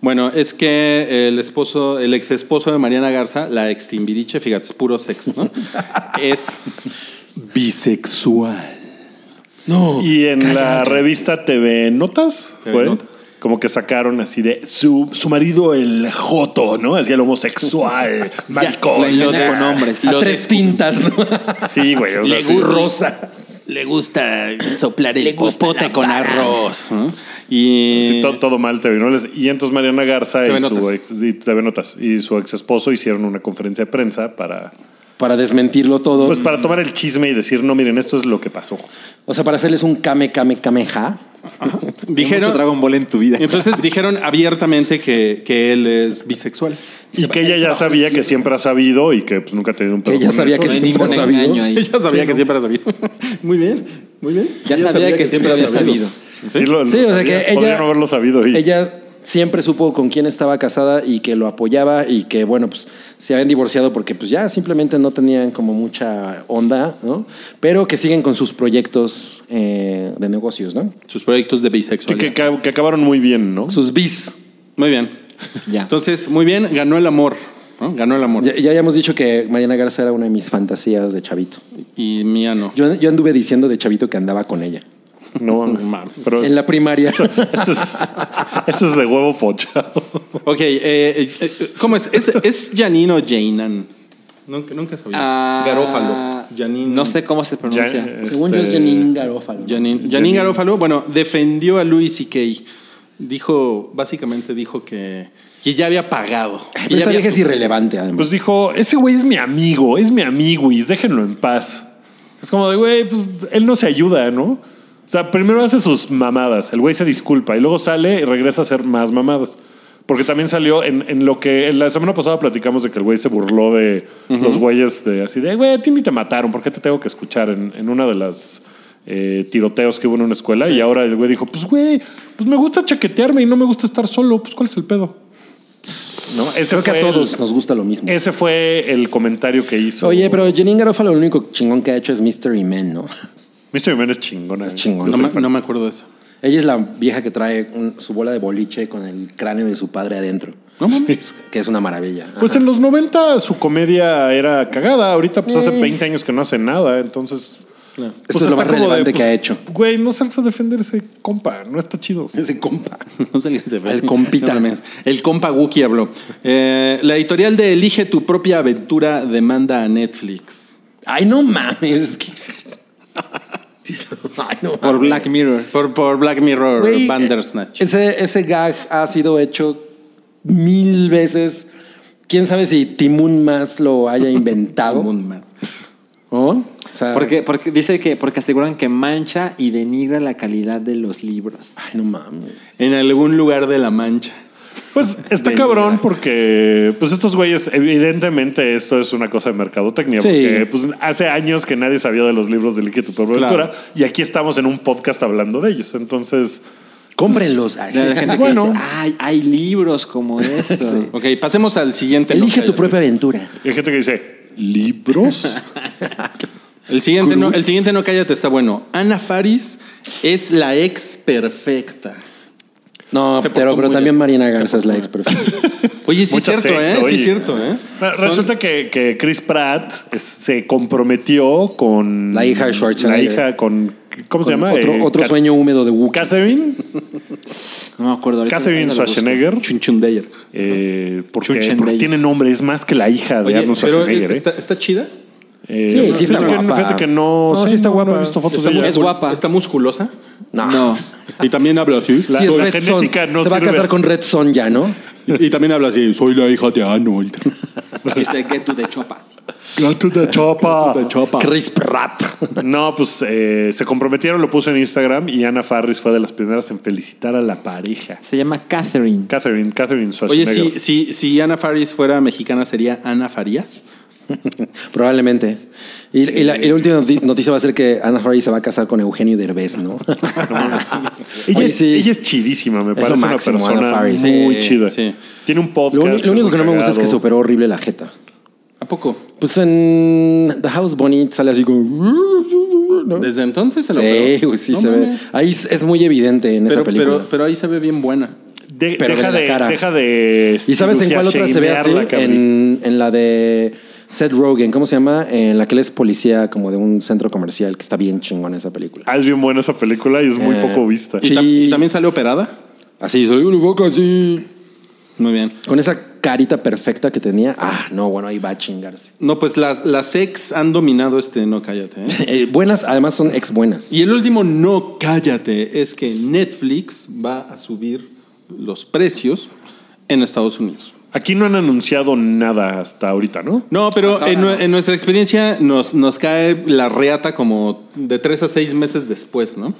S5: Bueno, es que el esposo, el ex esposo de Mariana Garza, la ex Timbiriche, fíjate, es puro sexo, ¿no? es bisexual.
S4: No.
S2: Y en la revista TV Notas,
S5: TV
S2: fue,
S5: Nota.
S2: como que sacaron así de su, su marido, el Joto, ¿no? Hacía el homosexual,
S5: la
S2: maricón.
S5: engañó.
S6: Con
S5: de-
S6: hombres.
S4: A
S5: lo
S4: tres pintas, ¿no?
S2: Sí, güey. o sea, sí.
S4: rosa.
S5: Le gusta soplar el popote con arroz. ¿no? Y
S2: Sí, todo, todo mal TV Notas. Y entonces Mariana Garza
S5: TV
S2: y su,
S5: Notas.
S2: ex, y TV Notas y su ex esposo hicieron una conferencia de prensa para,
S4: Para desmentirlo todo.
S2: pues, para tomar el chisme y decir, no, miren, esto es lo que pasó.
S4: o sea, para hacerles un kame, kame, kameja.
S5: dijeron
S6: Mucho Dragon Ball en tu vida.
S5: Entonces dijeron abiertamente que, que él es bisexual.
S2: Y que ella ya sabía que siempre ha sabido y que pues, nunca ha tenido un
S4: Que
S2: pedo
S4: ella
S2: con
S4: sabía
S2: eso.
S4: que
S6: No hay
S4: siempre
S6: ningún
S4: ha sabido.
S6: engaño ahí.
S5: Ella sabía que siempre ha sabido. Muy bien, muy bien.
S6: Ya
S5: Ella
S6: sabía, que, siempre había sabido.
S2: Sí, lo- lo
S4: Sí, o sea
S2: sabía.
S4: que ella.
S2: Podría no haberlo sabido. y-
S4: Ella siempre supo con quién estaba casada y que lo apoyaba y que, bueno, pues se habían divorciado porque, pues ya simplemente no tenían como mucha onda, ¿no? Pero que siguen con sus proyectos eh, de negocios, ¿no?
S5: Sus proyectos de
S2: que,
S5: bisexualidad.
S2: que- que acabaron muy bien, ¿no?
S4: Sus bis.
S5: Muy bien.
S6: Ya.
S5: Entonces, muy bien, ganó el amor. ¿no? Ganó el amor.
S4: Ya, ya habíamos dicho que Mariana Garza era una de mis fantasías de chavito.
S5: Y mía no.
S4: Yo, yo anduve diciendo de chavito que andaba con ella.
S2: No mames. Pero
S4: En la primaria.
S2: Pues, Eso, eso es, eso es de huevo pochado.
S5: Ok, eh, eh, eh, ¿cómo es? Es, es Janino Jainan. Nunca, nunca sabía.
S6: Ah,
S5: Garófalo. Janine-
S6: No sé cómo se pronuncia.
S2: Ya-
S4: Según yo es
S2: este,
S4: Janine Garófalo.
S5: Janine, Janine Garófalo, bueno, defendió a Luis y Kay. Dijo, básicamente dijo que, que ya había pagado.
S4: Ay,
S5: Que
S4: Pero
S5: ya
S4: esta
S5: había
S4: vieja es irrelevante,
S2: Pues
S4: además.
S2: dijo, ese güey es mi amigo, es mi amigo y déjenlo en paz. Es como de, güey, pues él no se ayuda, ¿no? O sea, primero hace sus mamadas, el güey se disculpa y luego sale y regresa a hacer más mamadas. Porque también salió en, en lo que en la semana pasada platicamos de que el güey se burló de los güeyes de así de, güey, a ti ni te mataron, ¿por qué te tengo que escuchar en, en una de las eh, tiroteos que hubo en una escuela? Y ahora el güey dijo, pues güey, pues me gusta chaquetearme y no me gusta estar solo, pues ¿cuál es el pedo? ¿No? pues, Ese
S4: Creo que
S2: fue
S4: a
S2: el-
S4: todos nos gusta lo mismo.
S2: ese fue el comentario que hizo.
S4: Oye, pero Janine Garofalo lo único chingón que ha hecho es Mystery Man, ¿no?
S2: Mr. Jiménez es chingona.
S4: Es chingona.
S2: Yo
S5: No
S2: soy
S5: me,
S2: fan.
S5: no me acuerdo de eso.
S4: Ella es la vieja que trae un- su bola de boliche con el cráneo de su padre adentro.
S5: No mames.
S4: Que es una maravilla.
S2: Pues en los 90 su comedia era cagada. Ahorita, pues hace 20 años que no hace nada. Entonces.
S4: Esto es lo
S2: está
S4: más
S2: como
S4: relevante que
S2: pues,
S4: ha hecho.
S2: Güey, no salgas a defenderse, compa. No está chido.
S4: Ese compa.
S5: No sé qué se ve.
S4: Al compita.
S5: No mames. el compa Wookie habló. Eh, la editorial de Elige tu propia aventura demanda a Netflix.
S4: Ay, no mames. ¿Qué? Ay, no
S2: ah,
S6: Por
S4: mames.
S6: Black Mirror.
S5: Por, por Black Mirror,
S4: Güey, eh,
S5: Bandersnatch.
S4: Ese, ese gag ha sido hecho mil veces. Quién sabe si Timun más lo haya inventado.
S5: Un más.
S4: ¿No? O
S2: Ah.
S4: sea,
S6: Porque, porque dice que porque aseguran que mancha y denigra la calidad de los libros.
S4: Ay, no mames.
S5: En algún lugar de la mancha.
S2: Pues está
S5: De
S2: cabrón
S5: nada.
S2: porque, pues estos güeyes, evidentemente esto es una cosa de mercadotecnia.
S4: Sí.
S2: Porque pues, hace años que nadie sabía de los libros de Liquid tu propia
S5: Claro.
S2: aventura. Y aquí estamos en un podcast hablando de ellos. Entonces. pues,
S4: Cómprenlos. Ay, sí.
S6: La gente que
S2: Bueno.
S6: dice, "Ay, hay libros como esto.
S5: Ok, pasemos al siguiente.
S4: Elige
S5: nota.
S4: tu propia aventura.
S2: Y hay gente que dice, ¿libros?
S5: El siguiente, no, el siguiente no cállate, está bueno. Ana Faris es la ex perfecta.
S4: No,
S5: Se portó
S4: pero, pero
S5: muy
S4: también
S5: bien.
S4: Mariana
S5: Se
S4: Garza es la ex
S5: Oye, sí es
S2: Mucho
S5: cierto,
S2: sexo,
S5: ¿eh? Sí
S2: oye.
S5: es cierto, ¿eh?
S2: Bueno,
S5: Son-
S2: Resulta que, que Chris Pratt es- se comprometió con
S4: La hija de Schwarzenegger.
S2: La hija con ¿cómo se
S4: Con
S2: llama?
S4: Otro,
S2: Eh,
S4: otro
S2: Kat-
S4: sueño húmedo de Wookiee.
S2: Catherine,
S6: No me acuerdo. ahorita-
S2: Catherine
S6: ahorita lo busco.
S2: Schwarzenegger,
S5: Chunchundeyer.
S2: eh, porque,
S6: Schwarzenegger.
S2: porque tiene nombre, es más que la hija de
S5: Oye,
S2: Arnold
S5: pero
S2: Schwarzenegger. eh.
S5: ¿está, está chida?
S2: Eh,
S4: Sí, sí está
S2: fíjate que-
S4: guapa.
S2: Fíjate que no,
S4: No, Pues sí está
S2: no, no
S4: guapa.
S2: he visto fotos
S5: Está
S2: de
S5: mu-
S2: ella.
S6: Es guapa.
S5: ¿Está musculosa?
S4: No.
S6: No.
S5: Y también habla así.
S2: La-
S4: Sí, es
S2: la
S4: Red Son.
S2: genética no
S4: Se va a
S2: sirve.
S4: casar con Red Son ya, ¿no?
S5: Y, y también habla así, soy la hija de Arnold.
S6: Este Get to the Chopa.
S2: Gato de chapa.
S4: Chris Pratt.
S2: No, pues eh, se comprometieron, lo puso en Instagram y Ana Farris fue de las primeras en felicitar a la pareja.
S6: Se llama Catherine.
S2: Catherine, Catherine
S5: Oye,
S2: Schwarzenegger.
S5: si, si, si Ana Faris fuera mexicana, ¿sería Ana Farías?
S4: Probablemente. Y, y la, y la última noti- noticia va a ser que Anna Harry se va a casar con Eugenio Derbez, ¿no?
S2: Ella,
S4: Oye,
S2: es,
S4: sí.
S2: ella es chidísima, me
S4: Es lo
S2: parece una
S4: máximo,
S2: persona
S4: Ana Faris.
S2: muy
S5: Sí,
S2: chida.
S5: sí.
S2: Tiene un podcast.
S4: Lo, uni- lo
S2: es
S4: único
S2: muy
S4: que no me gusta es que
S2: cagado.
S4: se operó horrible la jeta.
S5: ¿A poco?
S4: Pues en The House Bonnie sale así como... ¿no?
S5: Desde entonces se lo
S4: Sí,
S5: operó.
S4: güey, sí
S5: No
S4: se ve.
S5: mames.
S4: Ahí es es muy evidente en
S5: Pero,
S4: esa película.
S5: pero, pero ahí se ve bien buena.
S2: De-
S4: pero
S2: deja,
S4: de la
S2: de,
S4: cara.
S2: deja de.
S4: ¿Y sabes en cuál otra se ve así?
S2: shamearla, Cabri.
S4: En, en la de Seth Rogen, ¿cómo se llama? En la que él es policía como de un centro comercial, que está bien chingón esa película.
S2: Ah, es bien buena esa película y es muy
S4: Eh,
S2: poco vista.
S5: ¿Y,
S4: Sí.
S5: tam- y también sale operada?
S4: Así, soy un boca así.
S5: Muy bien.
S4: Con esa carita perfecta que tenía. Ah, no, bueno, ahí va a chingarse.
S5: No, pues las, las ex han dominado este no cállate. ¿eh?
S4: Eh, buenas, además son ex buenas.
S5: Y el último no cállate es que Netflix va a subir los precios en Estados Unidos.
S2: Aquí no han anunciado nada hasta ahorita, ¿no?
S5: No, pero en, nue- en nuestra experiencia nos, nos cae la reata como de tres a seis meses después, ¿no?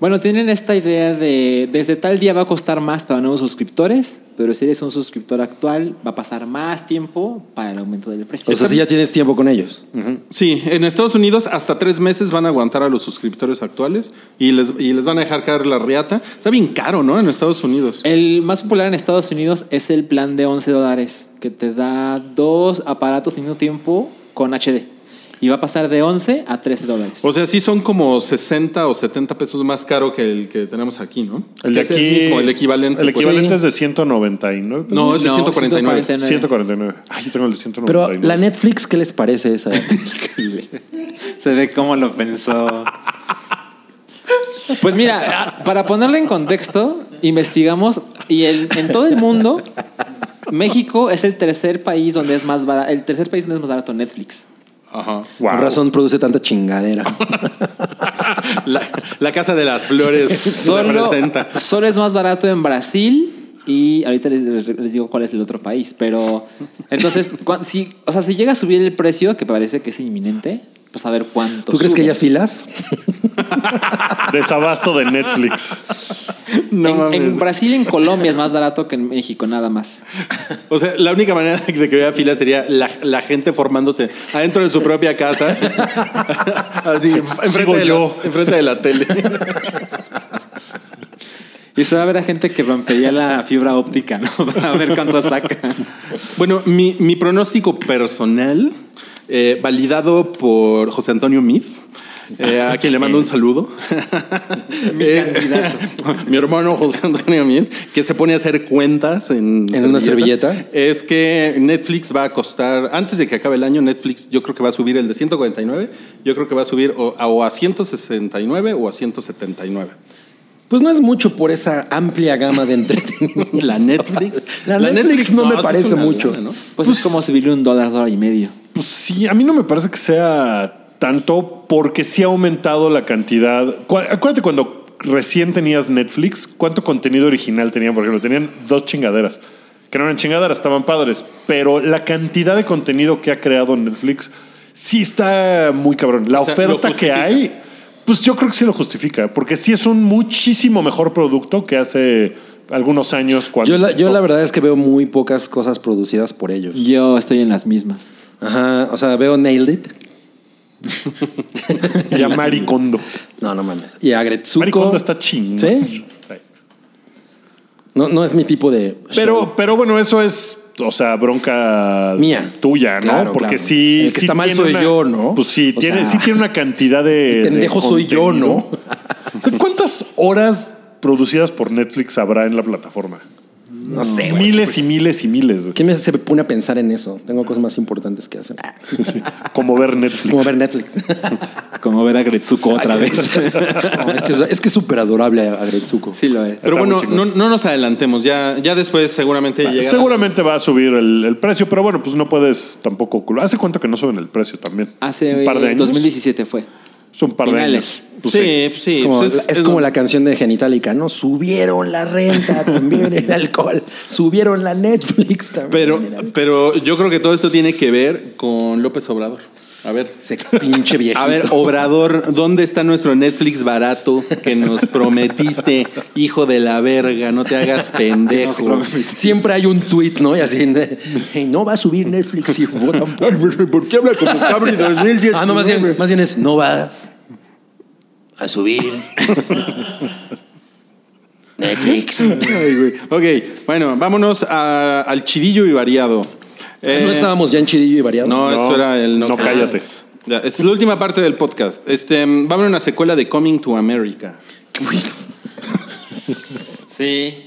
S3: Bueno, tienen esta idea de desde tal día va a costar más para nuevos suscriptores, pero si eres un suscriptor actual va a pasar más tiempo para el aumento del precio.
S4: O sea, si ya tienes tiempo con ellos.
S5: Sí, en Estados Unidos hasta tres meses van a aguantar a los suscriptores actuales y les, y les van a dejar caer la reata. Está bien caro, ¿no? En Estados Unidos.
S3: El más popular en Estados Unidos es el plan de 11 dólares, que te da dos aparatos al mismo tiempo con HD. Y va a pasar de 11 a 13 dólares.
S5: O sea, sí son como 60 o 70 pesos más caro que el que tenemos aquí, ¿no?
S2: El de
S5: Es
S2: aquí.
S5: mismo, el equivalente.
S2: El
S5: pues.
S2: equivalente es de 199.
S5: No, es de
S3: No,
S5: 149.
S2: 149. Ay, yo tengo el de 199.
S4: Pero la Netflix, ¿qué les parece esa?
S3: Se ve cómo lo pensó. Pues mira, para ponerlo en contexto, investigamos y el- en todo el mundo, México es el tercer país donde es más barato, el tercer país donde es más barato Netflix.
S5: Ajá.
S2: Guau.
S4: Con razón produce tanta chingadera.
S5: La, la casa de las flores
S3: Solo,
S5: representa.
S3: solo es más barato en Brasil y ahorita les, les- les digo cuál es el otro país, pero entonces, cuan- si, o sea, si llega a subir el precio, que parece que es inminente, pues a ver cuánto.
S4: ¿Tú crees que
S3: sube.
S4: haya filas?
S2: Desabasto de Netflix.
S3: en,
S5: mames.
S3: en Brasil y en Colombia es más barato que en México, nada más.
S5: O sea, la única manera de que vea fila sería la, la gente formándose adentro de su propia casa. Así,
S2: sigo
S5: enfrente de, la,
S2: yo.
S5: enfrente de la tele.
S3: Y se va a ver a gente que rompía la fibra óptica, ¿no? Para ver cuánto saca. Pues
S5: Bueno, mi, mi pronóstico personal, eh, validado por José Antonio Mif, eh, a quien le mando un saludo. mi mi hermano José Antonio Mif, que se pone a hacer cuentas en,
S4: ¿En una servilleta?
S5: Es que Netflix va a costar, antes de que acabe el año, Netflix yo creo que va a subir el de 149, yo creo que va a subir o a, o a 169 o a 179.
S4: Pues no es mucho por esa amplia gama de entretenimiento.
S5: La Netflix.
S4: La Netflix no me
S5: sí es
S4: parece
S5: una
S4: mucho.
S5: lana, ¿no?
S3: Pues, es como subirle un dólar, dólar y medio.
S2: Pues sí, a mí no me parece que sea tanto porque sí ha aumentado la cantidad. Cu- Acuérdate cuando recién tenías Netflix, ¿cuánto contenido original tenían? Por ejemplo, tenían dos chingaderas, que no eran chingaderas, estaban padres, pero la cantidad de contenido que ha creado Netflix sí está muy cabrón. La
S5: sea,
S2: oferta
S5: lo
S2: que
S5: justifica.
S2: hay, pues yo creo que sí lo justifica, porque sí es un muchísimo mejor producto que hace algunos años cuando...
S4: Yo la, yo
S2: empezó.
S4: la verdad es que veo muy pocas cosas producidas por ellos.
S3: Yo estoy en las mismas.
S4: Ajá, o sea, veo Nailed It.
S2: Y a Marie Kondo.
S4: No, no mames. Y a Gretsuko.
S2: Marie Kondo está chingón.
S4: Sí. No, no es mi tipo de. show.
S2: Pero, pero bueno, eso es, o sea, bronca
S4: Mía.
S2: tuya, ¿no?
S4: Claro,
S2: Porque
S4: claro.
S2: sí.
S4: El que
S2: sí
S4: está mal
S2: tiene
S4: soy
S2: una-
S4: yo, ¿no?
S2: Pues sí,
S4: O
S2: tiene,
S4: sea,
S2: sí tiene una cantidad de.
S4: el pendejo
S2: de
S4: soy yo, ¿no?
S2: contenido. O sea, ¿Cuántas horas producidas por Netflix habrá en la plataforma?
S4: No sé, güey.
S2: miles y miles y miles, güey.
S4: ¿Quién me- se pone a pensar en eso? Tengo cosas más importantes que hacer.
S2: Como ver Netflix.
S4: Como ver Netflix.
S3: Como ver a Gretsuko otra vez.
S4: No, es que es- es que es súper adorable a a Gretsuko.
S3: Sí lo es.
S5: Pero
S2: Está muy
S5: bueno, no,
S2: chingón.
S5: no nos adelantemos. Ya, ya después seguramente llegará.
S2: Seguramente va a subir el, el precio, pero bueno, pues no puedes tampoco. cul- ¿Hace cuánto que no suben el precio también?
S3: Hace
S2: un par de
S3: eh,
S2: años.
S3: 2017 fue.
S2: Es un par
S3: finales.
S2: de años. Pues
S5: sí, sí.
S4: Es como,
S5: pues
S4: la- es como la canción de Genitalica, ¿no? Subieron la renta, también el alcohol. Subieron la Netflix también.
S5: Pero,
S4: el alcohol.
S5: pero yo creo que todo esto tiene que ver con López Obrador. A ver.
S4: Ese pinche viejito.
S5: A ver, Obrador, ¿dónde está nuestro Netflix barato que nos prometiste, hijo de la verga? No te hagas pendejo.
S4: Siempre hay un tweet, ¿no? Y así, de, "Hey, no va a subir Netflix y votan por...
S5: ¿Por qué habla como Cabri 2010?
S4: Ah, no, más bien, más bien es, no va a subir Netflix.
S5: Ay, güey. Ok, bueno, vámonos a- al chidillo y variado. Eh,
S4: no estábamos ya en chidillo y variado.
S5: No, eso era el
S2: no, cállate.
S5: Ya, es la última parte del podcast. Este, mm, va a haber una secuela de Coming to America.
S3: Sí.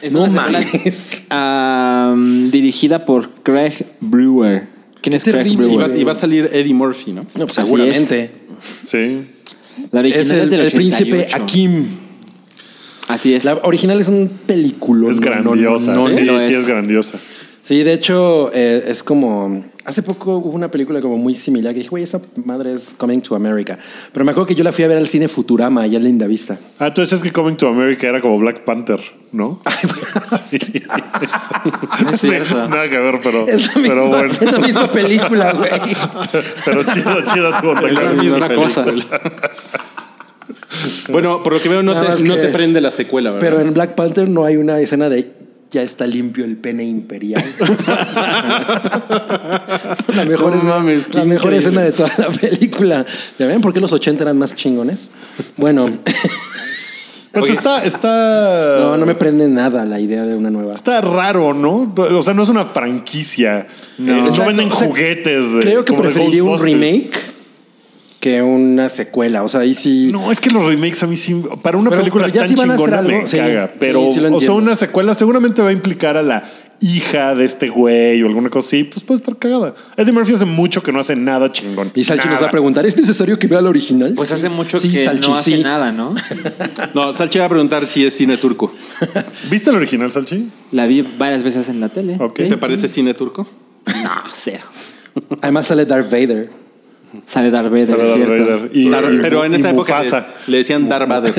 S3: Es
S4: No
S3: una secuela, am, dirigida por Craig Brewer. ¿Quién es Craig
S4: terrible.
S5: Y
S3: Brewer?
S5: va, y va a salir Eddie Murphy, ¿no?
S4: No, pues
S3: Así
S4: seguramente.
S2: Sí.
S3: La original
S4: Es
S3: es,
S4: el,
S3: del
S4: el príncipe
S3: 88.
S4: Akim.
S3: Así es.
S4: La original es un película.
S2: Es grandiosa.
S3: no,
S2: sí,
S3: no
S2: sí
S3: es.
S2: es grandiosa.
S4: Sí, de hecho, eh, es como. Hace poco hubo una película como muy similar que dije, güey, esa madre es Coming to America. Pero me acuerdo que yo la fui a ver al cine Futurama, allá en Linda Vista.
S2: Ah, entonces es que Coming to America era como Black Panther, ¿no? Sí.
S3: es
S2: Sí,
S3: cierto.
S2: nada que ver, pero,
S4: Es la misma,
S2: pero bueno.
S4: es la misma película, güey.
S2: Pero chido, chido estuvo
S5: Es la
S2: Takeru.
S5: misma cosa. bueno, por lo que veo, no,
S4: Nada
S5: te,
S4: más
S5: no
S4: que-
S5: te prende la secuela, ¿verdad?
S4: Pero en Black Panther no hay una escena de ya está limpio el pene imperial. la mejor,
S5: No
S4: escena-
S5: mames,
S4: la
S5: qué
S4: mejor
S5: increíble.
S4: escena de toda la película. ¿Ya ven por qué los 80 eran más chingones? Bueno,
S2: Pues está, está.
S4: no, no me prende nada la idea de una nueva.
S2: Está raro, ¿no? O sea, no es una franquicia. Eh, No,
S4: Exacto,
S2: venden
S4: o sea,
S2: juguetes. de-
S4: Creo que
S2: como de
S4: preferiría un
S2: Ghostbusters.
S4: remake que una secuela. O sea, ahí sí.
S2: No, es que los remakes a mí sí. Para una
S4: Pero-
S2: película
S4: pero ya
S2: tan
S4: sí van a hacer
S2: chingona
S4: algo,
S2: me
S4: sí,
S2: caga.
S4: sí,
S2: Pero,
S4: sí lo
S2: o sea,
S4: entiendo.
S2: una secuela seguramente va a implicar a la hija de este güey o alguna cosa así. Pues puede estar cagada. Eddie Murphy hace mucho que no hace nada chingón.
S4: Y Salchi nos va
S2: Nada.
S4: a preguntar, ¿es necesario que vea la original?
S3: Pues hace mucho
S4: Sí,
S3: que
S4: Salchi,
S3: no hace
S4: sí.
S3: nada, ¿no?
S5: No, Salchi va a preguntar si es cine turco.
S2: ¿Viste el original, Salchi?
S3: La vi varias veces en la tele. ¿Eh?
S2: Ok.
S5: ¿Te parece cine turco?
S3: No, cero.
S4: Además sale Darth Vader.
S3: Sale Darth Vader,
S2: Sale
S3: es
S2: Darth
S3: cierto.
S2: Vader. Y-
S5: Dar-
S2: y-
S5: pero en
S2: y
S5: esa época le,
S2: Mufasa.
S5: le decían Darth Vader.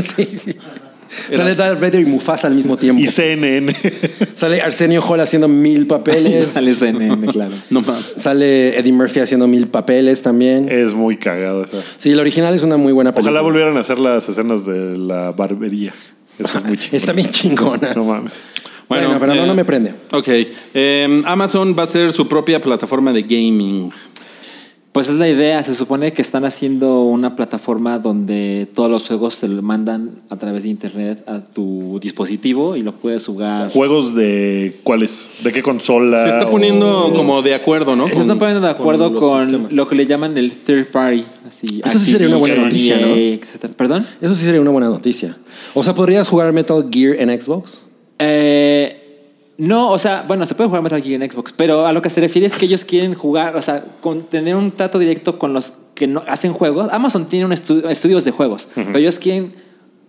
S4: Sale Darth Vader y Mufasa al mismo tiempo.
S2: Y CNN.
S4: Sale Arsenio Hall haciendo mil papeles.
S3: Sale CNN, claro.
S5: No mames.
S4: Sale Eddie Murphy haciendo mil papeles también.
S2: es muy cagada esa.
S4: Sí, el original es una muy buena película.
S2: Eh. Ojalá volvieran a hacer las escenas de la barbería. Eso es muy chingón.
S4: Está bien chingona.
S2: No mames.
S4: Bueno, pero no,
S5: eh,
S4: no me prende.
S5: Ok. Eh, Amazon va a ser su propia plataforma de gaming.
S3: Pues es la idea, se supone que están haciendo una plataforma donde todos los juegos se lo mandan a través de internet a tu dispositivo y lo puedes jugar.
S2: ¿Juegos de cuáles? ¿De qué consola?
S5: Se está poniendo
S2: O-
S5: como de acuerdo, ¿no?
S3: Se están poniendo de acuerdo
S5: los
S3: con,
S5: sistemas.
S3: lo que le llaman el third party. Así,
S4: Eso sí sería una buena
S3: Activision,
S4: noticia, ¿no?
S3: EA, etcétera. ¿Perdón?
S4: Eso sí sería una buena noticia. O sea, ¿podrías jugar Metal Gear en Xbox?
S3: Eh, no, o sea, bueno, se puede jugar Metal Gear en Xbox, pero a lo que se refiere es que ellos quieren jugar, o sea, con tener un trato directo con los que no hacen juegos. Amazon tiene un estu- estudios de juegos, pero ellos quieren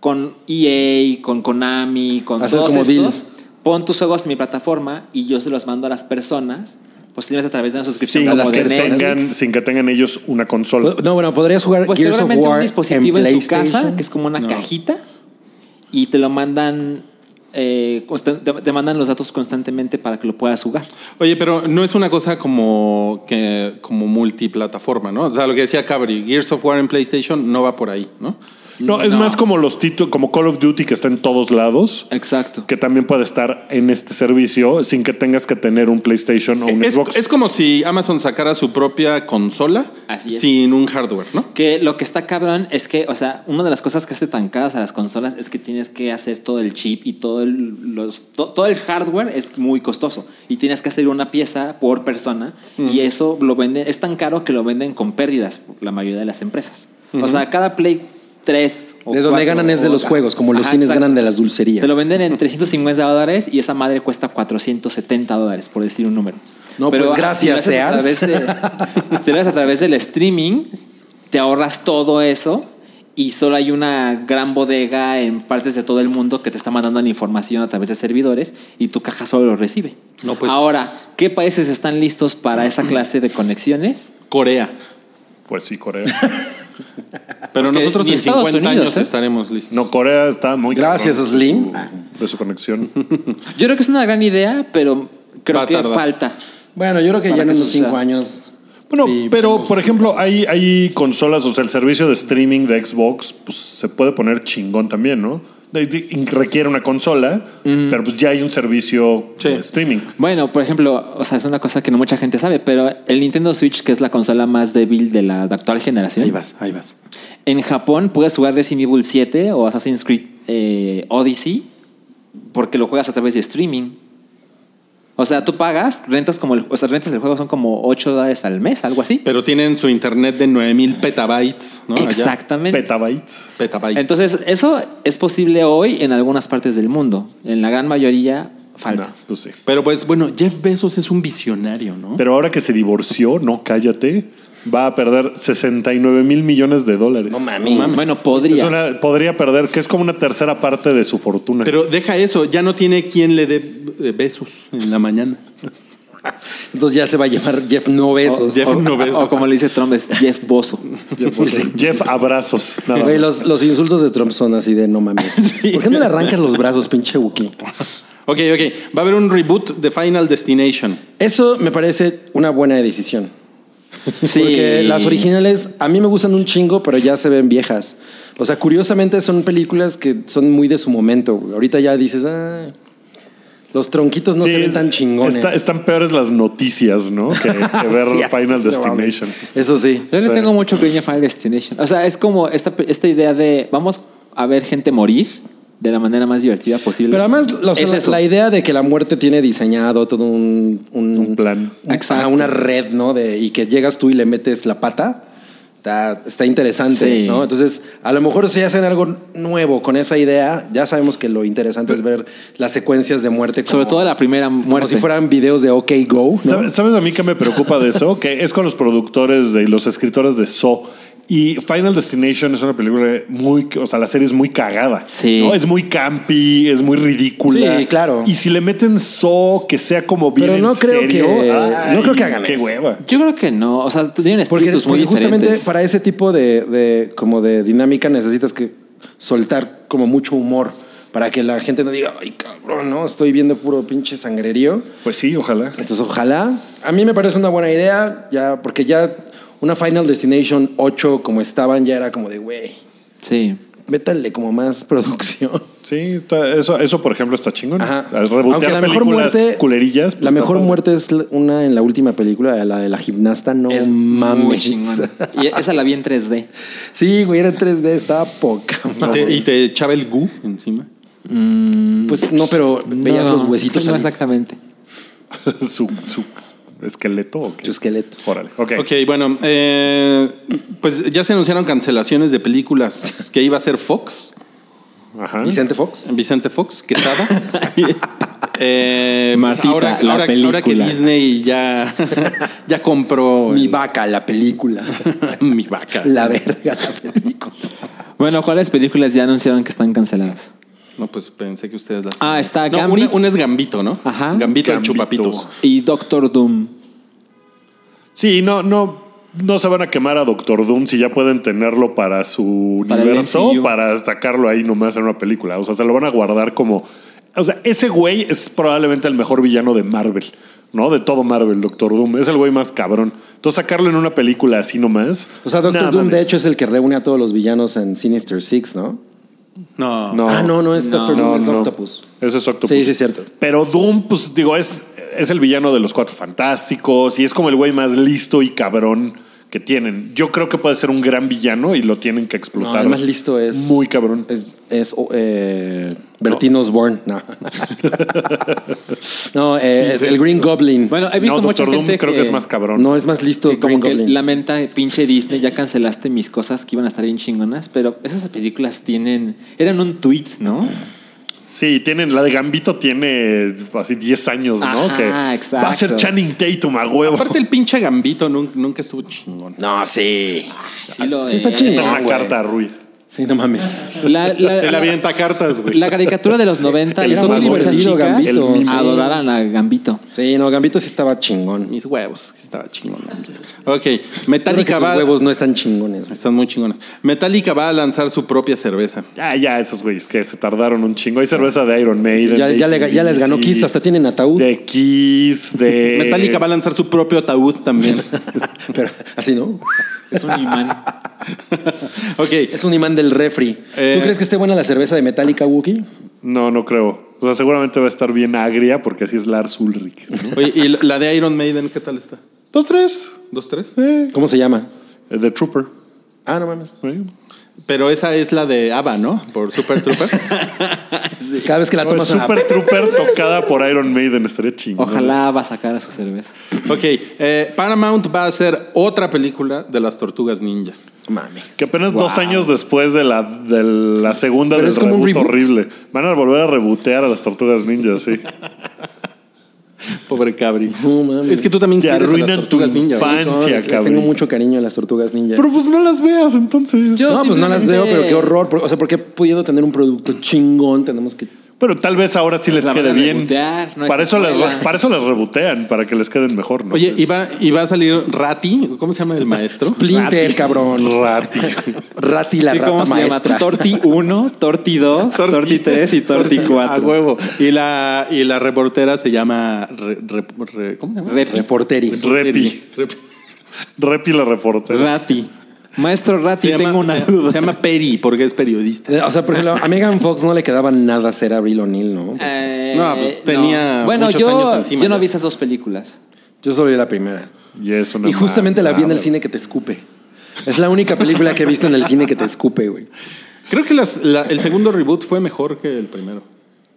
S3: con EA, con Konami, con
S4: Hacer
S3: todos
S4: como
S3: estos.
S4: deals.
S3: Pon tus juegos en mi plataforma y yo se los mando a las personas, posiblemente a través de una suscripción
S2: sin,
S3: como
S4: las
S3: de
S2: que
S3: Netflix.
S2: tengan, sin que tengan ellos una consola.
S4: No, bueno, podrías jugar
S3: Pues
S4: Gears of
S3: seguramente
S4: War
S3: un dispositivo en, su
S4: PlayStation?
S3: casa, que es como una cajita, y te lo mandan, eh, constan- te, te mandan los datos constantemente para que lo puedas jugar.
S5: Oye, pero no es una cosa como que como multiplataforma, ¿no? O sea, lo que decía Cabri, Gears of War en PlayStation no va por ahí, ¿no?
S2: No, es
S3: No.
S2: más como los títulos, como Call of Duty que está en todos lados,
S3: Exacto.
S2: que también puede estar en este servicio sin que tengas que tener un PlayStation o un
S5: Es,
S2: Xbox.
S5: es como si Amazon sacara su propia consola
S3: Así es.
S5: sin un hardware, ¿no?
S3: Que lo que está cabrón es que, o sea, una de las cosas que hace tan caras a las consolas es que tienes que hacer todo el chip y todo el, los, to- todo el hardware es muy costoso. Y tienes que hacer una pieza por persona y eso lo venden, es tan caro que lo venden con pérdidas la mayoría de las empresas. O sea, cada Play 3 o
S4: De donde
S3: cuatro
S4: ganan es de
S3: o-
S4: los juegos, como los cines ganan de las dulcerías.
S3: Te lo venden en 350 dólares y esa madre cuesta 470 dólares, por decir un número.
S4: No, pues, gracias,
S3: si lo haces
S4: Sears.
S3: a través de- si lo haces a través del streaming, te ahorras todo eso y solo hay una gran bodega en partes de todo el mundo que te está mandando la información a través de servidores y tu caja solo lo recibe.
S5: No, pues-
S3: Ahora, ¿qué países están listos para esa clase de conexiones?
S5: Corea.
S2: Pues sí, Corea.
S5: Pero
S3: Porque
S5: nosotros
S3: ni
S5: en
S3: Estados
S5: 50 años
S3: Unidos, ¿eh?
S5: estaremos listos.
S2: No, Corea está muy
S4: Gracias,
S2: cabrón de
S4: Slim.
S2: su- De su conexión.
S3: Yo creo que es una gran idea, pero
S5: Va a
S3: creo que
S5: tardar.
S3: falta.
S4: Bueno, yo creo que
S3: Para
S4: ya en
S3: que
S4: unos
S3: suceda.
S4: cinco años
S2: Bueno,
S4: Sí,
S2: pero
S4: podemos-
S2: por ejemplo, hay, hay consolas, o sea, el servicio de streaming de Xbox pues, se puede poner chingón también, ¿no? De- de- Requiere una consola, pero pues ya hay un servicio de streaming.
S3: Bueno, por ejemplo, o sea, es una cosa que no mucha gente sabe, pero el Nintendo Switch, que es la consola más débil de la actual generación,
S5: Ahí vas, ahí vas.
S3: en Japón puedes jugar Resident Evil 7 o Assassin's Creed eh, Odyssey porque lo juegas a través de streaming. O sea, tú pagas, rentas como el, o sea, rentas el juego son como 8 dólares al mes, algo así.
S5: Pero tienen su internet de 9000 petabytes, ¿no? Allá.
S3: Exactamente.
S2: Petabytes.
S5: Petabytes.
S3: Entonces, eso es posible hoy en algunas partes del mundo. En la gran mayoría falta.
S2: No, pues sí.
S5: Pero pues bueno, Jeff Bezos es un visionario, ¿no?
S2: Pero ahora que se divorció, no cállate, va a perder 69 mil millones de dólares. No mames.
S3: Bueno, podría.
S2: podría perder, que es como una tercera parte de su fortuna.
S5: Pero deja eso, ya no tiene quien le dé eh, besos en la mañana.
S4: Entonces ya se va a llamar Jeff No Besos.
S5: Jeff
S3: o,
S5: no beso.
S3: o como le dice Trump, es Jeff Bozo.
S2: Jeff, abrazos. Nada
S4: Güey,
S2: más.
S4: los, los insultos de Trump son así de no mames. ¿Por qué no le arrancas los brazos, pinche Wookie?
S5: Ok, ok. Va a haber un reboot de Final Destination.
S4: Eso me parece una buena decisión.
S3: Sí.
S4: Porque las originales a mí me gustan un chingo, pero ya se ven viejas. O sea, curiosamente son películas que son muy de su momento. güey. Ahorita ya dices, ah, los tronquitos no
S2: Sí,
S4: se ven tan chingones.
S2: está- están peores las noticias, ¿no? Que, que ver
S4: Sí,
S2: Final
S4: sí, no mames.
S2: Destination.
S4: Eso sí.
S3: Yo le
S2: Sí.
S3: tengo mucho cariño a Final Destination. O sea, es como esta, esta idea de vamos a ver gente morir de la manera más divertida posible.
S4: Pero además, o sea,
S3: Es
S4: la-
S3: eso.
S4: la idea de que la muerte tiene diseñado todo un, un,
S2: Un plan.
S4: un-
S3: Exacto.
S4: ajá, una red, ¿no? De, y que llegas tú y le metes la pata. Está, está interesante,
S3: Sí.
S4: ¿no? Entonces, a lo mejor si hacen algo nuevo con esa idea, ya sabemos que lo interesante es ver las secuencias de muerte. Como,
S3: Sobre todo la primera
S4: como
S3: muerte.
S4: si fueran videos de OK Go. ¿no?
S2: ¿Sabe- ¿Sabes a mí que me preocupa de eso? que es con los productores de, y los escritores de So. Y Final Destination es una película muy, o sea, la serie es muy cagada.
S3: Sí.
S2: ¿no? Es muy campi, es muy ridícula.
S4: Sí, claro.
S2: Y si le meten So, que sea como bien
S4: Pero no
S2: en
S4: creo
S2: serio,
S4: que-
S2: ay,
S4: no creo que hagan
S2: qué
S4: eso.
S2: hueva.
S3: Yo creo que no. O sea, tienen
S4: Porque,
S3: espíritus muy
S4: porque justamente
S3: diferentes.
S4: para ese tipo de, de- como de dinámica necesitas que soltar como mucho humor para que la gente no diga, ay cabrón, no, estoy viendo puro pinche sangrerío.
S2: Pues sí, ojalá.
S4: Entonces, ojalá. A mí me parece una buena idea, ya, porque ya una Final Destination 8 como estaban, ya era como de, güey,
S3: Sí.
S4: métanle como más producción.
S2: Sí, está- eso, eso por ejemplo está chingón.
S4: Ajá.
S2: Rebotear
S4: Aunque la mejor
S2: películas
S4: muerte,
S2: culerillas. pues,
S4: la
S2: está
S4: mejor
S2: padre.
S4: muerte es la- una en la última película, la de la gimnasta, no
S3: Es
S4: mames.
S3: muy chingona. Y esa la vi en 3D.
S4: Sí, güey, era en 3D, estaba poca.
S3: Ah,
S5: Y
S4: madre.
S5: te, y te echaba el gu encima.
S4: Pues no, pero veías
S3: No,
S4: los huesitos
S3: No,
S4: salir,
S3: exactamente.
S2: su, su esqueleto. ¿o qué?
S4: tu esqueleto.
S2: Órale, ok.
S5: Ok, bueno, eh, pues ya se anunciaron cancelaciones de películas que iba a ser Fox,
S2: Ajá.
S4: Vicente Fox.
S5: Vicente Fox, Quesada. Eh, pues
S3: Martita,
S5: ahora,
S3: la
S5: ahora- ahora que
S3: película.
S5: Disney ya, ya compró
S4: Mi
S5: el-
S4: vaca, la película.
S5: mi vaca.
S4: la verga, la película.
S3: Bueno, ¿cuáles películas ya anunciaron que están canceladas?
S5: No, pues pensé que ustedes las.
S3: Ah, está
S5: No,
S3: Gambit.
S5: una, una es Gambito, ¿no?
S3: Ajá.
S5: Gambito, el
S2: Gambito.
S5: chupapitos.
S3: Y Doctor Doom.
S2: Sí, no, no, no se van a quemar a Doctor Doom si ya pueden tenerlo para su
S3: Para el
S2: universo,
S3: MCU.
S2: para sacarlo ahí nomás en una película. O sea, se lo van a guardar como. O sea, ese güey es probablemente el mejor villano de Marvel, ¿no? De todo Marvel, Doctor Doom. Es el güey más cabrón. Entonces, sacarlo en una película así nomás.
S4: O sea, Doctor
S2: nah,
S4: Doom, de
S2: mames.
S4: hecho, es el que reúne a todos los villanos en Sinister Six, ¿no?
S5: No.
S2: No.
S4: Ah, no, no es Doctor Doom, es Octopus.
S2: Ese es Octopus.
S4: Sí, sí, es cierto.
S2: Pero Doom, pues digo, es, es el villano de los cuatro fantásticos y es como el güey más listo y cabrón que tienen. Yo creo que puede ser un gran villano y lo tienen que explotar.
S4: el más listo es.
S2: Muy cabrón.
S4: Es, es oh, eh, Bertín Osborn. No. no, eh, es el Green Goblin.
S3: Bueno, he visto
S2: no,
S3: mucha
S2: Doctor Doom
S3: gente
S2: creo que... es más cabrón.
S4: no es más listo
S3: que como
S4: Green
S3: que
S4: Goblin.
S3: lamenta pinche Disney, ya cancelaste mis cosas que iban a estar bien chingonas, pero esas películas tienen, eran un tweet, ¿no?
S2: Sí, tienen, la de Gambito tiene así 10 años, ¿no?
S3: Ajá,
S2: Que
S3: exacto.
S2: va a ser Channing Tatum a huevo.
S5: Aparte, el pinche Gambito nun- nunca, estuvo chingón.
S4: No, sí.
S3: Sí, lo
S4: sí está
S3: es.
S4: chingón.
S2: Tiene una
S4: güey.
S2: carta a Rui.
S4: Sí, no mames.
S3: La, la-
S5: El avienta cartas, güey.
S3: la caricatura de los 90
S2: El
S3: hizo que
S2: mamón.
S3: muchas
S4: Divertido,
S3: chicas
S4: Gambito. Sí.
S3: adoraran a Gambito.
S4: Sí, no, Gambito sí estaba chingón.
S5: Mis huevos. Estaba chingón.
S4: Creo
S5: Ok.
S4: que
S5: Metallica
S4: tus
S5: va.
S4: huevos no están chingones. güey.
S5: Están muy chingones. Metallica va a lanzar su propia cerveza.
S2: Ah, ya, esos güeyes que se tardaron un chingo. Hay cerveza de Iron Maiden.
S4: Ya,
S2: de
S4: ya le- ya les ganó
S2: AC/DC,
S4: Kiss, hasta tienen ataúd.
S2: De Kiss, de.
S5: Metallica va a lanzar su propio ataúd también.
S4: Pero así no.
S3: Es un imán.
S5: ok.
S4: Es un imán del refri.
S5: Eh.
S4: ¿Tú crees que esté buena la cerveza de Metallica, Wookie?
S2: No, no creo. O sea, seguramente va a estar bien agria porque así es Lars Ulrich.
S5: Oye, ¿y la de Iron Maiden qué tal está?
S2: Dos, tres.
S5: ¿Dos, tres?
S2: Eh,
S4: ¿Cómo se llama?
S2: The Trooper.
S4: Ah, no mames.
S2: Eh.
S5: Pero esa es la de ABBA, ¿no? Por Super Trooper.
S4: Cada vez que la
S2: No,
S4: tomas suena-
S2: Super Trooper tocada por Iron Maiden. Estaría chingón.
S3: Ojalá va a sacar a su cerveza.
S5: ok. eh, Paramount va a hacer otra película de las tortugas ninja.
S4: ah, Mames.
S2: Que apenas dos años después de la, de la segunda
S4: Pero
S2: del
S4: es como un
S2: reboot
S4: reboot.
S2: horrible. Van a volver a rebotear a las tortugas ninjas, sí.
S5: Pobre Cabri.
S4: No mames.
S5: Es que tú también
S2: Te
S5: quieres a las
S2: arruinan tu
S5: tortugas ninja. güey.
S4: No,
S2: infancia,
S4: les- les
S2: cabrón.
S4: tengo mucho cariño a las tortugas ninja.
S2: Pero pues no las veas entonces.
S4: no, pues no las veo,
S3: simplemente-
S4: pero qué horror. Por- O sea, porque pudiendo tener un producto chingón, tenemos que.
S2: Pero tal vez ahora sí les
S3: La van
S2: quede
S3: a
S2: bien.
S3: rebotear, no hay
S2: para, eso las,
S3: secuela.
S2: para eso las rebotean, para que les queden mejor, ¿no?
S5: Oye,
S2: Pues,
S5: y va, y va a salir Rati. ¿Cómo se llama el maestro?
S4: Splinter, cabrón.
S2: Rati.
S4: Rati la
S6: ¿Y
S4: rata
S6: cómo se llama?
S4: maestra.
S6: Torti 1, Torti 2, Torti 3 y Torti
S5: A
S6: 4.
S5: huevo. Y la, y la reportera se llama. re- re- re- ¿Cómo se llama?
S3: Repi.
S4: Reporteri.
S2: Repi.
S5: Rep-
S2: Repi la reportera.
S6: Rati. Maestro Rati,
S5: Se llama-
S6: tengo una
S5: se-
S6: duda.
S5: Se llama Peri porque es periodista.
S4: Eh, O sea, por ejemplo, a Megan Fox no le quedaba nada ser Abril O'Neill, ¿no?
S3: Eh,
S5: No, pues, tenía
S3: Bueno,
S5: muchos
S3: yo,
S5: años encima,
S3: yo no
S5: ya.
S3: vi esas dos películas.
S4: Yo solo vi la primera.
S2: Y es una
S4: y justamente la vi en el
S2: mamada.
S4: cine que te escupe. Es la única película que he visto en el cine que te escupe, güey.
S5: Creo que las- la- el segundo reboot fue mejor que el primero.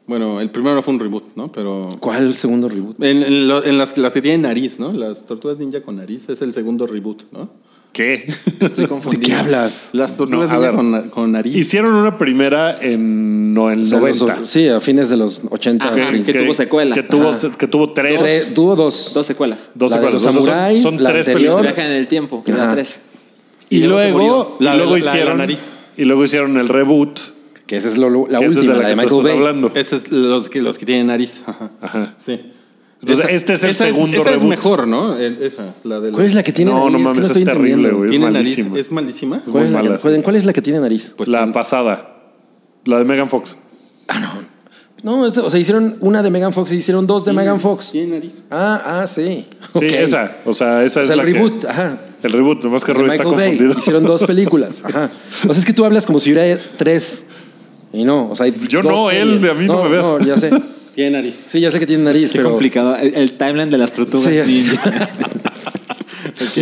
S5: Bueno, el primero no fue un reboot, ¿no? Pero.
S4: ¿Cuál segundo reboot?
S5: En, en lo- en las, las que tienen nariz, ¿no? Las tortugas ninja con nariz es el segundo reboot, ¿no?
S2: ¿Qué?
S3: Estoy
S4: ¿De qué
S3: confundido.
S4: hablas?
S5: Las tortugas
S2: No, a
S5: ninja
S2: ver.
S5: con, na- con nariz.
S2: Hicieron una primera en no, el
S4: O sea, los-
S2: 90.
S4: sí, a fines de los 80.
S3: Ajá,
S4: güey.
S3: que tuvo secuela.
S2: Que tuvo,
S3: Ajá.
S2: se- que tuvo tres.
S4: Tres- Tuvo dos.
S3: Dos secuelas.
S2: Dos
S4: La de
S2: secuelas.
S4: los
S2: O sea, son-
S4: Samurai,
S2: son,
S4: la
S2: tres
S4: anterior.
S2: películas.
S3: Viajan en el tiempo, que
S4: Ajá.
S3: la tres.
S2: Y, luego,
S5: se murió.
S2: y
S5: La de
S2: luego
S5: la- la de la
S2: hicieron.
S5: nariz.
S2: y luego hicieron el reboot.
S4: Que esa es lo- lo- la
S2: que esa
S4: última,
S2: es
S4: la de,
S2: que tú
S4: Michael
S2: estás
S4: Bay.
S2: hablando.
S5: Ese es los que, los que tienen nariz. Ajá.
S2: Ajá.
S5: Sí.
S2: Entonces, este es el
S5: esa
S2: segundo
S5: esa es
S2: reboot.
S5: mejor, ¿no? El- esa, la de
S4: ¿Cuál es la que tiene
S2: No,
S4: nariz?
S2: no
S4: que
S2: mames,
S4: estoy
S2: es terrible,
S4: entendiendo.
S2: güey. Pues Es
S5: tiene
S2: malísima.
S5: nariz. ¿Es malísima?
S2: Es
S4: ¿Cuál
S2: muy
S4: es, la
S2: mala.
S4: que, cuál es la que tiene nariz?
S5: Pues
S2: la
S5: tan-
S2: pasada. La de Megan Fox.
S4: No, es- o sea, hicieron una de Megan Fox y hicieron dos de Megan Fox.
S5: Tiene nariz.
S4: Ah, ah, sí.
S2: Sí,
S4: Ok.
S2: esa. O sea, esa
S4: O
S2: es
S4: sea,
S2: la
S4: el
S2: que-
S4: reboot, ajá.
S2: El reboot, nomás que
S4: de
S2: Rui está
S4: Michael Bay.
S2: confundido.
S4: Hicieron dos películas. Ajá. O sea, es que tú hablas como si hubiera tres. Y no, o sea, hay
S2: Yo
S4: dos
S2: no, él,
S4: series.
S2: de a mí no me veas.
S4: No, ya sé.
S5: Tiene nariz.
S4: Sí, ya sé que tiene nariz,
S6: Qué
S4: pero.
S6: complicado. El, el timeline de las tortugas
S4: Sí, es-
S6: ninja.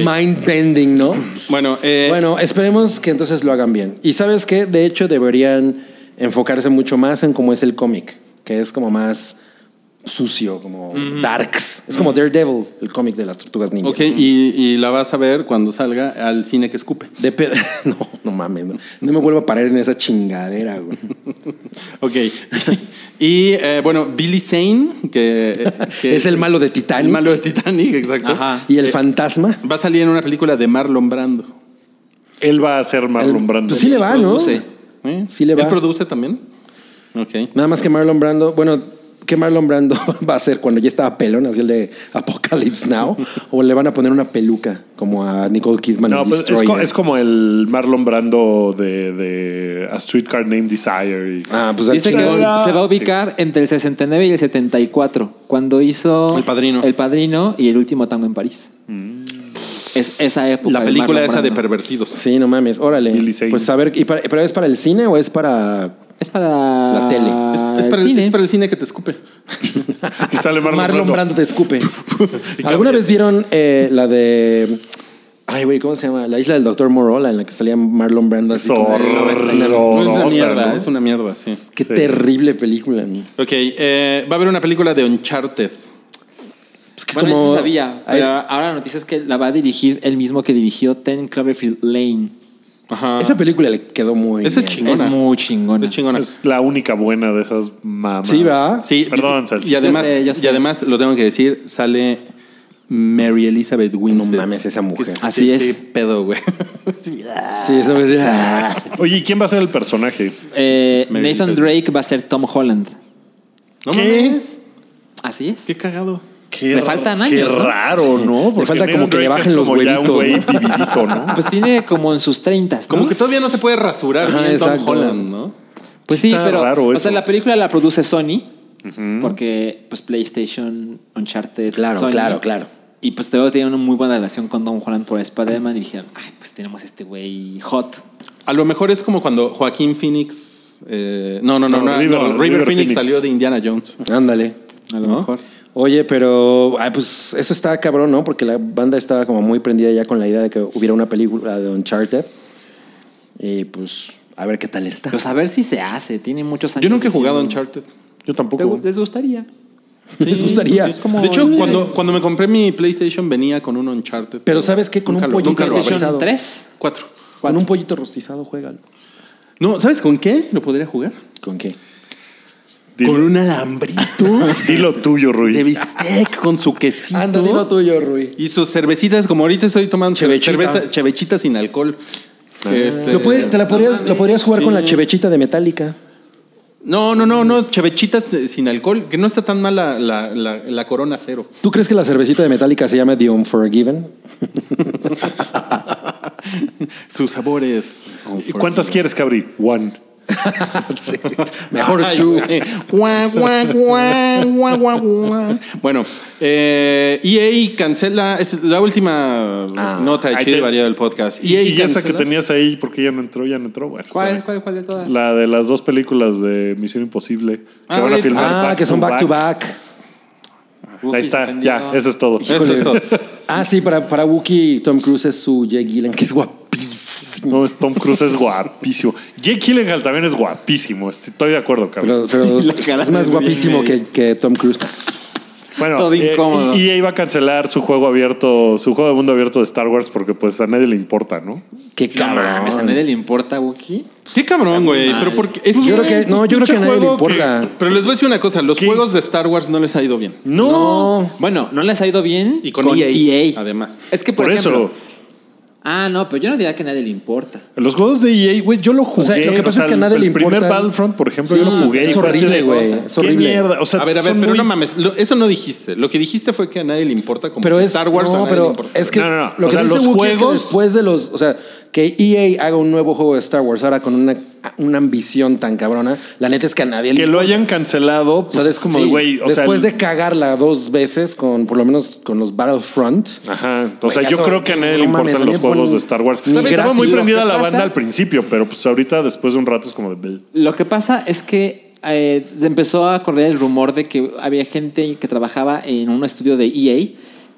S4: Mind bending, ¿no?
S5: Bueno, eh,
S4: Bueno, esperemos que entonces lo hagan bien. Y sabes qué, de hecho deberían enfocarse mucho más en cómo es el cómic, que es como más sucio, como darks. Es como Daredevil, el cómic de las tortugas ninja.
S5: ok, y, y la vas a ver cuando salga al cine que escupe.
S4: De pe- no, no mames, no, No me vuelvo a parar en esa chingadera, güey.
S5: Ok. y eh, bueno, Billy Zane, que, eh, que-
S4: Es el malo de Titanic.
S5: El malo de Titanic, exacto.
S6: Ajá.
S4: Y el fantasma.
S5: Va a salir en una película de Marlon Brando.
S2: Él va a ser Marlon
S4: El-
S2: Brando.
S4: Pues sí le va, ¿no?
S6: Produce.
S5: ¿eh?
S4: Sí le va.
S5: ¿Él produce también? Ok.
S4: Nada más que Marlon Brando, bueno, ¿qué Marlon Brando va a hacer cuando ya estaba pelón, así el de Apocalypse Now? ¿O le van a poner una peluca como a Nicole Kidman?
S2: No,
S4: en
S2: pues es,
S4: Destroyer?
S2: co- es como el Marlon Brando de, de A Streetcar Named Desire. y-
S4: Ah, pues
S6: Dice
S4: aquí-
S6: que
S2: Chingón.
S6: se va a ubicar entre el 69 y el 74, cuando hizo
S5: El Padrino.
S6: El Padrino y El Último Tango en París. Es esa época.
S5: La
S6: de
S5: película
S6: Marlon
S5: esa de
S6: Brando.
S5: pervertidos.
S4: Sí, no mames, órale.
S2: Billy Zane.
S4: Pues a ver, ¿y para, ¿pero es para el cine o es para
S6: Es para
S4: La tele.
S5: Es, es para
S6: el cine.
S5: es para el cine que te escupe.
S2: Y sale Marlon,
S4: Marlon
S2: Brando.
S4: Brando te escupe? ¿Alguna vez vieron eh, la de... Ay, güey, ¿cómo se llama? La isla del Doctor Morola, en la que salía Marlon Brando. Así
S2: Es
S4: como-
S2: horror-
S5: No, es una
S2: horrorosa,
S5: mierda,
S2: ¿no?
S5: es una mierda, sí.
S4: Qué
S2: Sí.
S4: terrible película. ¿no?
S5: Ok, eh, va a haber una película de Uncharted.
S4: Es que
S6: Bueno,
S4: como-
S6: eso se sabía.
S4: Ay,
S6: Pero ahora la noticia es que la va a dirigir el mismo que dirigió Ten Cloverfield Lane.
S5: Ajá.
S4: Esa película le quedó muy
S5: Esa es
S4: bien.
S5: chingona.
S6: Es muy chingona.
S5: Es chingona.
S2: Es la única buena de esas mamás.
S4: Sí, ¿verdad?
S5: Sí,
S2: Perdón,
S5: y,
S2: Salchi.
S5: y además,
S6: Yo sé, yo sé.
S5: y además lo tengo que decir, sale Mary Elizabeth Winstead.
S4: No mames, esa mujer.
S5: ¿Qué-
S6: Así
S5: qué-
S6: es.
S5: qué pedo, güey.
S4: Sí, ah, eso me decía.
S2: Oye, ¿y quién va a ser el personaje?
S3: Eh,
S5: Me
S3: Nathan
S5: dices.
S3: Drake va a ser Tom Holland.
S5: No
S2: ¿Qué?
S5: mames.
S3: Así es.
S5: Qué cagado.
S2: Qué
S3: Le
S2: ra-
S3: faltan
S2: Qué
S3: años, ¿no?
S2: raro, ¿no? Porque
S4: falta
S2: Nathan
S4: como que le
S2: Drake
S4: bajen
S2: es
S4: los
S2: como ya un
S4: huevitos,
S2: güey
S4: ¿no?
S2: vividito, ¿no?
S3: Pues tiene como en sus 30.
S5: Como que todavía no se puede rasurar
S4: Ajá,
S5: bien Tom
S4: exacto.
S5: Holland, ¿no?
S3: Pues
S2: Sí
S3: sí,
S2: está
S3: pero
S2: raro
S3: o
S2: eso.
S3: sea, la película la produce Sony porque pues PlayStation Uncharted
S4: Claro,
S3: Sony.
S4: claro, claro.
S3: Y pues luego tiene una muy buena relación con Tom Holland por Spider-Man y dijeron, "Ay, pues tenemos este güey hot."
S5: A lo mejor es como cuando Joaquín Phoenix. eh, no, no, no,
S2: No,
S5: no,
S2: River-
S5: no, River,
S2: River
S5: Phoenix,
S2: Phoenix.
S5: salió de Indiana Jones.
S4: Ándale.
S3: A lo
S4: ¿no?
S3: mejor.
S4: Oye, pero ay, pues eso está cabrón, ¿no? Porque la banda estaba como muy prendida ya con la idea de que hubiera una película de Uncharted. Y pues, a ver qué tal está.
S3: Pero a ver si se hace, tiene muchos años.
S5: Yo nunca he jugado
S3: haciendo-
S5: Uncharted.
S2: Yo
S3: ¿Te
S2: tampoco.
S3: gu- ¿Les gustaría?
S4: Les gustaría.
S5: De hecho, cuando, cuando me compré mi PlayStation venía con un Uncharted.
S4: Pero ¿sabes qué? Con un
S5: lo-
S4: pollito
S5: nunca lo abrí.
S4: PlayStation
S3: PlayStation 3
S5: Cuatro.
S4: Con un pollito rostizado, juega.
S5: No, ¿sabes con qué lo podría jugar?
S4: ¿Con qué?
S2: Dilo,
S5: Con un alambrito
S2: dilo tuyo,
S5: de
S2: Rui.
S5: bistec con su quesito.
S4: Anda, dilo tuyo, Rui.
S5: Y sus cervecitas, como ahorita estoy tomando
S4: Chevechita.
S5: cerveza, chevechita sin alcohol.
S2: Ah.
S5: Este-
S4: Lo puede- te la podrías, lo podrías jugar con la
S5: Sí.
S4: chevechita de Metallica.
S5: No, no, no, no, chevechitas eh, sin alcohol, que no está tan mal la, la- la- la corona cero.
S4: ¿Tú crees que la cervecita de Metallica se llama The Unforgiven?
S5: Sus sabores.
S2: ¿Y ¿Cuántas quieres, Cabri? One.
S5: Mejor tú. Bueno, eh, EA cancela. Es la última nota de
S2: Ah, ahí
S5: Chile
S2: te-
S5: variado del podcast.
S2: Y,
S5: EA
S2: y esa que
S5: cancela-
S2: tenías ahí, porque ya no entró, ya no entró. Bueno,
S3: ¿Cuál,
S2: está
S3: cuál, cuál de todas?
S2: bien. La de las dos películas de Misión Imposible que
S5: Ah,
S2: van a
S5: ahorita.
S2: filmar.
S4: Ah, que son back to back.
S3: Uf,
S2: Ahí está,
S3: suspendido.
S2: ya, eso es todo.
S5: Eso es todo.
S4: Ah, sí, para, para Wookiee, Tom Cruise es su Jake Gillen, que es guapísimo.
S2: No, es- Tom Cruise es guapísimo. Jake Gyllenhaal también es guapísimo. Estoy de acuerdo, Cabri.
S4: Pero, pero
S5: La cara
S4: es más
S5: de
S4: guapísimo
S5: bien
S4: que, que Tom Cruise.
S2: Bueno,
S5: Todo
S2: eh,
S5: incómodo.
S2: y EA va a cancelar su juego abierto, su juego de mundo abierto de Star Wars porque pues a nadie le importa, ¿no?
S4: Qué
S3: Cabrón. ¿A
S4: cabrón.
S3: nadie le importa, Wookie?
S5: Qué cabrón, güey. Pero porque es
S4: Pues, Yo creo que, no, yo creo que a nadie le
S2: Pinche juego que-
S4: importa.
S5: Pero les voy a decir una cosa: los juegos de Star Wars no les ha ido bien.
S2: No.
S3: Bueno, no les ha ido bien
S5: Y con E EA,
S3: E
S5: además.
S3: Es que por,
S2: Por,
S3: ejemplo,
S2: eso,
S3: Ah, no, pero yo no diría que a nadie le importa.
S2: los juegos de EA, güey, yo lo jugué.
S4: sea, lo que pasa es que a nadie
S2: el
S4: le
S2: primer
S4: importa.
S2: Battlefront, por ejemplo, yo lo
S4: Sí,
S2: jugué. y
S4: es
S2: fue así
S4: horrible,
S2: de,
S4: güey,
S2: "Qué
S4: es horrible".
S2: mierda. O sea,
S5: a ver, a ver,
S2: son
S5: pero
S2: muy-
S5: no mames. lo- eso no dijiste. Lo que dijiste fue que a nadie le importa como
S4: Pero
S5: si
S4: es,
S5: Star Wars a
S4: no,
S5: nadie le
S4: pero
S5: importa.
S4: es que
S2: No, no, no.
S4: lo
S2: O
S4: que
S2: sea,
S4: dice
S2: los
S4: Wookiee es que
S2: juegos-
S4: después de los, o sea, que EA haga un nuevo juego de Star Wars ahora con una, una ambición tan cabrona, la neta es que a nadie le
S2: que lo hayan cancelado,
S4: O sea,
S2: pues es
S4: des-
S2: como,
S4: sí,
S2: güey, o sea,
S4: después
S2: el-
S4: de cagarla dos veces con por lo menos con los Battlefront.
S2: Ajá. O sea,
S4: Güey,
S2: yo
S4: eso-
S2: creo que a nadie le
S4: no mames,
S2: importan los
S4: también
S2: juegos
S4: ponen-
S2: de Star Wars.
S4: ni
S2: ¿Sabes? Estaba
S4: gratis.
S2: muy prendida
S3: ¿Qué
S2: la
S3: pasa?
S2: banda al principio, pero pues ahorita después de un rato es como de... "Bleh".
S3: Lo que pasa es que eh, se empezó a correr el rumor de que había gente que trabajaba en un estudio de EA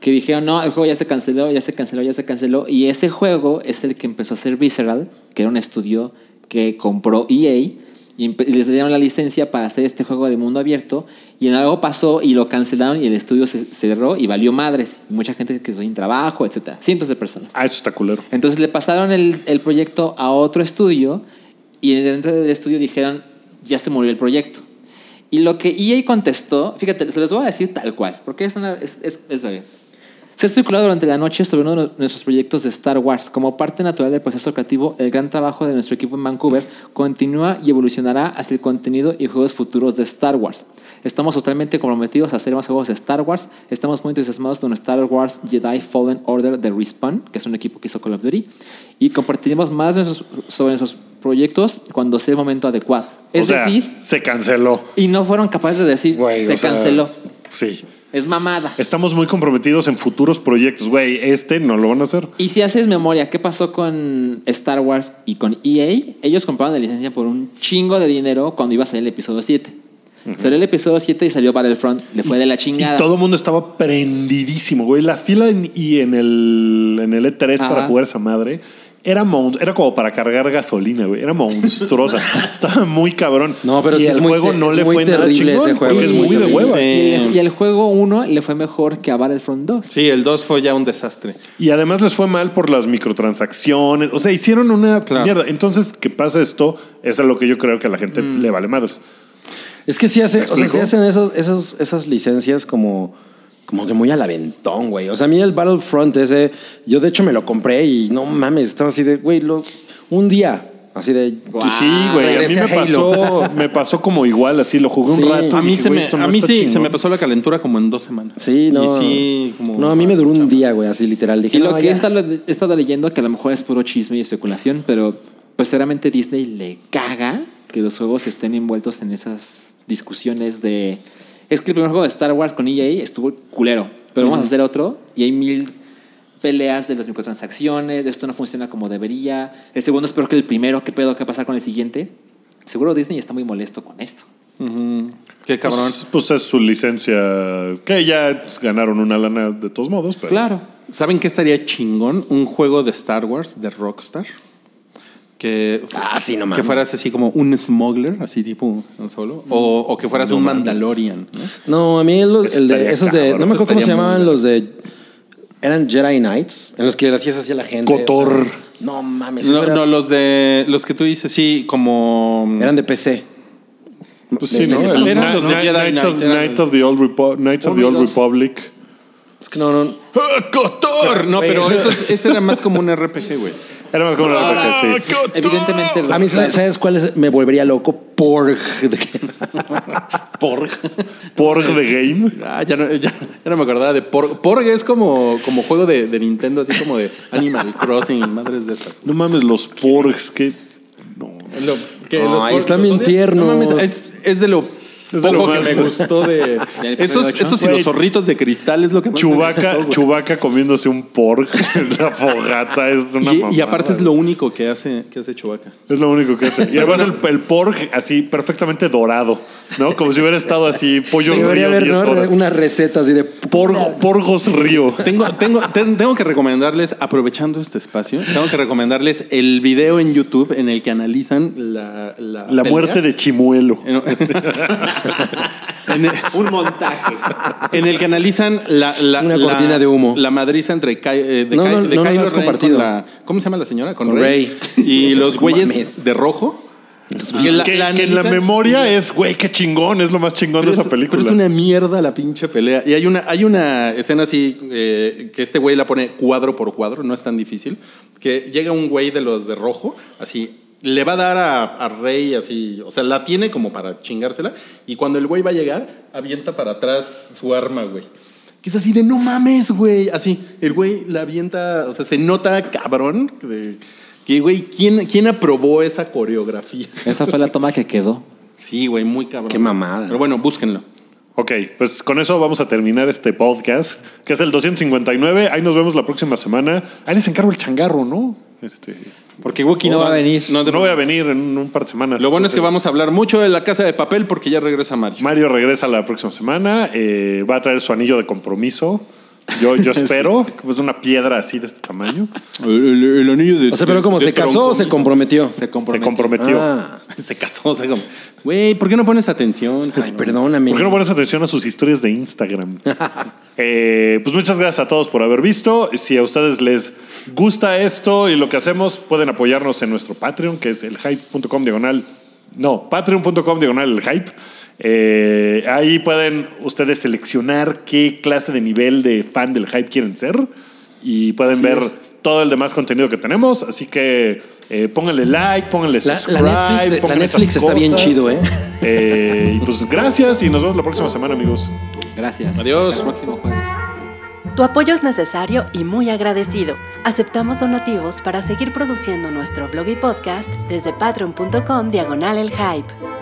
S3: que dijeron, no, el juego ya se canceló, ya se canceló, ya se canceló. Y ese juego es el que empezó a hacer Visceral, que era un estudio que compró EA y empe- y les dieron la licencia para hacer este juego de mundo abierto. Y en algo pasó y lo cancelaron y el estudio se cerró y valió madres. Mucha gente que sin trabajo, etcétera. Cientos de personas.
S2: Ah, eso está culero.
S3: Entonces le pasaron el, el proyecto a otro estudio y dentro del estudio dijeron, ya se murió el proyecto. Y lo que EA contestó, fíjate, se los voy a decir tal cual, porque es una... Es, es, es breve. Se ha especulado durante la noche sobre uno de nuestros proyectos de Star Wars. Como parte natural del proceso creativo, el gran trabajo de nuestro equipo en Vancouver continúa y evolucionará hacia el contenido y juegos futuros de Star Wars. Estamos totalmente comprometidos a hacer más juegos de Star Wars. Estamos muy entusiasmados con Star Wars Jedi Fallen Order de Respawn, que es un equipo que hizo Call of Duty, y compartiremos más de nuestros- sobre nuestros proyectos cuando sea el momento adecuado. Es
S2: o sea,
S3: decir,
S2: se canceló.
S3: y no fueron capaces de decir,
S4: Güey,
S3: se
S4: o sea,
S3: canceló.
S2: Sí.
S3: Es mamada.
S2: Estamos muy comprometidos en futuros proyectos. Güey, este no lo van a hacer.
S3: Y si haces memoria, ¿qué pasó con Star Wars y con EA? Ellos compraron la licencia por un chingo de dinero cuando iba a salir el episodio 7. Salió el episodio 7 y salió Battlefront. Le fue de la chingada.
S2: Y todo el mundo estaba prendidísimo, güey. La fila en, y en el, en el E3 para
S3: Ajá.
S2: jugar esa madre era, mon- era como para cargar gasolina, güey. Era monstruosa. estaba muy cabrón.
S4: No, pero
S2: y
S4: sí
S2: el
S4: es muy
S2: juego
S4: te-
S2: no
S4: es
S2: le
S4: muy
S2: fue nada
S4: terrible
S2: chingón,
S4: ese juego,
S2: porque
S4: es
S2: es
S4: muy
S2: muy de
S4: terrible.
S2: hueva.
S5: Sí.
S3: Y, el, y el juego 1 le fue mejor que a Battlefront 2.
S5: Sí, el 2 fue ya un desastre.
S2: Y además les fue mal por las microtransacciones. O sea, hicieron una
S5: Claro.
S2: mierda. Entonces, ¿qué pasa esto? Eso es lo que yo creo que a la gente le vale madres.
S4: Es que sí, hace,
S2: ¿Me
S4: o sea, sí
S2: explico?
S4: hacen esos, esos, esas licencias como como que muy al aventón, güey. O sea, a mí el Battlefront ese, yo de hecho me lo compré y no mames, estaba así de, güey, lo- un día, así de...
S2: Pues sí, güey. A mí
S4: Regresé
S2: me
S4: a Halo.
S2: pasó, me pasó como igual, así lo jugué
S4: Sí.
S2: un rato. y
S5: A mí,
S2: dije,
S5: se
S2: "Güey,
S5: me,
S2: esto no
S5: a mí
S2: está
S5: sí se
S2: chingón".
S5: me pasó la calentura como en dos semanas.
S4: Sí, no.
S5: Y sí, como- ah,
S4: no, a mí me duró un día, güey, así literal. Dije,
S6: Y lo
S4: "No,
S6: que
S4: ya".
S6: he estado, he estado leyendo, que a lo mejor es puro chisme y especulación, pero pues claramente Disney le caga que los juegos estén envueltos en esas discusiones de... Es que el primer juego de Star Wars con EA estuvo culero, pero vamos a hacer otro y hay mil peleas de las microtransacciones, de esto no funciona como debería, el segundo es peor que el primero, ¿qué pedo? ¿Qué va a pasar con el siguiente? Seguro Disney está muy molesto con esto.
S5: Qué cabrón.
S2: Pues, pues es su licencia, que ya ganaron una lana de todos modos, pero
S6: Claro.
S5: ¿Saben qué estaría chingón? Un juego de Star Wars de Rockstar. Que,
S4: Ah, sí, no mames.
S5: que fueras así como un smuggler, así tipo un solo. O, o que fueras un Mandalorian. ¿no?
S4: No, a mí los-
S2: Eso
S4: el de,
S2: estaría
S4: esos de...
S2: cabrón,
S4: No me
S5: eso
S4: acuerdo cómo se
S5: estaría muy
S4: llamaban
S5: bueno.
S4: los de... Eran Jedi Knights, en los que las hacías hacia la gente.
S2: Cotor.
S4: o sea, no mames,
S5: No,
S4: eso era-
S5: no, los de los que tú dices, sí, como. mm,
S4: eran de PC.
S2: pues sí, ¿no?
S5: de-
S2: El
S5: eran
S2: Knight-
S5: los de
S2: Knight-
S5: Jedi
S2: Knights of-
S5: Knight, eran-
S2: Knights of the Old Repo- Knights of the Old
S6: Uno y dos.
S2: Republic.
S4: Es que no, no...
S5: ¡Ah, ¡Cotor! No,
S4: Güey.
S5: pero eso, es- ese era más como un RPG, güey.
S2: Era más como una
S5: Ah,
S2: RPG, sí.
S6: Evidentemente...
S4: A mí, ¿sabes sabes cuál es? Me volvería loco. Porg.
S5: Porg.
S2: Por the game.
S5: Ah, ya no, ya, ya no me acordaba de Porg. Porg es como, como juego de, de Nintendo, así como de Animal Crossing y madres de estas.
S2: No mames, los porgs, que
S5: Lo- que
S4: Ay,
S5: los Porg
S4: están
S5: los
S4: bien
S5: odian.
S4: tiernos.
S5: No mames, es, es de lo
S2: Es de
S5: poco
S2: lo
S5: que
S2: más-
S5: me gustó de... Esos, esos y
S2: Güey.
S5: los zorritos de cristal es lo que más me
S2: Chubaca,
S5: gustó, güey.
S2: Chubaca comiéndose un porg en la fogata es una
S5: Y, y
S2: mamada,
S5: aparte es lo único que hace, que hace Chubaca.
S2: Es lo único que hace. Y además el, el porg así perfectamente dorado, ¿no? Como si hubiera estado así pollo río
S4: Debería haber
S2: 10
S4: ¿no?
S2: horas.
S4: unas recetas así de...
S2: Porgo- porgos río.
S5: Tengo, tengo, ten- tengo que recomendarles, aprovechando este espacio, tengo que recomendarles el video en YouTube en el que analizan la... La,
S2: La
S5: pelea.
S2: muerte de Chimuelo.
S5: En el-
S6: Un montaje.
S5: En el que analizan la, la-
S4: Una
S5: la-
S4: cortina de humo.
S5: La madriza entre Ky- eh, de
S4: No,
S5: Ky-
S4: no,
S5: de
S4: no, no
S5: Kylo
S4: lo has
S5: Ren
S4: compartido.
S5: con la- ¿Cómo se llama la señora? Con
S4: Con
S5: Rey.
S4: Rey.
S5: Y los
S4: No
S5: güeyes
S4: mames. pues,
S5: de rojo.
S2: Que, que en la
S5: analizan.
S2: memoria es, güey, qué chingón, es lo más chingón
S5: Pero
S2: de
S5: es,
S2: esa película.
S5: pero es una mierda la pinche pelea. Y hay una, hay una escena así eh, que este güey la pone cuadro por cuadro, no es tan difícil. Que llega un güey de los de rojo, así, le va a dar a, a Rey, así, o sea, la tiene como para chingársela. Y cuando el güey va a llegar, avienta para atrás su arma, güey. Que es así de no mames, güey. Así, el güey la avienta, o sea, se nota cabrón. de- que, güey, ¿quién, ¿quién aprobó esa coreografía?
S6: Esa fue la toma que quedó.
S5: Sí, güey, muy cabrón.
S4: Qué mamada.
S5: Pero bueno, búsquenlo.
S2: Ok, pues con eso vamos a terminar este podcast, que es el 259. Ahí nos vemos la próxima semana. Ahí les encargo el changarro, ¿no? Este,
S6: Porque Wookie no va a venir.
S5: No
S2: no,
S5: te
S2: voy a venir en un par de semanas.
S5: Lo bueno es que
S2: Entonces,
S5: vamos a hablar mucho de la casa de papel porque ya regresa Mario.
S2: Mario regresa la próxima semana, eh, va a traer su anillo de compromiso. Yo, yo espero, pues una piedra así de este tamaño.
S5: El, el- el anillo de.
S4: O sea, pero
S5: de-
S4: como
S5: de
S4: se casó o se
S5: troncomiso.
S4: comprometió.
S5: Se
S2: Se
S5: comprometió.
S2: comprometió.
S4: Ah.
S5: Se casó, se comprometió. Güey, ¿por qué no pones atención?
S4: Ay, perdóname.
S2: ¿Por qué no pones atención a sus historias de Instagram? Eh, pues muchas gracias a todos por haber visto. Si a ustedes les gusta esto y lo que hacemos, pueden apoyarnos en nuestro Patreon, que es el hype.com diagonal. No, patreon.com diagonal el hype. Eh, ahí pueden ustedes seleccionar qué clase de nivel de fan del hype quieren ser y pueden ver todo el demás contenido que tenemos. Así que eh, pónganle like, pónganle
S4: La- la
S2: subscribe.
S4: Netflix- la
S2: pónganle esas
S4: Netflix está bien
S2: cosas.
S4: chido, ¿eh?
S2: Eh, y pues gracias y nos vemos la próxima semana, amigos.
S6: Gracias.
S5: Adiós.
S6: Hasta el próximo jueves.
S8: Tu apoyo es necesario y muy agradecido. Aceptamos donativos para seguir produciendo nuestro blog y podcast desde patreon.com diagonal el hype.